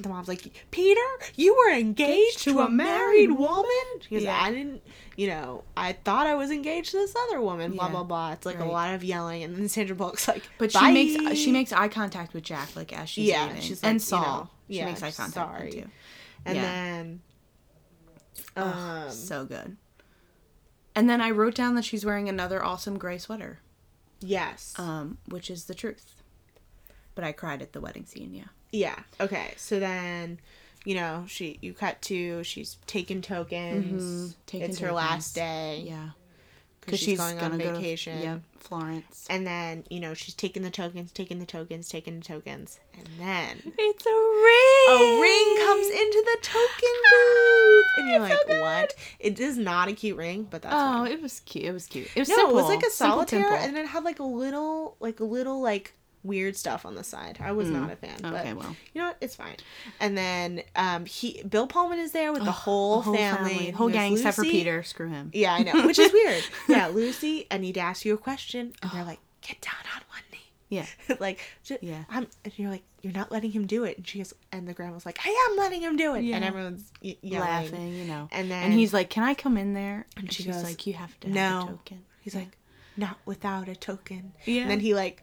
[SPEAKER 2] the mom's like, Peter, you were engaged to, a married woman. She goes,
[SPEAKER 3] Yeah.
[SPEAKER 2] I didn't, you know, I thought I was engaged to this other woman. Blah
[SPEAKER 3] Yeah.
[SPEAKER 2] blah blah. It's like a
[SPEAKER 3] Right.
[SPEAKER 2] lot of yelling, and then Sandra Bullock's like,
[SPEAKER 3] But
[SPEAKER 2] "Bye."
[SPEAKER 3] she makes uh, she makes eye contact with Jack like as she's
[SPEAKER 2] Yeah,
[SPEAKER 3] leaving.
[SPEAKER 2] she's like, you
[SPEAKER 3] and Saul.
[SPEAKER 2] know,
[SPEAKER 3] she
[SPEAKER 2] yeah,
[SPEAKER 3] makes eye contact
[SPEAKER 2] sorry.
[SPEAKER 3] with him too.
[SPEAKER 2] and
[SPEAKER 3] yeah.
[SPEAKER 2] then.
[SPEAKER 3] Ugh,
[SPEAKER 2] Um,
[SPEAKER 3] so good. And then I wrote down that she's wearing another awesome gray sweater,
[SPEAKER 2] yes.
[SPEAKER 3] um, which is the truth. But I cried at the wedding scene. Yeah.
[SPEAKER 2] Yeah. Okay. So then, you know, she you cut to she's taking tokens.
[SPEAKER 3] Mhm, taking
[SPEAKER 2] it's her last
[SPEAKER 3] tokens.
[SPEAKER 2] day.
[SPEAKER 3] Yeah.
[SPEAKER 2] Because she's, going on vacation.
[SPEAKER 3] Go to, yep, Florence.
[SPEAKER 2] And then, you know, she's taking the tokens, taking the tokens, taking the tokens. And then
[SPEAKER 3] It's a ring.
[SPEAKER 2] a ring comes into the token booth. And you're
[SPEAKER 3] Ah,
[SPEAKER 2] like,
[SPEAKER 3] it's so good.
[SPEAKER 2] what? It is not a cute ring, but that's
[SPEAKER 3] Oh,
[SPEAKER 2] fine.
[SPEAKER 3] it was cute. It was cute. It was
[SPEAKER 2] No,
[SPEAKER 3] simple.
[SPEAKER 2] it was like a
[SPEAKER 3] Simple,
[SPEAKER 2] solitaire
[SPEAKER 3] simple.
[SPEAKER 2] and it had like a little like a little like weird stuff on the side. I was not a fan. But
[SPEAKER 3] Hmm. Okay, well.
[SPEAKER 2] you know what? It's fine. And then um he Bill Pullman is there with the
[SPEAKER 3] Ugh,
[SPEAKER 2] whole,
[SPEAKER 3] the whole
[SPEAKER 2] family,
[SPEAKER 3] whole
[SPEAKER 2] There's
[SPEAKER 3] gang except for
[SPEAKER 2] Lucy-
[SPEAKER 3] Peter. Screw him.
[SPEAKER 2] Yeah, I know, which is weird. yeah, Lucy, I need to ask you a question, and they're like, "Get down on one knee."
[SPEAKER 3] Yeah.
[SPEAKER 2] like, j-
[SPEAKER 3] Yeah.
[SPEAKER 2] I'm, and you're like, "You're not letting him do it," and she goes, and the grandma's like, "I am letting him do it,"
[SPEAKER 3] Yeah.
[SPEAKER 2] and everyone's y- yelling.
[SPEAKER 3] Laughing, you know.
[SPEAKER 2] And then
[SPEAKER 3] and he's like, "Can I come in there?" And,
[SPEAKER 2] she
[SPEAKER 3] she's
[SPEAKER 2] goes,
[SPEAKER 3] like, "You have to have
[SPEAKER 2] "No."
[SPEAKER 3] a token."
[SPEAKER 2] He's like, "Not without a token."
[SPEAKER 3] Yeah.
[SPEAKER 2] And then he like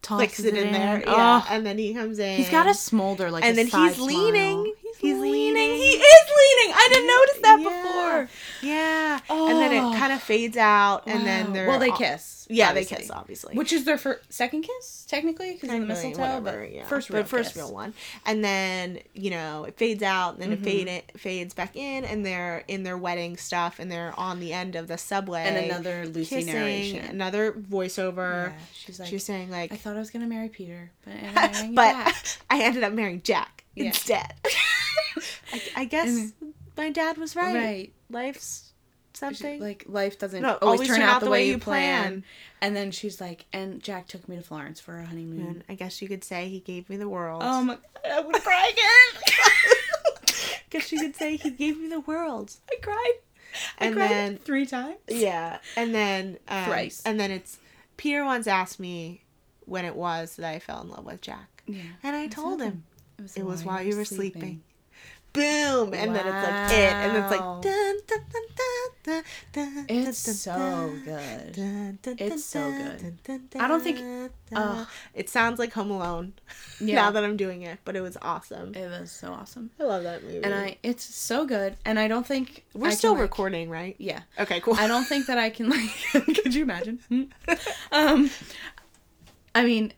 [SPEAKER 2] flicks
[SPEAKER 3] tosses
[SPEAKER 2] it in, there. Yeah.
[SPEAKER 3] Oh,
[SPEAKER 2] And then he comes in.
[SPEAKER 3] he's got a smolder like.
[SPEAKER 2] and
[SPEAKER 3] a
[SPEAKER 2] then
[SPEAKER 3] side
[SPEAKER 2] he's leaning.
[SPEAKER 3] smile.
[SPEAKER 2] He's leaning.
[SPEAKER 3] He is leaning. I didn't notice that
[SPEAKER 2] Yeah.
[SPEAKER 3] before.
[SPEAKER 2] Yeah. And then
[SPEAKER 3] Oh.
[SPEAKER 2] it kind of fades out, and then
[SPEAKER 3] Wow.
[SPEAKER 2] they're
[SPEAKER 3] well, they
[SPEAKER 2] all-
[SPEAKER 3] kiss.
[SPEAKER 2] Yeah, they
[SPEAKER 3] obviously.
[SPEAKER 2] kiss obviously.
[SPEAKER 3] Which is their first, second kiss technically because of the
[SPEAKER 2] Technically,
[SPEAKER 3] mistletoe,
[SPEAKER 2] whatever,
[SPEAKER 3] but
[SPEAKER 2] yeah.
[SPEAKER 3] first
[SPEAKER 2] But
[SPEAKER 3] real
[SPEAKER 2] first
[SPEAKER 3] kiss.
[SPEAKER 2] real one. And then you know it fades out, and then
[SPEAKER 3] Mhm.
[SPEAKER 2] it fade it fades back in, and they're in their wedding stuff, and they're on the end of the subway.
[SPEAKER 3] and another Lucy
[SPEAKER 2] kissing,
[SPEAKER 3] narration.
[SPEAKER 2] another voiceover.
[SPEAKER 3] Yeah, she's like,
[SPEAKER 2] She's saying like,
[SPEAKER 3] I thought I was gonna marry Peter, but I'm
[SPEAKER 2] Oh,
[SPEAKER 3] marrying Jack."
[SPEAKER 2] but I ended up marrying Jack
[SPEAKER 3] Yeah.
[SPEAKER 2] instead. I, I guess
[SPEAKER 3] And-
[SPEAKER 2] my dad was right.
[SPEAKER 3] right.
[SPEAKER 2] Life's
[SPEAKER 3] She-
[SPEAKER 2] something.
[SPEAKER 3] Like life doesn't
[SPEAKER 2] No,
[SPEAKER 3] always, turn, out, the way, you plan.
[SPEAKER 2] plan.
[SPEAKER 3] And then she's like, and Jack took me to Florence for a
[SPEAKER 2] mm.
[SPEAKER 3] honeymoon.
[SPEAKER 2] Oh,
[SPEAKER 3] um,
[SPEAKER 2] And I guess you could say he gave me the world.
[SPEAKER 3] Oh my god, I'm gonna cry again.
[SPEAKER 2] Because she could say, He gave me the world.
[SPEAKER 3] I cried. I
[SPEAKER 2] And
[SPEAKER 3] cried
[SPEAKER 2] then-
[SPEAKER 3] three times.
[SPEAKER 2] Yeah, and then um,
[SPEAKER 3] Thrice.
[SPEAKER 2] and then it's Peter once asked me when it was that I fell in love with Jack,
[SPEAKER 3] Yeah.
[SPEAKER 2] and I told him it was while you were sleeping.
[SPEAKER 3] sleeping.
[SPEAKER 2] Boom, and then it's like it, and it's like
[SPEAKER 3] Wow.
[SPEAKER 2] dun, dun, dun, dun, dun, dun, dun,
[SPEAKER 3] It's so
[SPEAKER 2] dun,
[SPEAKER 3] good.
[SPEAKER 2] dun, dun,
[SPEAKER 3] It's so
[SPEAKER 2] dun,
[SPEAKER 3] good.
[SPEAKER 2] dun, dun,
[SPEAKER 3] I don't think-
[SPEAKER 2] dun,
[SPEAKER 3] Ugh.
[SPEAKER 2] it sounds like Home Alone.
[SPEAKER 3] Yeah.
[SPEAKER 2] now that I'm doing it, but it was awesome.
[SPEAKER 3] It was so awesome.
[SPEAKER 2] I love that movie.
[SPEAKER 3] And I it's so good and I don't think
[SPEAKER 2] we're
[SPEAKER 3] I can,
[SPEAKER 2] still
[SPEAKER 3] like-
[SPEAKER 2] recording, right?
[SPEAKER 3] Yeah.
[SPEAKER 2] Okay, cool.
[SPEAKER 3] I don't think that I can like could you imagine? Hmm? um I mean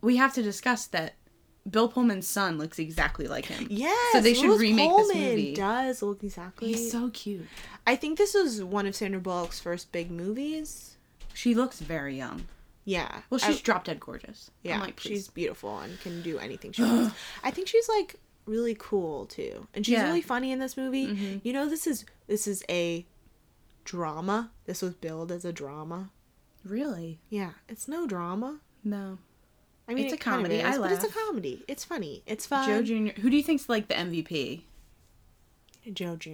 [SPEAKER 3] we have to discuss that Bill Pullman's son looks exactly like him.
[SPEAKER 2] Yes,
[SPEAKER 3] So they should
[SPEAKER 2] Louis
[SPEAKER 3] remake this
[SPEAKER 2] Pullman
[SPEAKER 3] movie.
[SPEAKER 2] Does look exactly.
[SPEAKER 3] He's so cute.
[SPEAKER 2] I think this was one of Sandra Bullock's first big movies.
[SPEAKER 3] She looks very young.
[SPEAKER 2] Yeah.
[SPEAKER 3] Well, she's
[SPEAKER 2] I-
[SPEAKER 3] drop dead gorgeous. I'm
[SPEAKER 2] yeah.
[SPEAKER 3] like,
[SPEAKER 2] she's
[SPEAKER 3] please.
[SPEAKER 2] beautiful and can do anything she wants. I think she's like really cool too, and she's
[SPEAKER 3] Yeah. Mm-hmm.
[SPEAKER 2] really funny in this movie. You know, this is this is a drama. This was billed as a drama.
[SPEAKER 3] really
[SPEAKER 2] Yeah, it's no drama.
[SPEAKER 3] no.
[SPEAKER 2] I mean,
[SPEAKER 3] It's
[SPEAKER 2] it
[SPEAKER 3] a
[SPEAKER 2] kind of
[SPEAKER 3] comedy. I
[SPEAKER 2] is, but it's a
[SPEAKER 3] laugh.
[SPEAKER 2] comedy. It's funny. It's fun.
[SPEAKER 3] Joe Jr. Who do you think's like the MVP?
[SPEAKER 2] Joe Jr.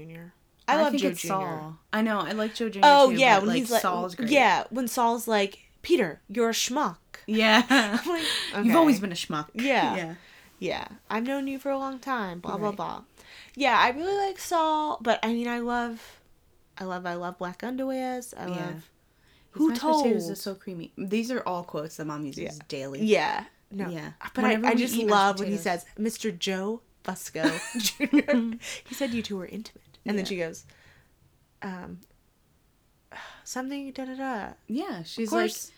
[SPEAKER 2] I, love
[SPEAKER 3] think
[SPEAKER 2] Joe
[SPEAKER 3] it's
[SPEAKER 2] Jr.
[SPEAKER 3] Saul. I know. I like Joe Jr.
[SPEAKER 2] Oh
[SPEAKER 3] too,
[SPEAKER 2] yeah,
[SPEAKER 3] but,
[SPEAKER 2] when
[SPEAKER 3] like,
[SPEAKER 2] he's like
[SPEAKER 3] Saul's great.
[SPEAKER 2] yeah, when Saul's like Peter, you're a schmuck.
[SPEAKER 3] yeah.
[SPEAKER 2] like,
[SPEAKER 3] You've always
[SPEAKER 2] okay.
[SPEAKER 3] been a schmuck.
[SPEAKER 2] Yeah.
[SPEAKER 3] yeah.
[SPEAKER 2] Yeah, I've known you for a long time. Blah blah
[SPEAKER 3] Right.
[SPEAKER 2] blah. Yeah, I really like Saul, but I mean, I love, I love, I love black underwears. I
[SPEAKER 3] Yeah.
[SPEAKER 2] love.
[SPEAKER 3] Who
[SPEAKER 2] Who
[SPEAKER 3] told?
[SPEAKER 2] told?
[SPEAKER 3] Potatoes are so creamy. These are all quotes that mom uses
[SPEAKER 2] Yeah.
[SPEAKER 3] daily.
[SPEAKER 2] Yeah. No.
[SPEAKER 3] Yeah.
[SPEAKER 2] But I,
[SPEAKER 3] Whenever
[SPEAKER 2] I
[SPEAKER 3] we
[SPEAKER 2] just
[SPEAKER 3] eat mashed
[SPEAKER 2] love when he
[SPEAKER 3] potatoes.
[SPEAKER 2] says, "Mr. Joe Busco Jr." Mm-hmm. he said you two were intimate, and then
[SPEAKER 3] Yeah.
[SPEAKER 2] she goes, um, something da da da.
[SPEAKER 3] Yeah, she's
[SPEAKER 2] Of
[SPEAKER 3] like.
[SPEAKER 2] course.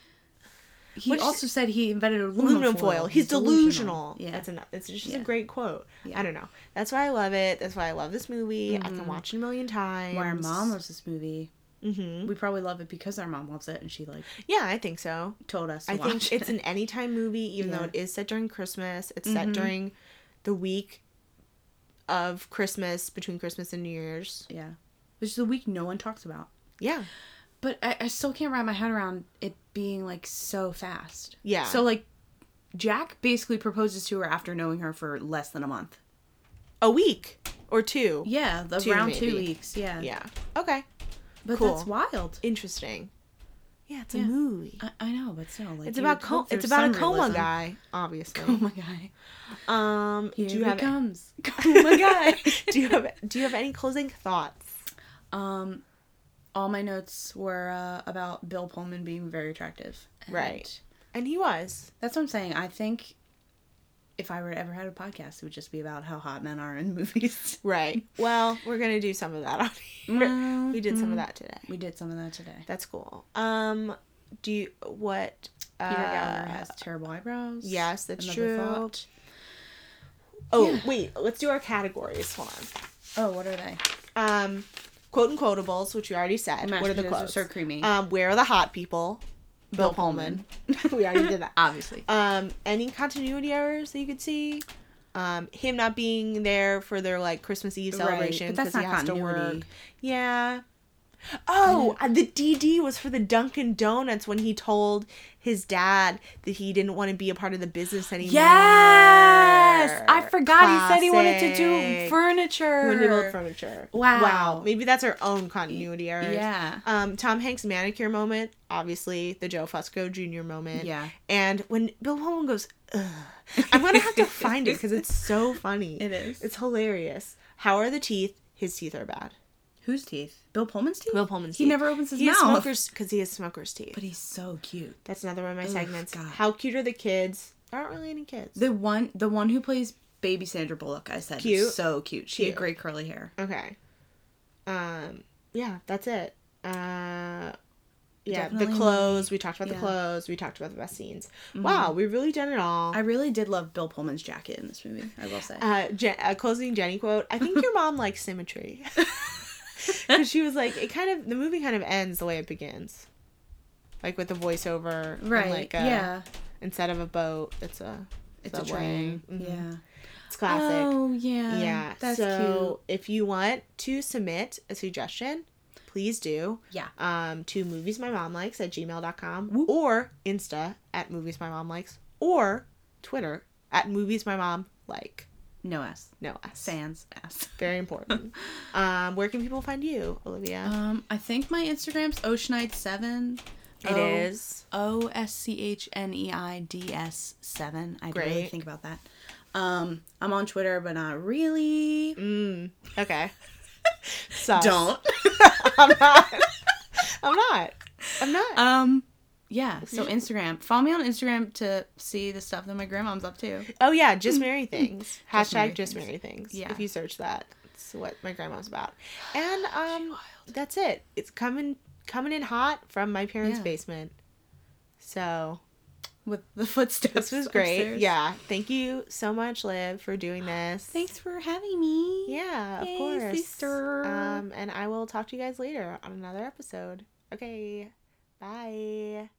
[SPEAKER 3] He
[SPEAKER 2] Which-
[SPEAKER 3] also said he invented aluminum,
[SPEAKER 2] aluminum foil. He's delusional.
[SPEAKER 3] Yeah,
[SPEAKER 2] That's enough. It's just
[SPEAKER 3] Yeah.
[SPEAKER 2] a great quote.
[SPEAKER 3] Yeah. Mm-hmm.
[SPEAKER 2] I don't know. That's why I love it. That's why I love this movie. I can watch it a million times.
[SPEAKER 3] why our mom loves this movie.
[SPEAKER 2] Mm-hmm.
[SPEAKER 3] We probably love it because our mom loves it, and she like
[SPEAKER 2] Yeah, I think so.
[SPEAKER 3] told us. To
[SPEAKER 2] I
[SPEAKER 3] watch
[SPEAKER 2] think it's
[SPEAKER 3] it.
[SPEAKER 2] an anytime movie, even though
[SPEAKER 3] Yeah. Mm-hmm.
[SPEAKER 2] it is set during Christmas. It's set during the week of Christmas, between Christmas and New Year's.
[SPEAKER 3] yeah, which is a week no one talks about.
[SPEAKER 2] Yeah.
[SPEAKER 3] But I, I still can't wrap my head around it being like so fast.
[SPEAKER 2] Yeah.
[SPEAKER 3] So like, Jack basically proposes to her after knowing her for less than a month.
[SPEAKER 2] A week or two.
[SPEAKER 3] Yeah, the
[SPEAKER 2] Two,
[SPEAKER 3] around two
[SPEAKER 2] maybe.
[SPEAKER 3] weeks. Yeah.
[SPEAKER 2] Yeah. Okay.
[SPEAKER 3] But
[SPEAKER 2] Cool.
[SPEAKER 3] that's wild.
[SPEAKER 2] Interesting. Yeah, it's a
[SPEAKER 3] Yeah.
[SPEAKER 2] movie.
[SPEAKER 3] I, I know, but still, like
[SPEAKER 2] It's
[SPEAKER 3] you
[SPEAKER 2] about
[SPEAKER 3] would
[SPEAKER 2] co-
[SPEAKER 3] hope
[SPEAKER 2] it's
[SPEAKER 3] there's
[SPEAKER 2] about a
[SPEAKER 3] some
[SPEAKER 2] coma
[SPEAKER 3] realism.
[SPEAKER 2] guy, obviously.
[SPEAKER 3] Coma guy.
[SPEAKER 2] Um,
[SPEAKER 3] Here
[SPEAKER 2] do you
[SPEAKER 3] he
[SPEAKER 2] have
[SPEAKER 3] comes.
[SPEAKER 2] Oh
[SPEAKER 3] Coma guy.
[SPEAKER 2] do you have do you have any closing thoughts?
[SPEAKER 3] um, all my notes were uh, about Bill Pullman being very attractive. And
[SPEAKER 2] Right. And he was.
[SPEAKER 3] That's what I'm saying. I think if I were to ever had a podcast, it would just be about how hot men are in movies.
[SPEAKER 2] Right. Well, we're gonna do some of that on here.
[SPEAKER 3] Mm,
[SPEAKER 2] We did some of that today.
[SPEAKER 3] We did some of that today.
[SPEAKER 2] That's cool. Um, do you what?
[SPEAKER 3] Peter
[SPEAKER 2] uh,
[SPEAKER 3] Gallagher has terrible eyebrows.
[SPEAKER 2] Yes, that's
[SPEAKER 3] Another
[SPEAKER 2] true.
[SPEAKER 3] thought.
[SPEAKER 2] Oh
[SPEAKER 3] Yeah.
[SPEAKER 2] wait, let's do our categories. Hold on.
[SPEAKER 3] Oh, what are they?
[SPEAKER 2] Um, quote and quotables, which we already said.
[SPEAKER 3] Mashed
[SPEAKER 2] what are the
[SPEAKER 3] potatoes are
[SPEAKER 2] quotes?
[SPEAKER 3] so creamy.
[SPEAKER 2] Um, where are the hot people? Bill, Pullman. we already did that.
[SPEAKER 3] Obviously.
[SPEAKER 2] um any continuity errors that you could see um him not being there for their like christmas eve
[SPEAKER 3] Right,
[SPEAKER 2] celebration
[SPEAKER 3] but that's
[SPEAKER 2] because he
[SPEAKER 3] not
[SPEAKER 2] has to
[SPEAKER 3] continuity.
[SPEAKER 2] work yeah oh uh, the dd was for the dunkin donuts when he told his dad that he didn't want to be a part of the business anymore
[SPEAKER 3] Yes, I forgot he said he wanted to do
[SPEAKER 2] Classic.
[SPEAKER 3] furniture.
[SPEAKER 2] When he built furniture
[SPEAKER 3] Wow.
[SPEAKER 2] wow maybe that's our own continuity errors
[SPEAKER 3] yeah.
[SPEAKER 2] um, Tom Hanks manicure moment, obviously the Joe Fusco Jr. moment,
[SPEAKER 3] Yeah.
[SPEAKER 2] and when Bill Pullman goes, Ugh, I'm gonna have to find it because it's so funny.
[SPEAKER 3] It is.
[SPEAKER 2] It's hilarious. How are the teeth? His teeth are bad.
[SPEAKER 3] Whose teeth? Bill Pullman's teeth.
[SPEAKER 2] Bill Pullman's.
[SPEAKER 3] He
[SPEAKER 2] teeth.
[SPEAKER 3] never opens his
[SPEAKER 2] he has
[SPEAKER 3] mouth.
[SPEAKER 2] smokers because he has smokers teeth.
[SPEAKER 3] But he's so cute.
[SPEAKER 2] That's another one of my segments.
[SPEAKER 3] God.
[SPEAKER 2] How cute are the kids? There aren't really any kids.
[SPEAKER 3] The one, the one who plays baby Sandra Bullock. I said,
[SPEAKER 2] Cute.
[SPEAKER 3] so cute. She
[SPEAKER 2] Cute.
[SPEAKER 3] had great curly hair.
[SPEAKER 2] okay. Um. Yeah, that's it. Uh. Yeah,
[SPEAKER 3] Definitely.
[SPEAKER 2] the clothes. We talked about
[SPEAKER 3] Yeah. Mm-hmm.
[SPEAKER 2] the clothes. We talked about the best scenes. Wow, we've really done it all.
[SPEAKER 3] I really did love Bill Pullman's jacket in this movie. I will say.
[SPEAKER 2] uh, Je- a closing Jenny quote. I think your mom likes symmetry. Because she was like, it kind of, the movie kind of ends the way it begins. Like with the voiceover. and
[SPEAKER 3] right.
[SPEAKER 2] like a,
[SPEAKER 3] yeah.
[SPEAKER 2] Instead of a boat, it's a,
[SPEAKER 3] uh, It's a
[SPEAKER 2] subway.
[SPEAKER 3] train.
[SPEAKER 2] Mhm.
[SPEAKER 3] Yeah.
[SPEAKER 2] It's classic.
[SPEAKER 3] Oh yeah.
[SPEAKER 2] yeah.
[SPEAKER 3] That's
[SPEAKER 2] so if you want to submit a suggestion, please do.
[SPEAKER 3] cute. Yeah.
[SPEAKER 2] Um, to movies my mom likes at gmail.com or Insta at movies my mom likes or Twitter at movies my mom like.
[SPEAKER 3] No S.
[SPEAKER 2] No S.
[SPEAKER 3] Sans S.
[SPEAKER 2] Very important. um, where can people find you, Olivia?
[SPEAKER 3] Um, I think my Instagram's Oceanide7.
[SPEAKER 2] It
[SPEAKER 3] Oh.
[SPEAKER 2] is.
[SPEAKER 3] O S C H N E I D S 7. I didn't really
[SPEAKER 2] Great.
[SPEAKER 3] think about that. Um, I'm on Twitter, but not really.
[SPEAKER 2] Mm. Okay. Sus.
[SPEAKER 3] Don't.
[SPEAKER 2] I'm not. I'm not. I'm not.
[SPEAKER 3] Um, yeah, so Instagram. Follow me on Instagram to see the stuff that my grandma's up to.
[SPEAKER 2] oh yeah, just marry things.
[SPEAKER 3] Just marry
[SPEAKER 2] Hashtag just
[SPEAKER 3] things.
[SPEAKER 2] marry things.
[SPEAKER 3] Yeah.
[SPEAKER 2] If you search that, it's what my grandma's about. And um, that's it. It's coming coming in hot from my parents'
[SPEAKER 3] Yeah.
[SPEAKER 2] basement. So
[SPEAKER 3] With the footsteps.
[SPEAKER 2] this was great.
[SPEAKER 3] upstairs.
[SPEAKER 2] Yeah. Thank you so much, Liv, for doing this.
[SPEAKER 3] Thanks for having me.
[SPEAKER 2] Yeah,
[SPEAKER 3] Yay,
[SPEAKER 2] of course.
[SPEAKER 3] sister.
[SPEAKER 2] Um, and I will talk to you guys later on another episode. Okay. Bye.